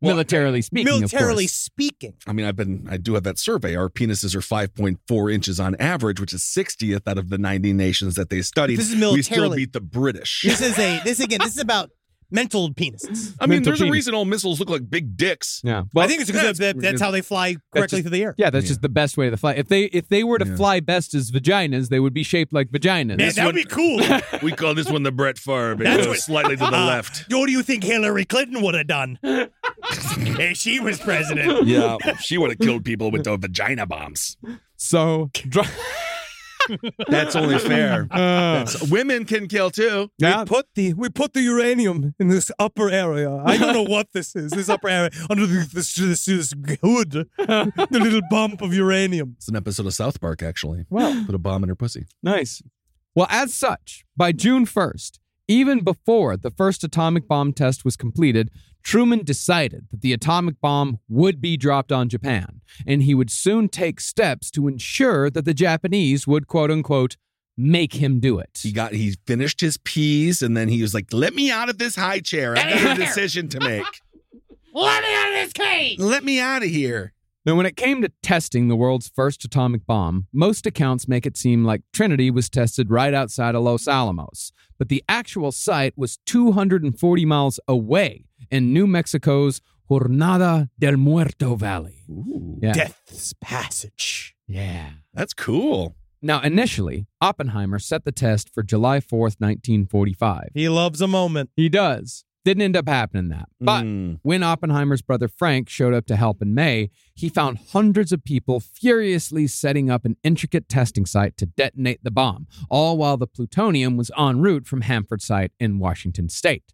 Speaker 3: militarily speaking. of
Speaker 1: Militarily
Speaker 3: course.
Speaker 1: speaking.
Speaker 2: I mean, I've been, I do have that survey. Our penises are 5.4 inches on average, which is 60th out of the 90 nations that they studied.
Speaker 1: This is
Speaker 2: We still
Speaker 1: militarily-
Speaker 2: beat the British.
Speaker 1: This is a this again. This is about mental penises.
Speaker 2: I mean,
Speaker 3: Mental
Speaker 2: there's a
Speaker 3: penis.
Speaker 2: reason all missiles look like big dicks.
Speaker 3: Yeah.
Speaker 1: I think it's because that, that's how they fly correctly
Speaker 3: just-
Speaker 1: through the air.
Speaker 3: Yeah, that's just the best way to fly. If they if they were to
Speaker 2: Yeah.
Speaker 3: fly best as vaginas, they would be shaped like vaginas.
Speaker 1: Man,
Speaker 2: This
Speaker 1: that would
Speaker 2: one-
Speaker 1: be cool.
Speaker 2: We call this one the Brett Favre. It
Speaker 1: That's
Speaker 2: goes
Speaker 1: what-
Speaker 2: slightly to the
Speaker 1: Uh,
Speaker 2: left.
Speaker 1: What do you think Hillary Clinton would have done if she was president?
Speaker 2: Yeah, she would have killed people with the vagina bombs.
Speaker 3: So dro-
Speaker 2: That's only fair. That's- women can kill too.
Speaker 3: Yeah.
Speaker 1: We put the we put the uranium in this upper area. I don't know what this is. This upper area under the, this, this this hood, the little bump of uranium.
Speaker 2: It's an episode of South Park, actually.
Speaker 3: Wow.
Speaker 2: Put a bomb in her pussy.
Speaker 3: Nice. Well, as such, by June 1st, even before the first atomic bomb test was completed, Truman decided that the atomic bomb would be dropped on Japan, and he would soon take steps to ensure that the Japanese would, quote unquote, make him do it.
Speaker 2: He got he finished his peas and then he was like, "Let me out of this high chair. I got a decision to make.
Speaker 5: Let me out of this cage!
Speaker 2: Let me out of here."
Speaker 3: Now, when it came to testing the world's first atomic bomb, most accounts make it seem like Trinity was tested right outside of Los Alamos, but the actual site was 240 miles away in New Mexico's Jornada del Muerto Valley. Yeah.
Speaker 1: Death's passage.
Speaker 3: Yeah.
Speaker 2: That's cool.
Speaker 3: Now, initially, Oppenheimer set the test for July 4th, 1945.
Speaker 1: He loves a moment.
Speaker 3: He does. Didn't end up happening that. But
Speaker 2: Mm.
Speaker 3: when Oppenheimer's brother Frank showed up to help in May, he found hundreds of people furiously setting up an intricate testing site to detonate the bomb, all while the plutonium was en route from Hanford site in Washington state.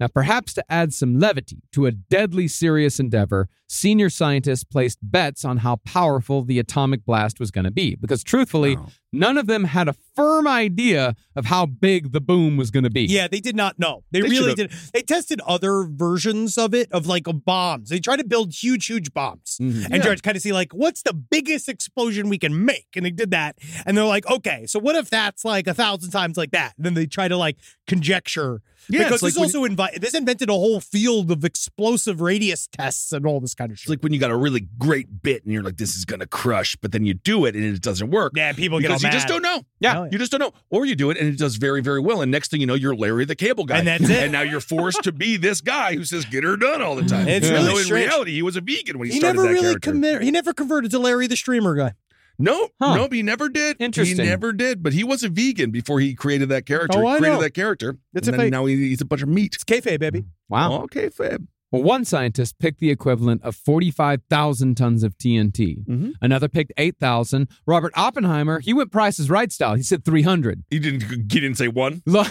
Speaker 3: Now, perhaps to add some levity to a deadly serious endeavor, senior scientists placed bets on how powerful the atomic blast was going to be, because truthfully, none of them had a firm idea of how big the boom was going to be.
Speaker 1: Yeah, they did not know. They,
Speaker 2: They
Speaker 1: really
Speaker 2: should've-
Speaker 1: did. They tested other versions of it, of like bombs. They tried to build huge, huge bombs
Speaker 2: Mm.
Speaker 3: Mhm.
Speaker 1: and tried to kind of see like what's the biggest explosion we can make. And they did that, and they're like, okay, so what if that's like a thousand times like that? And then they try to like conjecture
Speaker 2: Yeah,
Speaker 1: because
Speaker 2: it's like
Speaker 1: this
Speaker 2: when-
Speaker 1: also invi- this invented a whole field of explosive radius tests and all this kind of
Speaker 2: It's
Speaker 1: shit.
Speaker 2: like when you got a really great bit and you're like, "This is gonna crush," but then you do it and it doesn't work.
Speaker 1: yeah, people get all
Speaker 2: Because you
Speaker 1: mad.
Speaker 2: just don't know.
Speaker 1: Yeah.
Speaker 2: You just don't know. Or you do it and it does very, very well. And next thing you know, you're Larry the Cable Guy.
Speaker 1: And that's it.
Speaker 2: And now you're forced to be this guy who says, get her done all the time.
Speaker 1: It's
Speaker 2: Even
Speaker 1: really
Speaker 2: though in
Speaker 1: strange.
Speaker 2: reality, he was a vegan when he,
Speaker 1: He
Speaker 2: started
Speaker 1: never
Speaker 2: that
Speaker 1: really
Speaker 2: character.
Speaker 1: committed. He never converted to Larry the Streamer guy.
Speaker 2: Nope,
Speaker 3: Huh.
Speaker 2: nope, he never did.
Speaker 3: Interesting.
Speaker 2: He never did, but he was a vegan before he created that character.
Speaker 1: Oh,
Speaker 2: he
Speaker 1: I
Speaker 2: created
Speaker 1: know.
Speaker 2: that character.
Speaker 1: That's
Speaker 2: and
Speaker 1: a
Speaker 2: then
Speaker 1: fake.
Speaker 2: now he eats a bunch of meat. Oh,
Speaker 1: It's kayfabe, baby.
Speaker 3: Wow.
Speaker 2: Okay, fab.
Speaker 3: Well, one scientist picked the equivalent of 45,000 tons of TNT.
Speaker 2: Mhm.
Speaker 3: Another picked 8,000. Robert Oppenheimer, he went Price is Right style. He said 300.
Speaker 2: He didn't he didn't say one.
Speaker 3: Lo-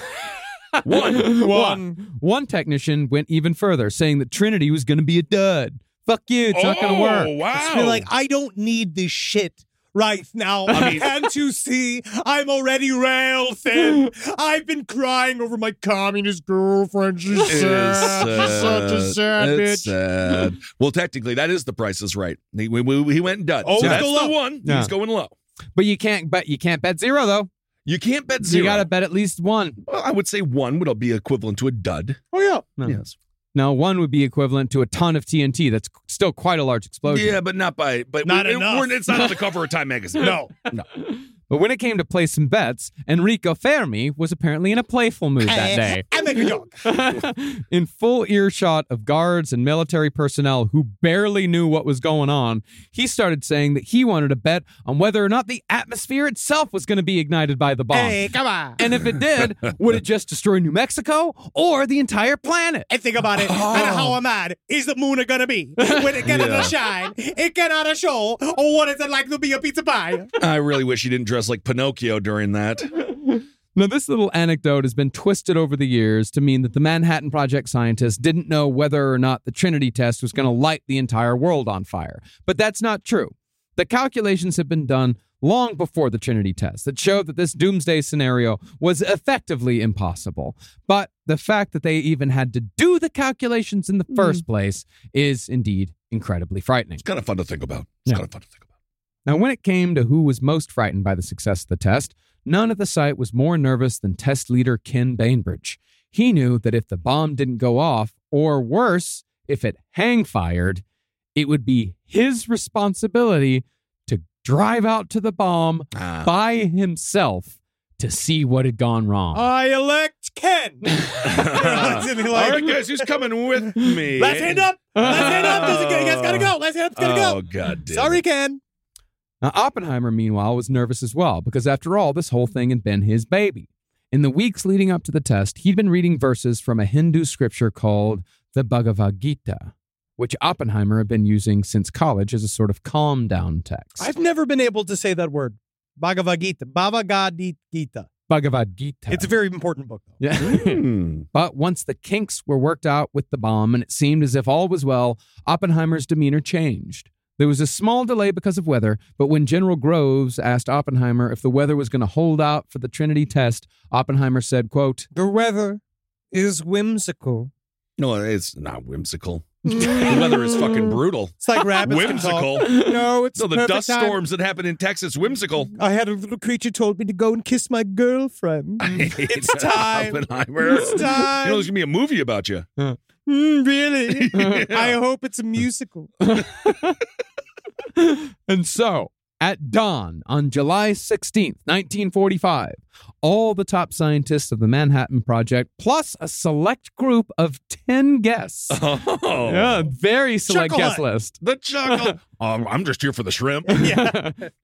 Speaker 2: One.
Speaker 3: One. One technician went even further, saying that Trinity was going to be a dud. Fuck you, it's not going to
Speaker 2: Oh,
Speaker 3: work.
Speaker 2: wow.
Speaker 1: You're like, I don't need this shit right now.
Speaker 2: I mean-
Speaker 1: Can't you see? I'm already rail thin. I've been crying over my communist girlfriend. She's
Speaker 2: It is
Speaker 1: sad. She's such a
Speaker 2: sad.
Speaker 1: sad
Speaker 2: uh, It's uh,
Speaker 1: bitch.
Speaker 2: sad. Well, technically, that is the price is right. He, we- we- he went dud.
Speaker 1: Always
Speaker 2: so that's
Speaker 1: Oh, go
Speaker 2: the
Speaker 1: low.
Speaker 2: one.
Speaker 3: Yeah.
Speaker 2: He's going low.
Speaker 3: But you can't bet you can't bet zero though.
Speaker 2: You can't bet zero.
Speaker 3: You got to bet at least one.
Speaker 2: well, I would say one would be equivalent to a dud.
Speaker 1: Oh yeah.
Speaker 3: No.
Speaker 2: Yes.
Speaker 3: Now, one would be equivalent to a ton of TNT. That's still quite a large explosion.
Speaker 2: Yeah, but not by. But
Speaker 1: Not
Speaker 2: we- it-
Speaker 1: enough.
Speaker 2: we're- it's not on the cover of Time magazine.
Speaker 1: No.
Speaker 3: But when it came to place some bets, Enrico Fermi was apparently in a playful mood that day.
Speaker 1: I make a dog.
Speaker 3: in full earshot of guards and military personnel who barely knew what was going on, he started saying that he wanted a bet on whether or not the atmosphere itself was going to be ignited by the bomb.
Speaker 1: Hey, come on.
Speaker 3: And if it did, would it just destroy New Mexico or the entire planet?
Speaker 1: And think about it.
Speaker 2: Oh.
Speaker 1: And how am I? Is the moon gonna be when it cannot shine? It cannot show. Or what is it like to be a pizza pie?
Speaker 2: I really wish he didn't dress like Pinocchio during that.
Speaker 3: Now, this little anecdote has been twisted over the years to mean that the Manhattan Project scientists didn't know whether or not the Trinity test was going to light the entire world on fire. But that's not true. The calculations have been done long before the Trinity test that showed that this doomsday scenario was effectively impossible. But the fact that they even had to do the calculations in the first place is indeed incredibly frightening.
Speaker 2: It's kind of fun to think about. It's
Speaker 3: Yeah.
Speaker 2: kind of fun to think about.
Speaker 3: Now, when it came to who was most frightened by the success of the test, none at the site was more nervous than test leader Ken Bainbridge. He knew that if the bomb didn't go off, or worse, if it hang fired, it would be his responsibility to drive out to the bomb
Speaker 2: Ah.
Speaker 3: by himself to see what had gone wrong.
Speaker 1: I elect Ken.
Speaker 3: Ah.
Speaker 1: Sitting
Speaker 2: All
Speaker 1: like-
Speaker 2: right, guys, who's coming with me?
Speaker 1: Let's hand up. Let's hand up. There's a- You guys gotta go. Let's hand up. It's gotta go.
Speaker 2: Oh, God damn.
Speaker 1: Sorry, Ken.
Speaker 3: Now, Oppenheimer, meanwhile, was nervous as well, because after all, this whole thing had been his baby. In the weeks leading up to the test, he'd been reading verses from a Hindu scripture called the Bhagavad Gita, which Oppenheimer had been using since college as a sort of calm down text.
Speaker 1: I've never been able to say that word. Bhagavad Gita. Bhagavad Gita.
Speaker 3: Bhagavad Gita.
Speaker 1: It's a very important book, though.
Speaker 3: yeah.
Speaker 2: Hmm.
Speaker 3: but once the kinks were worked out with the bomb and it seemed as if all was well, Oppenheimer's demeanor changed. There was a small delay because of weather, but when General Groves asked Oppenheimer if the weather was going to hold out for the Trinity test, Oppenheimer said, quote,
Speaker 1: The weather is whimsical.
Speaker 2: No, it's not whimsical. the weather is fucking brutal.
Speaker 1: It's like rabbits can
Speaker 2: Whimsical.
Speaker 1: talk. No, it's
Speaker 2: No, the
Speaker 1: perfect
Speaker 2: dust
Speaker 1: time.
Speaker 2: storms that happen in Texas, whimsical.
Speaker 1: I had a little creature told me to go and kiss my girlfriend.
Speaker 2: it's
Speaker 1: time.
Speaker 2: Oppenheimer.
Speaker 1: It's time.
Speaker 2: You know, there's gonna be a movie about you.
Speaker 1: Mm, really? I hope it's a musical.
Speaker 3: And so, at dawn on July 16th, 1945, all the top scientists of the Manhattan Project, plus a select group of 10 guests.
Speaker 2: Oh,
Speaker 3: Yeah, very select
Speaker 1: Chocolate.
Speaker 3: guest list.
Speaker 2: the chocolate. um, I'm just here for the shrimp.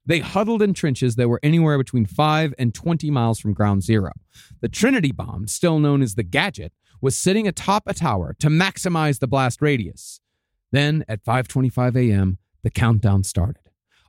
Speaker 3: they huddled in trenches that were anywhere between 5 and 20 miles from ground zero. The Trinity bomb, still known as the Gadget, was sitting atop a tower to maximize the blast radius. Then at 5:25 a.m., the countdown started.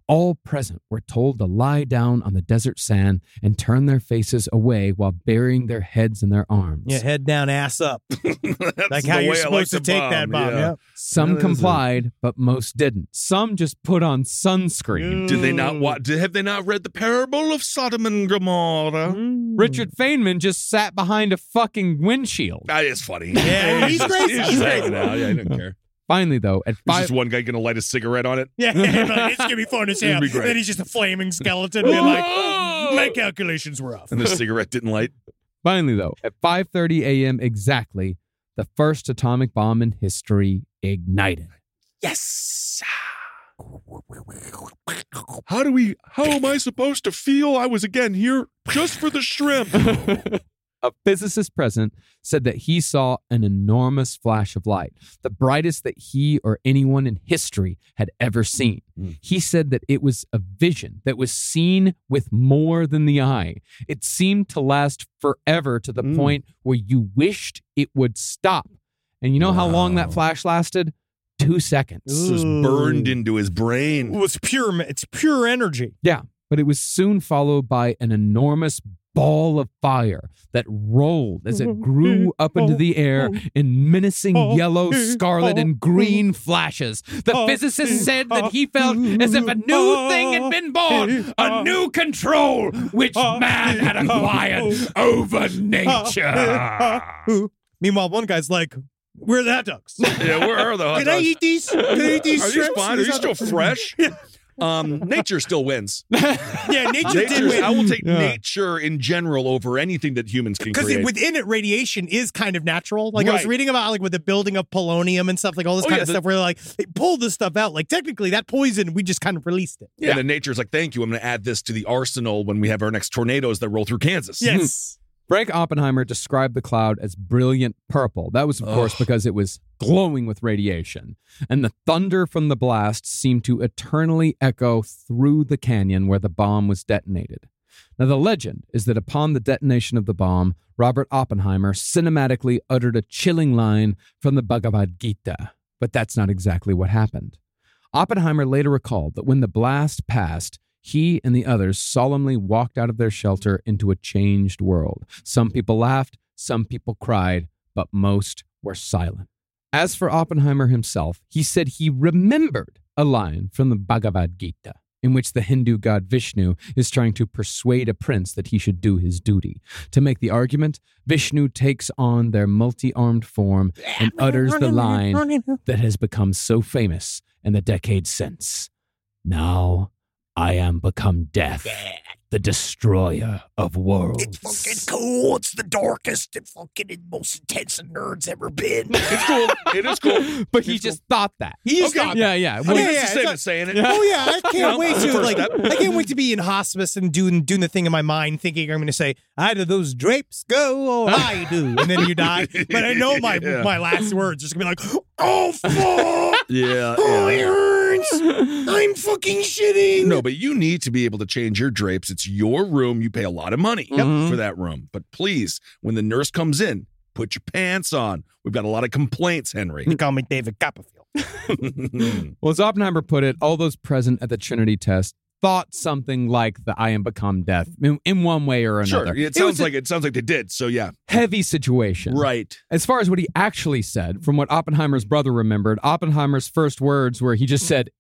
Speaker 3: All present were told to lie down on the desert sand and turn their faces away while burying their heads in their arms.
Speaker 1: Yeah, head down, ass up.
Speaker 2: That's
Speaker 1: like how
Speaker 2: the
Speaker 1: you're
Speaker 2: way I like
Speaker 1: supposed to
Speaker 2: the
Speaker 1: take that bomb. Yeah.
Speaker 3: Some
Speaker 2: That is a-
Speaker 3: complied, but most didn't. Some just put on sunscreen.
Speaker 2: Did they not wa- did, Have they not read the parable of Sodom and
Speaker 1: Mm-hmm.
Speaker 2: Gomorrah?
Speaker 1: Mm.
Speaker 3: Richard Feynman just sat behind a fucking windshield.
Speaker 2: That is funny.
Speaker 1: Yeah, he's
Speaker 2: just-
Speaker 1: crazy.
Speaker 2: just
Speaker 1: He's
Speaker 2: hanging
Speaker 1: crazy.
Speaker 2: out. Yeah, I don't care.
Speaker 3: Finally, though, at
Speaker 2: Is
Speaker 3: five,
Speaker 2: just one guy gonna light a cigarette on it?
Speaker 1: Yeah, but it's gonna be fun as hell.
Speaker 2: It'd be
Speaker 1: And
Speaker 2: great.
Speaker 1: then he's just a flaming skeleton. being like, my calculations were off.
Speaker 2: And the cigarette didn't light.
Speaker 3: finally though, at 5:30 a.m. exactly, the first atomic bomb in history ignited.
Speaker 2: Yes. How do we? How am I supposed to feel? I was again here just for the shrimp.
Speaker 3: A physicist present said that he saw an enormous flash of light, the brightest that he or anyone in history had ever seen.
Speaker 2: Mm.
Speaker 3: He said that it was a vision that was seen with more than the eye. It seemed to last forever to the
Speaker 2: Mm.
Speaker 3: point where you wished it would stop. And you know how long that
Speaker 2: Wow.
Speaker 3: flash lasted? Two seconds.
Speaker 2: This was burned into his brain.
Speaker 1: Well, it's pure. ma- It's pure energy.
Speaker 3: But it was soon followed by an enormous ball of fire that rolled as it grew up into the air in menacing yellow, scarlet, and green flashes. The physicist said that he felt as if a new thing had been born, a new control which man had acquired over
Speaker 1: Oh.
Speaker 3: nature.
Speaker 1: Ooh. Meanwhile, one guy's like, "Where are the hot dogs? Can
Speaker 2: Yeah, where are the hot
Speaker 1: I
Speaker 2: dogs?
Speaker 1: eat these? Can I eat these
Speaker 2: Are these
Speaker 1: shrimps?
Speaker 2: fine? Are these
Speaker 1: These
Speaker 2: still fresh? Um, nature still wins.
Speaker 1: hot- yeah, nature did
Speaker 2: Nature's- I
Speaker 1: win."
Speaker 2: will take nature in general over anything that humans can
Speaker 1: Because
Speaker 2: create.
Speaker 1: within it, radiation is kind of natural. Like I was
Speaker 2: Right.
Speaker 1: reading about, like with the building of polonium and stuff, like all this
Speaker 2: Oh,
Speaker 1: kind
Speaker 2: yeah,
Speaker 1: of
Speaker 2: the-
Speaker 1: stuff. Where like they pulled this stuff out. Like technically, that poison we just kind of released it.
Speaker 2: And then nature's like, thank you. I'm going to add this to the arsenal when we have our next tornadoes that roll through Kansas.
Speaker 1: Yes.
Speaker 3: Frank Oppenheimer described the cloud as brilliant purple. That was, of course, because it was glowing with radiation. And the thunder from the blast seemed to eternally echo through the canyon where the bomb was detonated. Now, the legend is that upon the detonation of the bomb, Robert Oppenheimer cinematically uttered a chilling line from the Bhagavad Gita. But that's not exactly what happened. Oppenheimer later recalled that when the blast passed, he and the others solemnly walked out of their shelter into a changed world. Some people laughed, some people cried, but most were silent. As for Oppenheimer himself, he said he remembered a line from the Bhagavad Gita, in which the Hindu god Vishnu is trying to persuade a prince that he should do his duty. To make the argument, Vishnu takes on their multi armed form and utters the line that has become so famous in the decades since. Now I am become death, the destroyer of
Speaker 4: It's fucking
Speaker 3: worlds.
Speaker 4: cool. It's the darkest and fucking and most intense a nerd's ever been.
Speaker 2: It's cool. Mm, It is cool.
Speaker 3: But he
Speaker 2: It's
Speaker 3: just thought that.
Speaker 1: He just
Speaker 2: Okay.
Speaker 1: got
Speaker 3: Yeah, yeah.
Speaker 2: cool. I
Speaker 3: Well,
Speaker 2: mean,
Speaker 1: Yeah,
Speaker 2: it's
Speaker 1: yeah,
Speaker 2: the
Speaker 1: it's
Speaker 2: same
Speaker 1: not-
Speaker 2: as saying it.
Speaker 1: Oh yeah, I can't
Speaker 2: know,
Speaker 1: wait
Speaker 2: that's the
Speaker 1: to
Speaker 2: first
Speaker 1: like
Speaker 2: step.
Speaker 1: I can't wait to be in hospice and doing doing the thing in my mind, thinking I'm going to say, "I do those drapes go, oh, I do," and then you die. But I know my
Speaker 2: Yeah.
Speaker 1: my last words are just going to be like, "Oh fuck,
Speaker 2: Yeah.
Speaker 1: oh, it
Speaker 2: yeah.
Speaker 1: hurts, I'm fucking shitting."
Speaker 2: No, but you need to be able to change your drapes. It's your room. You pay a lot of money
Speaker 3: Mhm.
Speaker 2: for that room. But please, when the nurse comes in, put your pants on. We've got a lot of complaints, Henry. Hmm.
Speaker 1: They call me David Copperfield.
Speaker 3: well, as Oppenheimer put it, all those present at the Trinity test thought something like the I Am Become Death in, in one way or
Speaker 2: Sure.
Speaker 3: another.
Speaker 2: It
Speaker 3: was
Speaker 2: sounds
Speaker 3: a
Speaker 2: like it sounds like they did. So yeah.
Speaker 3: heavy situation.
Speaker 2: Right.
Speaker 3: As far as what he actually said, from what Oppenheimer's brother remembered, Oppenheimer's first words were he just said,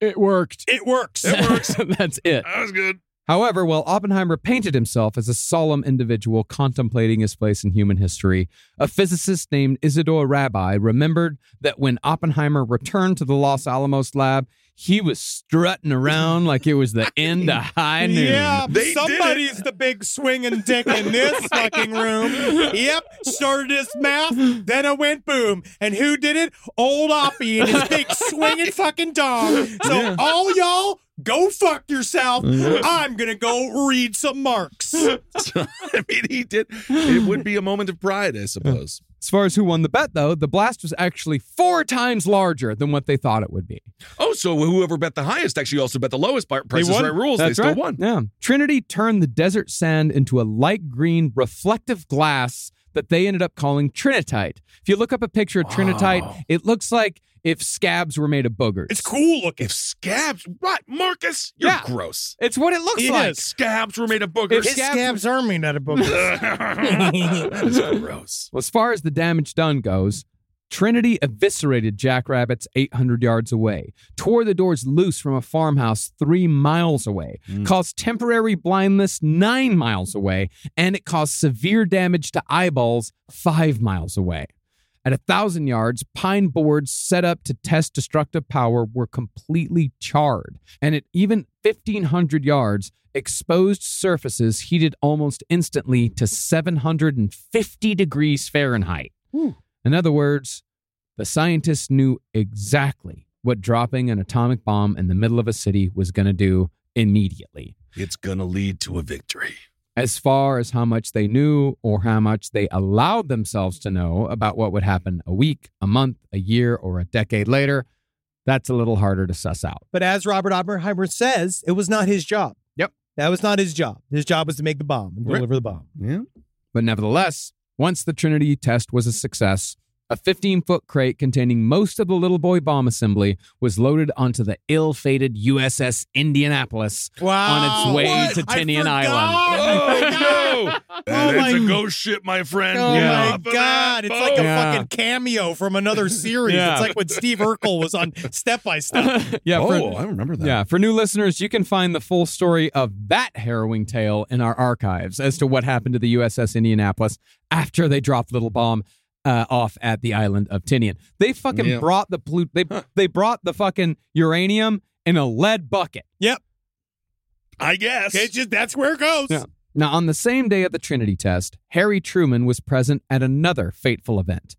Speaker 3: It worked.
Speaker 2: It works.
Speaker 3: That's it.
Speaker 2: That was good.
Speaker 3: However, while Oppenheimer painted himself as a solemn individual contemplating his place in human history, a physicist named Isidore Rabbi remembered that when Oppenheimer returned to the Los Alamos lab, he was strutting around like it was the end of high noon.
Speaker 1: Yeah,
Speaker 2: They did
Speaker 1: somebody's the big swinging dick in this fucking room. Yep, started his mouth, then it went boom. And who did it? Old Oppie and his big swinging fucking dong. So all y'all, go fuck yourself. I'm gonna go read some marks.
Speaker 2: I mean, he did. It would be a moment of pride, I suppose.
Speaker 3: As far as who won the bet, though, the blast was actually four times larger than what they thought it would be.
Speaker 2: Oh, so whoever bet the highest actually also bet the lowest by prices
Speaker 1: won.
Speaker 2: right rules. they
Speaker 3: That's
Speaker 2: still
Speaker 3: right.
Speaker 2: won.
Speaker 3: Yeah. Trinity turned the desert sand into a light green reflective glass that they ended up calling trinitite. If you look up a picture of trinitite, it looks like if scabs were made of boogers.
Speaker 1: It's cool looking.
Speaker 2: If scabs, what, Marcus? You're
Speaker 3: Yeah.
Speaker 2: gross.
Speaker 3: It's what it looks
Speaker 1: It
Speaker 3: like.
Speaker 1: is.
Speaker 2: Scabs were made of
Speaker 3: If
Speaker 2: boogers.
Speaker 3: scabs-
Speaker 1: are made out of book.
Speaker 2: that is gross.
Speaker 3: Well, as far as the damage done goes, Trinity eviscerated jackrabbits 800 yards away, tore the doors loose from a farmhouse three miles away, caused temporary blindness nine miles away, and it caused severe damage to eyeballs five miles away. At a thousand yards, pine boards set up to test destructive power were completely charred. And at even 1500 yards, exposed surfaces heated almost instantly to 750 degrees Fahrenheit. In other words, the scientists knew exactly what dropping an atomic bomb in the middle of a city was going to do immediately
Speaker 2: It's gonna lead to a victory.
Speaker 3: as far as how much they knew or how much they allowed themselves to know about what would happen a week, a month, a year, or a decade later, that's a little harder to suss out.
Speaker 1: But as Robert Oppenheimer says, it was not his job.
Speaker 3: Yep.
Speaker 1: That was not his job. His job was to make the bomb and
Speaker 2: Right.
Speaker 1: deliver the bomb.
Speaker 2: Yeah.
Speaker 3: But nevertheless, once the Trinity test was a success, a 15 foot crate containing most of the little boy bomb assembly was loaded onto the ill fated USS Indianapolis on its way
Speaker 2: what?
Speaker 3: to
Speaker 1: I
Speaker 3: Tinian
Speaker 1: forgot.
Speaker 3: Island.
Speaker 2: Oh no! That's
Speaker 1: my-
Speaker 2: a ghost ship, my friend. Oh.
Speaker 1: Oh
Speaker 2: Get
Speaker 1: my
Speaker 2: off of
Speaker 1: god,
Speaker 2: that
Speaker 1: it's like a
Speaker 2: boat.
Speaker 3: Yeah.
Speaker 1: fucking cameo from another series.
Speaker 3: Yeah.
Speaker 1: It's like when Steve Urkel was on Step by Step.
Speaker 3: Yeah, for-
Speaker 2: oh, I remember that.
Speaker 3: Yeah, for new listeners, you can find the full story of that harrowing tale in our archives as to what happened to the USS Indianapolis after they dropped Little Bomb uh, off at the island of Tinian. They fucking
Speaker 2: Yeah.
Speaker 3: brought the plu- they they brought the fucking uranium in a lead bucket.
Speaker 2: I guess.
Speaker 1: It's just that's where it goes.
Speaker 3: Yeah. Now, on the same day of the Trinity test, Harry Truman was present at another fateful event.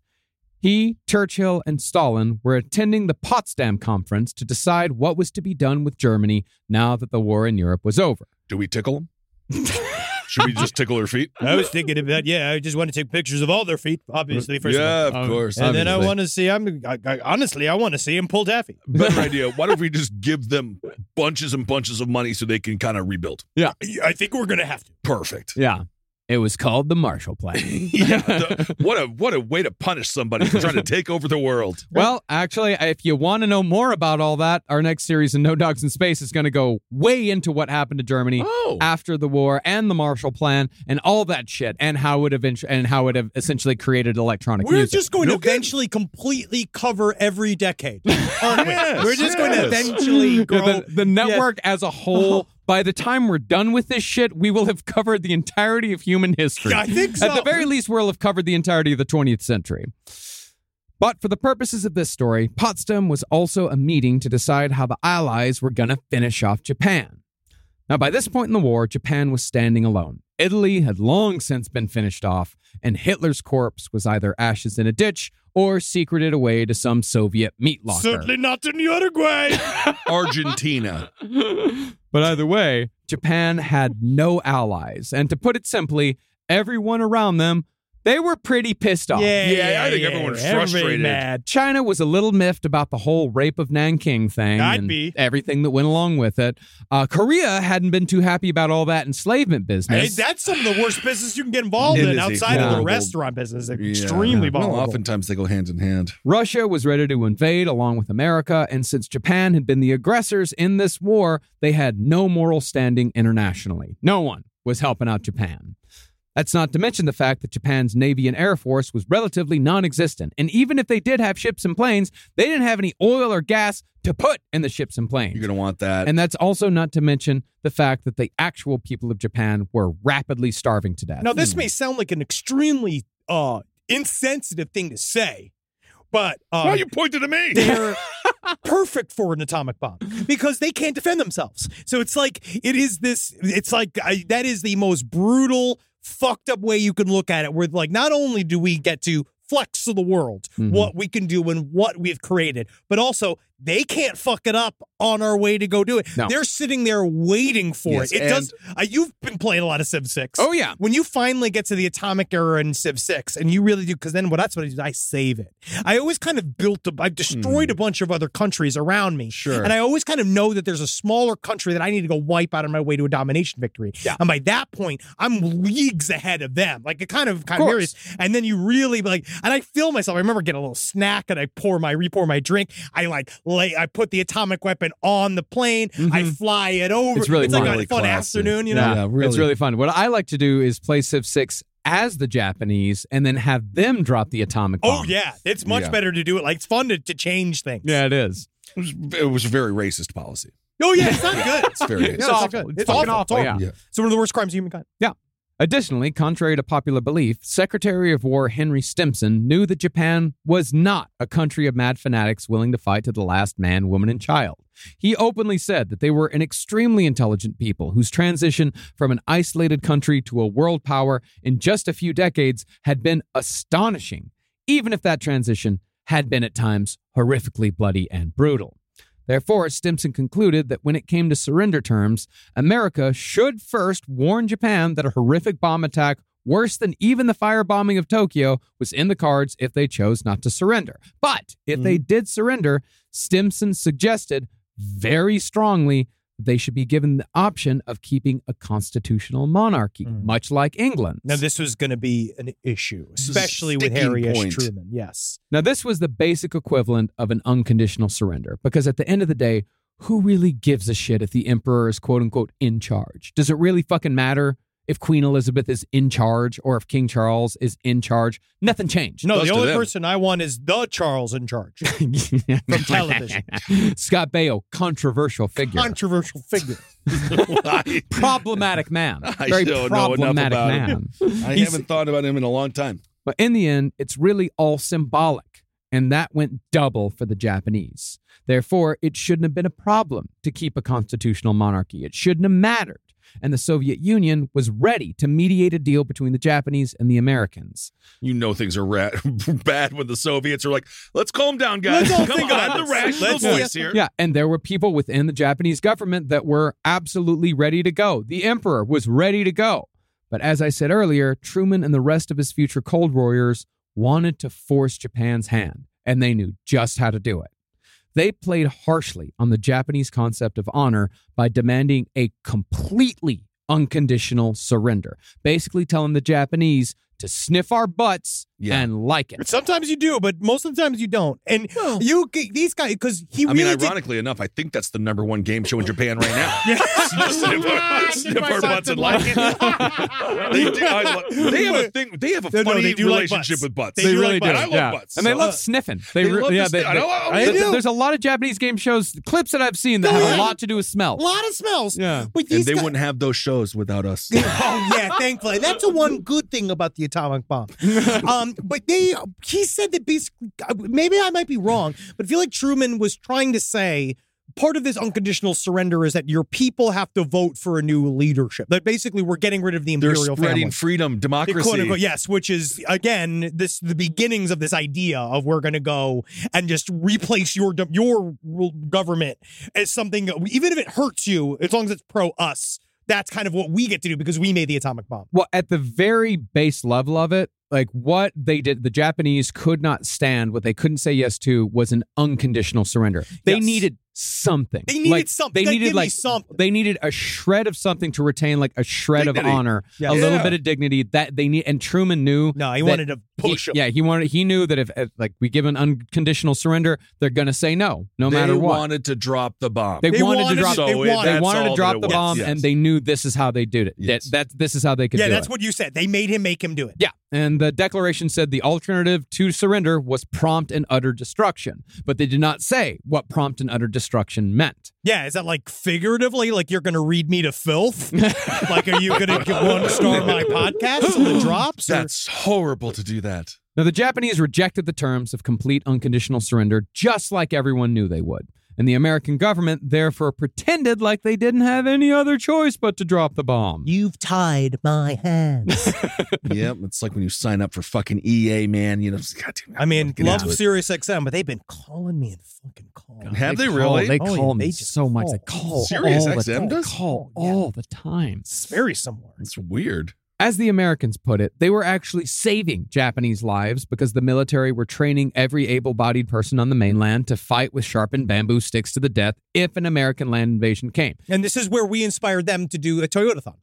Speaker 3: He, Churchill, and Stalin were attending the Potsdam Conference to decide what was to be done with Germany now that the war in Europe was over.
Speaker 2: Do we tickle them? Should we just tickle her feet?
Speaker 1: I was thinking about yeah. I just want to take pictures of all their feet, obviously. First, of all.
Speaker 2: yeah, of
Speaker 3: Um,
Speaker 2: course.
Speaker 1: and then I
Speaker 2: obviously.
Speaker 1: want to see. I'm I, I, honestly, I want to see him pull Daffy.
Speaker 2: better idea. Why don't we just give them bunches and bunches of money so they can kind of rebuild?
Speaker 1: I think we're gonna have to.
Speaker 2: Perfect.
Speaker 3: Yeah. It was called the Marshall Plan.
Speaker 2: Yeah. the- what a what a way to punish somebody for trying to take over the world.
Speaker 3: well, actually, if you want to know more about all that, our next series in No Dogs in Space is going to go way into what happened to Germany
Speaker 2: Oh.
Speaker 3: after the war and the Marshall Plan and all that shit and how it eventually and how it ev- essentially created electronic
Speaker 1: We're
Speaker 3: music.
Speaker 1: just going
Speaker 2: No
Speaker 1: to eventually completely cover every decade, aren't we?
Speaker 2: Yes,
Speaker 1: we're just going to
Speaker 2: yes.
Speaker 1: eventually grow.
Speaker 3: the, the network as a whole. By the time we're done with this shit, we will have covered the entirety of human history.
Speaker 1: Yeah, I think so.
Speaker 3: At the very least, we'll have covered the entirety of the 20th century. But for the purposes of this story, Potsdam was also a meeting to decide how the Allies were going to finish off Japan. Now, by this point in the war, Japan was standing alone. Italy had long since been finished off, and Hitler's corpse was either ashes in a ditch or secreted away to some Soviet meat locker.
Speaker 1: Certainly not in Uruguay.
Speaker 2: Argentina.
Speaker 3: But either way, Japan had no allies. And to put it simply, everyone around them They were pretty pissed off.
Speaker 2: Yeah, I think everyone's
Speaker 1: Everybody
Speaker 2: frustrated.
Speaker 1: Mad.
Speaker 3: China was a little miffed about the whole rape of Nanking thing
Speaker 1: I'd
Speaker 3: and
Speaker 1: be.
Speaker 3: everything that went along with it. Uh, Korea hadn't been too happy about all that enslavement
Speaker 1: Hey,
Speaker 3: business.
Speaker 1: that's some of the worst business you can get involved
Speaker 2: It
Speaker 1: in
Speaker 2: is a
Speaker 1: outside of the
Speaker 2: horrible-
Speaker 1: restaurant business.
Speaker 2: Yeah.
Speaker 1: Extremely volatile.
Speaker 2: Well, oftentimes they go hand in hand.
Speaker 3: Russia was ready to invade along with America, and since Japan had been the aggressors in this war, they had no moral standing internationally. No one was helping out Japan. That's not to mention the fact that Japan's Navy and Air Force was relatively non existent. And even if they did have ships and planes, they didn't have any oil or gas to put in the ships and planes.
Speaker 2: You're going to want that.
Speaker 3: And that's also not to mention the fact that the actual people of Japan were rapidly starving to death.
Speaker 1: Now,
Speaker 2: Hmm.
Speaker 1: this may sound like an extremely uh, insensitive thing to say, but uh,
Speaker 2: Why you pointed at me?
Speaker 1: they're perfect for an atomic bomb because they can't defend themselves. So it's like it is this. It's like I, that is the most brutal, fucked up way you can look at it. Where like not only do we get to flex to the world
Speaker 3: Mhm.
Speaker 1: what we can do and what we've created, but also they can't fuck it up on our way to go do it.
Speaker 3: No.
Speaker 1: They're sitting there waiting for
Speaker 2: Yes,
Speaker 1: it. It
Speaker 2: and-
Speaker 1: does. Uh, you've been playing a lot of Civ Six.
Speaker 3: Oh, yeah.
Speaker 1: When you finally get to the atomic era in Civ 6, and you really do, because then what that's what I do, is I save it. I always kind of built up, I've destroyed a bunch of other countries around me.
Speaker 2: Sure.
Speaker 1: And I always kind of know that there's a smaller country that I need to go wipe out on my way to a domination victory. Yeah. And by that point, I'm leagues ahead of them. Like it kind of kind of,
Speaker 3: course.
Speaker 1: varies. And then you really like, and I feel myself. I remember getting a little snack and I pour my, repour my drink. I like lay, I put the atomic weapon on the plane. I fly it over.
Speaker 3: It's really
Speaker 1: like
Speaker 3: fun.
Speaker 1: a
Speaker 2: Really
Speaker 1: fun
Speaker 2: classy.
Speaker 1: afternoon, you know?
Speaker 2: Yeah, really.
Speaker 3: It's really fun. What I like to do is play Civ 6 as the Japanese and then have them drop the atomic bomb.
Speaker 1: Oh yeah, it's much
Speaker 2: Yeah.
Speaker 1: better to do it. Like it's fun to, to change things.
Speaker 3: Yeah, it is.
Speaker 2: It was, it was a very racist policy.
Speaker 1: Oh yeah, it's not good.
Speaker 2: It's very
Speaker 1: It's
Speaker 2: racist.
Speaker 1: awful.
Speaker 3: awful.
Speaker 1: It's,
Speaker 3: It's fucking
Speaker 1: awful.
Speaker 3: awful,
Speaker 1: It's
Speaker 3: yeah.
Speaker 2: Yeah.
Speaker 1: It's one of the worst crimes of humankind.
Speaker 3: Additionally, contrary to popular belief, Secretary of War Henry Stimson knew that Japan was not a country of mad fanatics willing to fight to the last man, woman, and child. He openly said that they were an extremely intelligent people whose transition from an isolated country to a world power in just a few decades had been astonishing, even if that transition had been at times horrifically bloody and brutal. Therefore, Stimson concluded that when it came to surrender terms, America should first warn Japan that a horrific bomb attack worse than even the firebombing of Tokyo was in the cards if they chose not to surrender. But if they did surrender, Stimson suggested very strongly that they should be given the option of keeping a constitutional monarchy, much like England.
Speaker 1: Now this was going to be an issue,
Speaker 2: is a
Speaker 1: especially with
Speaker 2: sticking
Speaker 1: Harry S.
Speaker 2: point.
Speaker 1: Truman. Yes.
Speaker 3: Now, this was the basic equivalent of an unconditional surrender because at the end of the day, who really gives a shit if the emperor is quote unquote in charge? Does it really fucking matter if Queen Elizabeth is in charge or if King Charles is in charge? Nothing changed.
Speaker 1: No,
Speaker 2: Those
Speaker 1: the
Speaker 2: to
Speaker 1: only
Speaker 2: them.
Speaker 1: person I want is the Charles in charge.
Speaker 3: From
Speaker 1: television.
Speaker 3: Scott Baio, controversial figure.
Speaker 1: Controversial figure.
Speaker 2: I,
Speaker 3: problematic man.
Speaker 2: I
Speaker 3: Very
Speaker 2: don't know enough
Speaker 3: problematic
Speaker 2: about
Speaker 3: man.
Speaker 2: him. I
Speaker 3: He's-
Speaker 2: haven't thought about him in a long time.
Speaker 3: But in the end, it's really all symbolic. And that went double for the Japanese. Therefore, it shouldn't have been a problem to keep a constitutional monarchy. It shouldn't have mattered. And the Soviet Union was ready to mediate a deal between the Japanese and the Americans.
Speaker 2: You know things are ra- bad when the Soviets are like, "Let's calm down, guys.
Speaker 1: Let's all
Speaker 2: Come
Speaker 1: think
Speaker 2: on,
Speaker 1: about
Speaker 2: the
Speaker 1: this.
Speaker 2: rational
Speaker 1: Let's-
Speaker 2: voice here."
Speaker 3: Yeah, and there were people within the Japanese government that were absolutely ready to go. The emperor was ready to go. But as I said earlier, Truman and the rest of his future Cold Warriors wanted to force Japan's hand, and they knew just how to do it. They played harshly on the Japanese concept of honor by demanding a completely unconditional surrender, basically telling the Japanese to sniff our butts
Speaker 2: Yeah.
Speaker 3: and like it.
Speaker 1: Sometimes you do, but most of the times you don't. And you, these guys, because he
Speaker 2: I
Speaker 1: really
Speaker 2: mean,
Speaker 1: did-
Speaker 2: ironically enough, I think that's the number one game show in Japan right now. sniff our, sniff our butts and like it. they, do, I lo- they have a thing. They have a
Speaker 1: No, no,
Speaker 2: funny
Speaker 1: they do like
Speaker 2: relationship
Speaker 1: butts.
Speaker 2: with butts.
Speaker 1: They They do really like
Speaker 2: And
Speaker 1: butts. Uh, do,
Speaker 2: I love butts.
Speaker 3: and they
Speaker 2: So- uh,
Speaker 3: love sniffing. They,
Speaker 2: they
Speaker 3: re-
Speaker 2: love
Speaker 3: yeah,
Speaker 2: to
Speaker 3: they,
Speaker 2: sniff. I
Speaker 3: they-
Speaker 2: know, I
Speaker 3: there's-
Speaker 1: do.
Speaker 3: There's a lot of Japanese game shows clips that I've seen that
Speaker 1: No,
Speaker 3: have
Speaker 1: yeah.
Speaker 3: a lot to do with smell.
Speaker 1: a lot of smells.
Speaker 3: Yeah.
Speaker 1: But
Speaker 2: and
Speaker 1: these
Speaker 2: they
Speaker 1: guys,
Speaker 2: wouldn't have those shows without us.
Speaker 1: oh yeah, thankfully that's the one good thing about the atomic bomb. Um, but they he said that basically maybe I might be wrong, but I feel like Truman was trying to say part of this unconditional surrender is that your people have to vote for a new leadership. That basically we're getting rid of the
Speaker 2: They're
Speaker 1: imperial
Speaker 2: spreading
Speaker 1: family.
Speaker 2: freedom,
Speaker 1: The
Speaker 2: democracy.
Speaker 1: quote unquote, yes, which is again this the beginnings of this idea of we're going to go and just replace your gov- your rule- government as something even if it hurts you as long as it's pro us. That's kind of what we get to do because we made the atomic bomb.
Speaker 3: Well, at the very base level of it, like what they did the japanese could not stand what they couldn't say yes to was an unconditional surrender they
Speaker 1: Yes.
Speaker 3: needed something
Speaker 1: They needed
Speaker 3: Like,
Speaker 1: something.
Speaker 3: they
Speaker 1: Gotta
Speaker 3: needed
Speaker 1: give me
Speaker 3: like
Speaker 1: something.
Speaker 3: they needed a shred of something to retain like a shred
Speaker 2: Dignity.
Speaker 3: of honor
Speaker 1: Yes.
Speaker 3: a little
Speaker 2: Yeah.
Speaker 3: bit of dignity that they need and truman knew
Speaker 1: No, he
Speaker 3: that-
Speaker 1: wanted to push
Speaker 3: he-
Speaker 1: him.
Speaker 3: yeah he wanted he knew that if, if like we give an unconditional surrender they're gonna say no no
Speaker 2: they
Speaker 3: matter what
Speaker 2: wanted to drop the bomb.
Speaker 3: They They wanted to wanted drop-
Speaker 1: they
Speaker 2: it-
Speaker 1: wanted-
Speaker 3: they
Speaker 2: that's
Speaker 3: wanted
Speaker 2: all
Speaker 3: to
Speaker 2: that
Speaker 3: drop
Speaker 2: it
Speaker 3: the
Speaker 2: was.
Speaker 3: bomb
Speaker 2: Yes.
Speaker 3: and they knew this is how they did it
Speaker 2: Yes.
Speaker 3: that, that this is how they could
Speaker 1: Yeah,
Speaker 3: do
Speaker 1: that's
Speaker 3: it
Speaker 1: what you said. They made him make him do it.
Speaker 3: yeah, and the declaration said the alternative to surrender was prompt and utter destruction, but they did not say what prompt and utter destruction meant.
Speaker 1: Yeah, is that like figuratively? Like you're going to read me to filth? like, are you going to one star my podcast when it drops? or-
Speaker 2: That's horrible to do that.
Speaker 3: Now, the Japanese rejected the terms of complete unconditional surrender just like everyone knew they would. And the American government therefore pretended like they didn't have any other choice but to drop the bomb.
Speaker 1: You've tied my hands.
Speaker 2: yep, it's like when you sign up for fucking EA, man. You know, just, God damn,
Speaker 1: I mean,
Speaker 2: Fucking
Speaker 1: love
Speaker 2: do it.
Speaker 1: Sirius XM, but they've been calling me and fucking calling.
Speaker 2: Have they
Speaker 3: call-
Speaker 2: really?
Speaker 3: They
Speaker 1: Oh,
Speaker 3: call
Speaker 1: yeah,
Speaker 3: me
Speaker 1: they just
Speaker 3: so much. They
Speaker 1: call.
Speaker 3: call
Speaker 2: Sirius
Speaker 3: all
Speaker 2: XM
Speaker 3: the they
Speaker 2: does?
Speaker 3: call
Speaker 1: Oh, yeah.
Speaker 3: all the time.
Speaker 1: It's very similar.
Speaker 2: it's weird.
Speaker 3: As the Americans put it, they were actually saving Japanese lives because the military were training every able bodied person on the mainland to fight with sharpened bamboo sticks to the death if an American land invasion came.
Speaker 1: And this is where we inspired them to do a Toyota thon.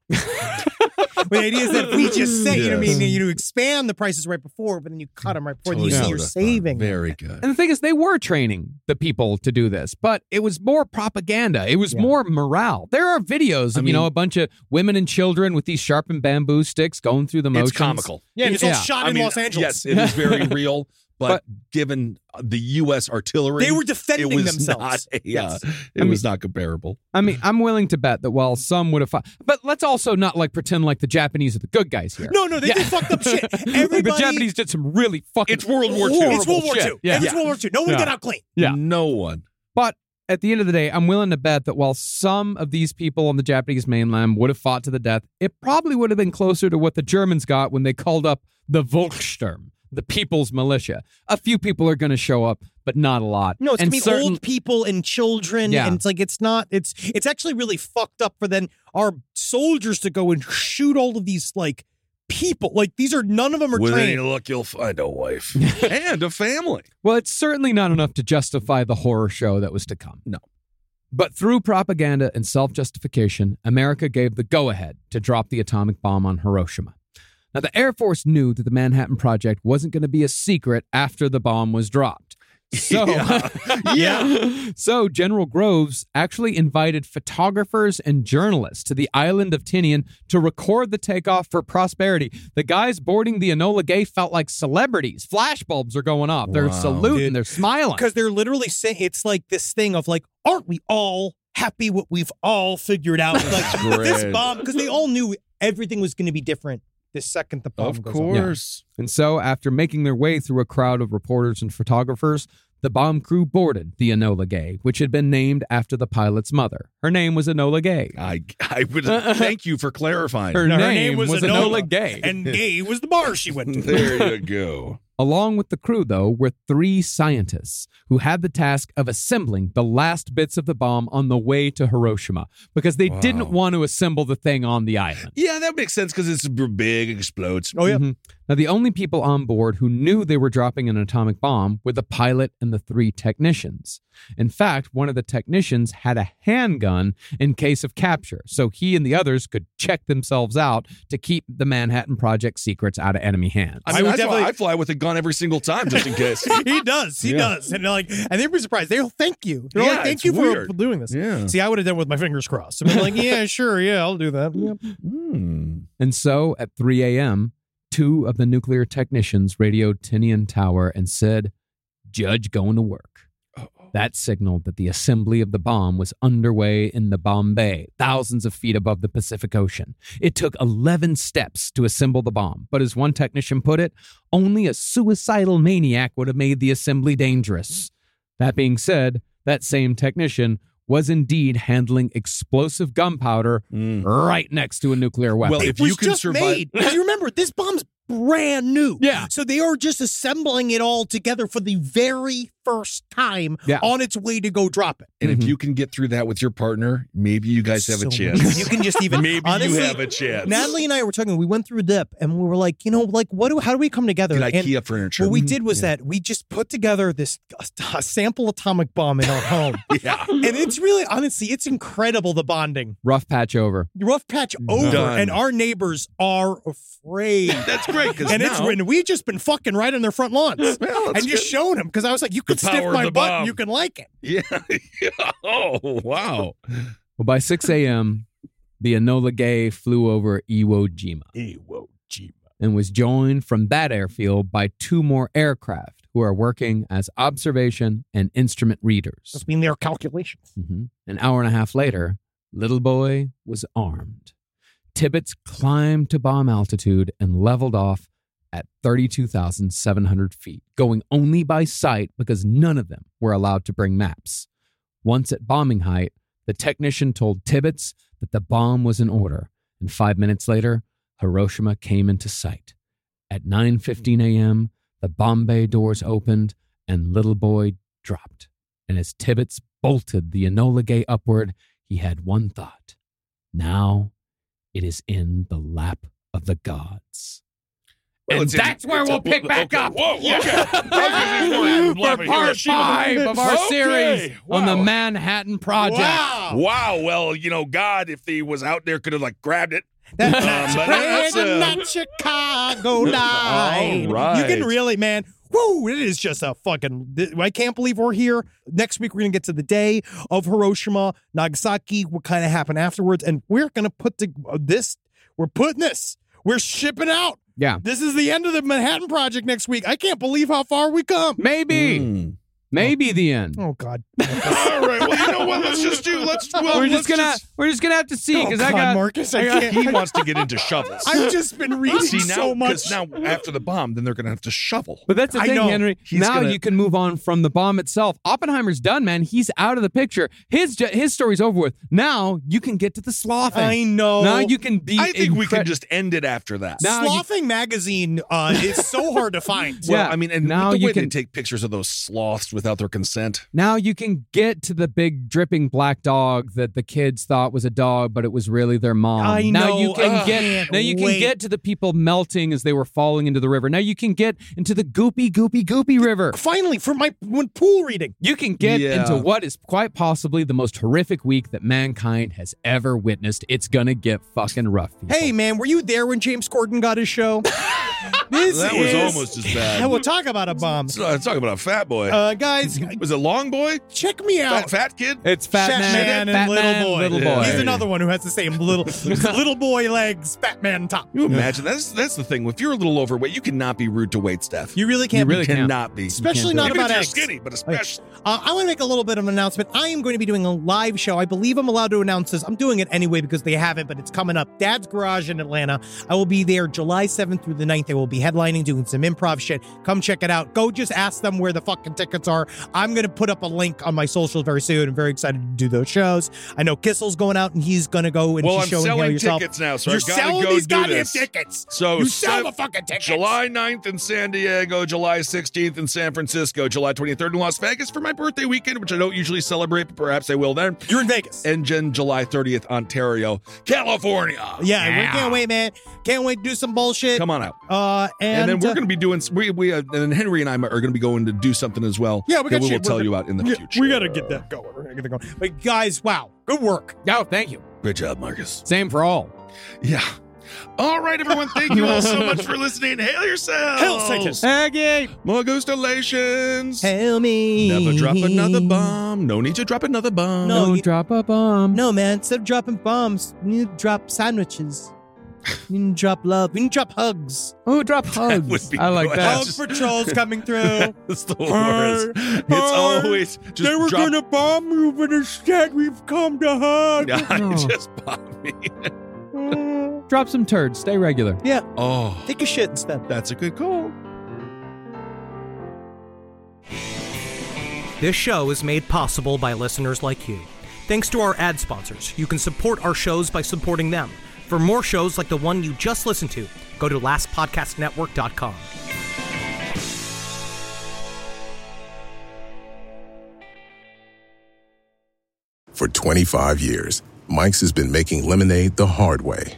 Speaker 1: the idea is that if we just say, you know what I mean,
Speaker 2: Yes.
Speaker 1: you expand the prices right before, but then you cut them right before, then you
Speaker 2: Totally
Speaker 1: see you're
Speaker 2: soda.
Speaker 1: saving.
Speaker 2: Very good.
Speaker 3: And the thing is, they were training the people to do this, but it was more propaganda. It was more morale. There are videos of,
Speaker 2: I
Speaker 3: you know,
Speaker 2: mean-
Speaker 3: a bunch of women and children with these sharpened bamboo sticks going through the motions.
Speaker 2: It's comical.
Speaker 1: Yeah, and it's all
Speaker 3: Yeah.
Speaker 1: shot
Speaker 2: I
Speaker 1: in
Speaker 2: mean,
Speaker 1: Los Angeles.
Speaker 2: Yes, it is very real. But, given the U.S. artillery,
Speaker 1: They were
Speaker 2: it
Speaker 1: defending
Speaker 2: was
Speaker 1: themselves.
Speaker 2: Not, uh, yeah,
Speaker 1: Yes.
Speaker 2: it
Speaker 3: I mean-
Speaker 2: was not comparable.
Speaker 3: I mean, I'm willing to bet that while some would have fought, but let's also not like pretend like the Japanese are the good guys here.
Speaker 1: No, no, they did fucked up shit.
Speaker 3: Like, the
Speaker 1: Everybody-
Speaker 3: Japanese did some really fucking.
Speaker 2: It's World War II.
Speaker 3: horrible
Speaker 1: It's World War
Speaker 3: shit.
Speaker 1: II.
Speaker 3: Yeah.
Speaker 1: It was World War II. No one
Speaker 3: Yeah.
Speaker 1: got out clean.
Speaker 3: Yeah.
Speaker 2: no one.
Speaker 3: But at the end of the day, I'm willing to bet that while some of these people on the Japanese mainland would have fought to the death, it probably would have been closer to what the Germans got when they called up the Volkssturm, the People's Militia. A few people are going to show up, but not a lot.
Speaker 1: No, it's
Speaker 3: and
Speaker 1: gonna be
Speaker 3: certain-
Speaker 1: old people and children,
Speaker 3: Yeah.
Speaker 1: and it's like it's not. It's it's actually really fucked up for then our soldiers to go and shoot all of these like people. Like these are none of them are
Speaker 2: With any
Speaker 1: trained.
Speaker 2: luck, you'll find a wife and a family.
Speaker 3: Well, it's certainly not enough to justify the horror show that was to come.
Speaker 2: No.
Speaker 3: But through propaganda and self justification, America gave the go ahead to drop the atomic bomb on Hiroshima. Now, the Air Force knew that the Manhattan Project wasn't going to be a secret after the bomb was dropped. So,
Speaker 2: Yeah. Yeah.
Speaker 3: so General Groves actually invited photographers and journalists to the island of Tinian to record the takeoff for prosperity. The guys boarding the Enola Gay felt like celebrities. Flashbulbs are going off. They're
Speaker 2: Wow.
Speaker 3: saluting.
Speaker 1: Dude.
Speaker 3: They're smiling.
Speaker 1: because they're literally saying it's like this thing of like, aren't we all happy what we've all figured out? Like this
Speaker 2: great.
Speaker 1: bomb, because they all knew everything was going to be different the second the bomb.
Speaker 2: Of
Speaker 1: goes off.
Speaker 2: course.
Speaker 3: And so, after making their way through a crowd of reporters and photographers, the bomb crew boarded the Enola Gay, which had been named after the pilot's mother. Her name was Enola Gay.
Speaker 2: I I would thank you for clarifying.
Speaker 3: Her,
Speaker 1: Her name
Speaker 3: name, was, Enola, Gay.
Speaker 1: and gay was the bar she went to.
Speaker 2: There you go.
Speaker 3: Along with the crew, though, were three scientists who had the task of assembling the last bits of the bomb on the way to Hiroshima because they
Speaker 2: Wow.
Speaker 3: didn't want to assemble the thing on the island.
Speaker 2: Yeah, that makes sense because it's big, explodes.
Speaker 1: Oh yeah,
Speaker 3: Mhm. Now, the only people on board who knew they were dropping an atomic bomb were the pilot and the three technicians. In fact, one of the technicians had a handgun in case of capture, so he and the others could check themselves out to keep the Manhattan Project secrets out of enemy hands.
Speaker 2: I mean,
Speaker 1: I
Speaker 2: I,
Speaker 1: would
Speaker 2: fly,
Speaker 1: definitely-
Speaker 2: I fly with a gun every single time just in case. Hmm.
Speaker 1: he does. He
Speaker 2: Yeah.
Speaker 1: does. And they're like, and they'll be surprised. They'll thank you. They're
Speaker 2: Yeah,
Speaker 1: like, thank
Speaker 2: it's
Speaker 1: you for
Speaker 2: weird.
Speaker 1: doing this.
Speaker 2: yeah.
Speaker 1: See, I would have done with my fingers crossed. I'm like, yeah, sure, yeah, I'll do that.
Speaker 2: Hmm.
Speaker 3: And so at 3 a.m., two of the nuclear technicians radioed Tinian Tower and said, Judge going to work. That signaled that the assembly of the bomb was underway in the Bombay, thousands of feet above the Pacific Ocean. It took 11 steps to assemble the bomb, but as one technician put it, only a suicidal maniac would have made the assembly dangerous. That being said, that same technician was indeed handling explosive gunpowder
Speaker 2: Hmm.
Speaker 3: right next to a nuclear weapon.
Speaker 2: Well,
Speaker 1: It
Speaker 2: If
Speaker 1: was
Speaker 2: you can
Speaker 1: just
Speaker 2: survive-
Speaker 1: made. Because you remember, this bomb's brand new.
Speaker 3: Yeah.
Speaker 1: So they are just assembling it all together for the very first time
Speaker 3: Yeah.
Speaker 1: on its way to go drop it.
Speaker 2: And
Speaker 3: Mhm.
Speaker 2: if you can get through that with your partner, maybe you guys have
Speaker 1: So
Speaker 2: a chance.
Speaker 1: You can just even
Speaker 2: maybe
Speaker 1: honestly,
Speaker 2: you have a chance.
Speaker 1: Natalie and I were talking. We went through a dip, and we were like, you know, like what do how do we come together?
Speaker 2: Get
Speaker 1: And-
Speaker 2: IKEA Mm-hmm. furniture.
Speaker 1: What we did was that we just put together this uh, sample atomic bomb in our home.
Speaker 2: yeah.
Speaker 1: and it's really, honestly, it's incredible the bonding.
Speaker 3: Rough patch over.
Speaker 1: Rough patch over,
Speaker 2: Done.
Speaker 1: and our neighbors are afraid.
Speaker 2: That's great because
Speaker 1: and it's
Speaker 2: now
Speaker 1: when we've just been fucking right on their front lawns
Speaker 2: Well,
Speaker 1: and
Speaker 2: that's
Speaker 1: just showing them because I was like, you could
Speaker 2: The power
Speaker 1: sniff
Speaker 2: of
Speaker 1: my
Speaker 2: the
Speaker 1: butt,
Speaker 2: bomb.
Speaker 1: and you can like it.
Speaker 2: yeah. Oh wow.
Speaker 3: Well, by 6 a.m., the Enola Gay flew over Iwo Jima
Speaker 2: Iwo Jima.
Speaker 3: and was joined from that airfield by two more aircraft who are working as observation and instrument readers.
Speaker 1: Just being their calculations.
Speaker 3: Mhm. An hour and a half later, Little Boy was armed. Tibbets climbed to bomb altitude and leveled off at 32,700 feet, going only by sight because none of them were allowed to bring maps. Once at bombing height, the technician told Tibbets that the bomb was in order, and five minutes later, Hiroshima came into sight. At 9:15 a.m., the bomb bay doors opened and Little Boy dropped and as Tibbets bolted the Enola Gay upward, he had one thought. Now it is in the lap of the gods.
Speaker 2: Well,
Speaker 3: and
Speaker 2: it's in-
Speaker 3: that's where
Speaker 2: it's
Speaker 3: we'll
Speaker 2: up-
Speaker 3: pick back
Speaker 2: okay.
Speaker 3: up
Speaker 2: Whoa, okay.
Speaker 3: for part five of our
Speaker 2: Okay,
Speaker 3: series on the
Speaker 2: wow.
Speaker 3: Manhattan Project.
Speaker 2: Wow. Well, you know, God, if he was out there, could have like grabbed it.
Speaker 1: That's
Speaker 2: Um, but that's,
Speaker 1: Praying
Speaker 2: uh,
Speaker 1: that Chicago night.
Speaker 2: All right.
Speaker 1: You can really, man. Woo! It is just a fucking. th- I can't believe we're here. Next week we're gonna get to the day of Hiroshima, Nagasaki. What kind of happened afterwards? And we're gonna put the, uh, this. We're putting this. We're shipping out.
Speaker 3: Yeah.
Speaker 1: This is the end of the Manhattan Project next week. I can't believe how far we come.
Speaker 3: Maybe,
Speaker 2: Mm.
Speaker 3: maybe the end.
Speaker 1: Oh God.
Speaker 2: All right. Well, you know what? Let's just do. Let's. Well,
Speaker 3: we're
Speaker 2: let's
Speaker 3: just gonna we're just gonna have to see
Speaker 1: Oh,
Speaker 3: because I
Speaker 1: God,
Speaker 3: got
Speaker 1: Marcus. I
Speaker 2: just- he
Speaker 1: can't.
Speaker 2: wants to get into shovels.
Speaker 1: I've just been reading
Speaker 2: See now,
Speaker 1: so much.
Speaker 2: 'cause now after the bomb, then they're gonna have to shovel.
Speaker 3: But that's the
Speaker 1: I
Speaker 3: thing,
Speaker 1: know.
Speaker 3: Henry.
Speaker 2: He's
Speaker 3: now
Speaker 2: gonna-
Speaker 3: you can move on from the bomb itself. Oppenheimer's done, man. He's out of the picture. His ju- his story's over with. Now you can get to the slothing.
Speaker 1: I know.
Speaker 3: Now you can be.
Speaker 2: I think we
Speaker 3: incre-
Speaker 2: can just end it after that.
Speaker 3: Now you-
Speaker 1: Slothing magazine uh, is so hard to find.
Speaker 2: well,
Speaker 3: yeah.
Speaker 2: I mean, and
Speaker 3: Now
Speaker 2: the
Speaker 3: you
Speaker 2: way they
Speaker 3: can-
Speaker 2: take pictures of those sloths without their consent.
Speaker 3: Now you can get to the big dripping black dog that the kids thought was a dog, but it was really their mom.
Speaker 1: I
Speaker 3: Now
Speaker 1: know.
Speaker 3: you can
Speaker 1: Ugh.
Speaker 3: get.
Speaker 1: Can't
Speaker 3: Now you can
Speaker 1: wait.
Speaker 3: get to the people melting as they were falling into the river. Now you can get into the goopy, goopy, goopy river.
Speaker 1: Finally, for my when pool reading.
Speaker 3: You can get
Speaker 2: Yeah.
Speaker 3: into what is quite possibly the most horrific week that mankind has ever witnessed. It's gonna get fucking rough. people.
Speaker 2: Oh.
Speaker 1: Hey man, were you there when James Corden got his show? this
Speaker 2: That was
Speaker 1: is-
Speaker 2: almost as bad.
Speaker 1: Yeah, We'll talk about a bomb,
Speaker 2: So, uh, talk about a fat boy.
Speaker 1: uh, guys.
Speaker 2: was it long boy?
Speaker 1: Check me
Speaker 2: Fat,
Speaker 1: out.
Speaker 2: fat kid?
Speaker 3: It's Fat
Speaker 1: Fat
Speaker 3: Man,
Speaker 1: and
Speaker 3: Fat
Speaker 1: little,
Speaker 3: Man,
Speaker 1: boy.
Speaker 3: Little
Speaker 2: Yeah.
Speaker 3: Boy.
Speaker 1: He's another one who has the same little little boy legs, Batman top.
Speaker 2: You imagine that's that's the thing. If you're a little overweight, you cannot be rude to wait staff.
Speaker 1: You really can't.
Speaker 3: You really
Speaker 1: be-
Speaker 3: can't.
Speaker 2: cannot be.
Speaker 1: Especially not
Speaker 2: Even if
Speaker 1: about
Speaker 2: you're
Speaker 1: eggs.
Speaker 2: skinny, but especially
Speaker 1: Uh, I want to make a little bit of an announcement. I am going to be doing a live show. I believe I'm allowed to announce this. I'm doing it anyway because they haven't, but it's coming up. Dad's Garage in Atlanta. I will be there July 7th through the 9th. I will be headlining, doing some improv shit. Come check it out. Go just ask them where the fucking tickets are. I'm going to put up a link on my socials very soon. I'm very excited to do those shows. I know Kissel's going out and he's going to go and
Speaker 2: well,
Speaker 1: she's
Speaker 2: I'm
Speaker 1: showing
Speaker 2: selling
Speaker 1: yourself.
Speaker 2: tickets now, so
Speaker 1: You're
Speaker 2: I gotta
Speaker 1: selling
Speaker 2: go
Speaker 1: these
Speaker 2: do
Speaker 1: goddamn
Speaker 2: this.
Speaker 1: tickets.
Speaker 2: So
Speaker 1: You sell
Speaker 2: sev-
Speaker 1: the fucking tickets.
Speaker 2: July 9th in San Diego, July 16th in San Francisco, July 23rd in Las Vegas for my birthday weekend, which I don't usually celebrate, but perhaps I will there.
Speaker 1: You're in Vegas.
Speaker 2: And then July 30th, Ontario, California.
Speaker 1: yeah, we can't wait, man. Can't wait to do some bullshit.
Speaker 2: Come on out.
Speaker 1: Uh,
Speaker 2: And,
Speaker 1: and,
Speaker 2: then we're
Speaker 1: uh,
Speaker 2: going to be doing, we, we uh, and then Henry and I are going to be going to do something as well
Speaker 1: Yeah, we
Speaker 2: that
Speaker 1: got
Speaker 2: we
Speaker 1: shit
Speaker 2: will
Speaker 1: we're
Speaker 2: tell
Speaker 1: gonna-
Speaker 2: you about in the
Speaker 1: Yeah,
Speaker 2: future.
Speaker 1: We got to get that going. We're going to get that going. But guys, wow, good work.
Speaker 3: Oh, thank you.
Speaker 2: Great job, Marcus.
Speaker 3: Same for all.
Speaker 2: Yeah. All right, everyone. Thank you all so much for listening. Hail yourselves.
Speaker 1: Hail Satan.
Speaker 3: Aggie.
Speaker 2: More gustalations.
Speaker 1: Tell me.
Speaker 2: Never drop another bomb. No need to drop another bomb.
Speaker 1: No,
Speaker 3: Don't
Speaker 1: you-
Speaker 3: drop a bomb.
Speaker 1: No, man. Instead of dropping bombs, you need to drop sandwiches. You need to drop love. You need to drop hugs.
Speaker 3: Oh, drop hugs.
Speaker 2: would be
Speaker 3: I like that.
Speaker 2: That's
Speaker 1: Hug
Speaker 2: just-
Speaker 1: patrols coming through.
Speaker 2: That's the
Speaker 1: Arr,
Speaker 2: worst. It's always just drop.
Speaker 1: bomb you, but instead we've come to hug.
Speaker 2: Yeah,
Speaker 3: No.
Speaker 2: just bomb me.
Speaker 3: Drop some turds. Stay regular.
Speaker 2: Oh,
Speaker 1: Take a shit instead.
Speaker 2: that's a good call.
Speaker 6: This show is made possible by listeners like you. Thanks to our ad sponsors, you can support our shows by supporting them. For more shows like the one you just listened to, go to lastpodcastnetwork.com.
Speaker 2: For 25 years, Mike's has been making lemonade the hard way.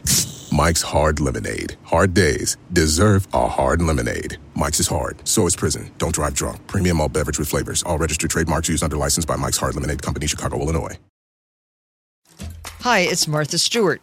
Speaker 2: Mike's Hard Lemonade. Hard days deserve a hard lemonade. Mike's is hard, so is prison. Don't drive drunk. Premium all beverage with flavors. All registered trademarks used under license by Mike's Hard Lemonade Company, Chicago, Illinois.
Speaker 7: Hi, it's Martha Stewart.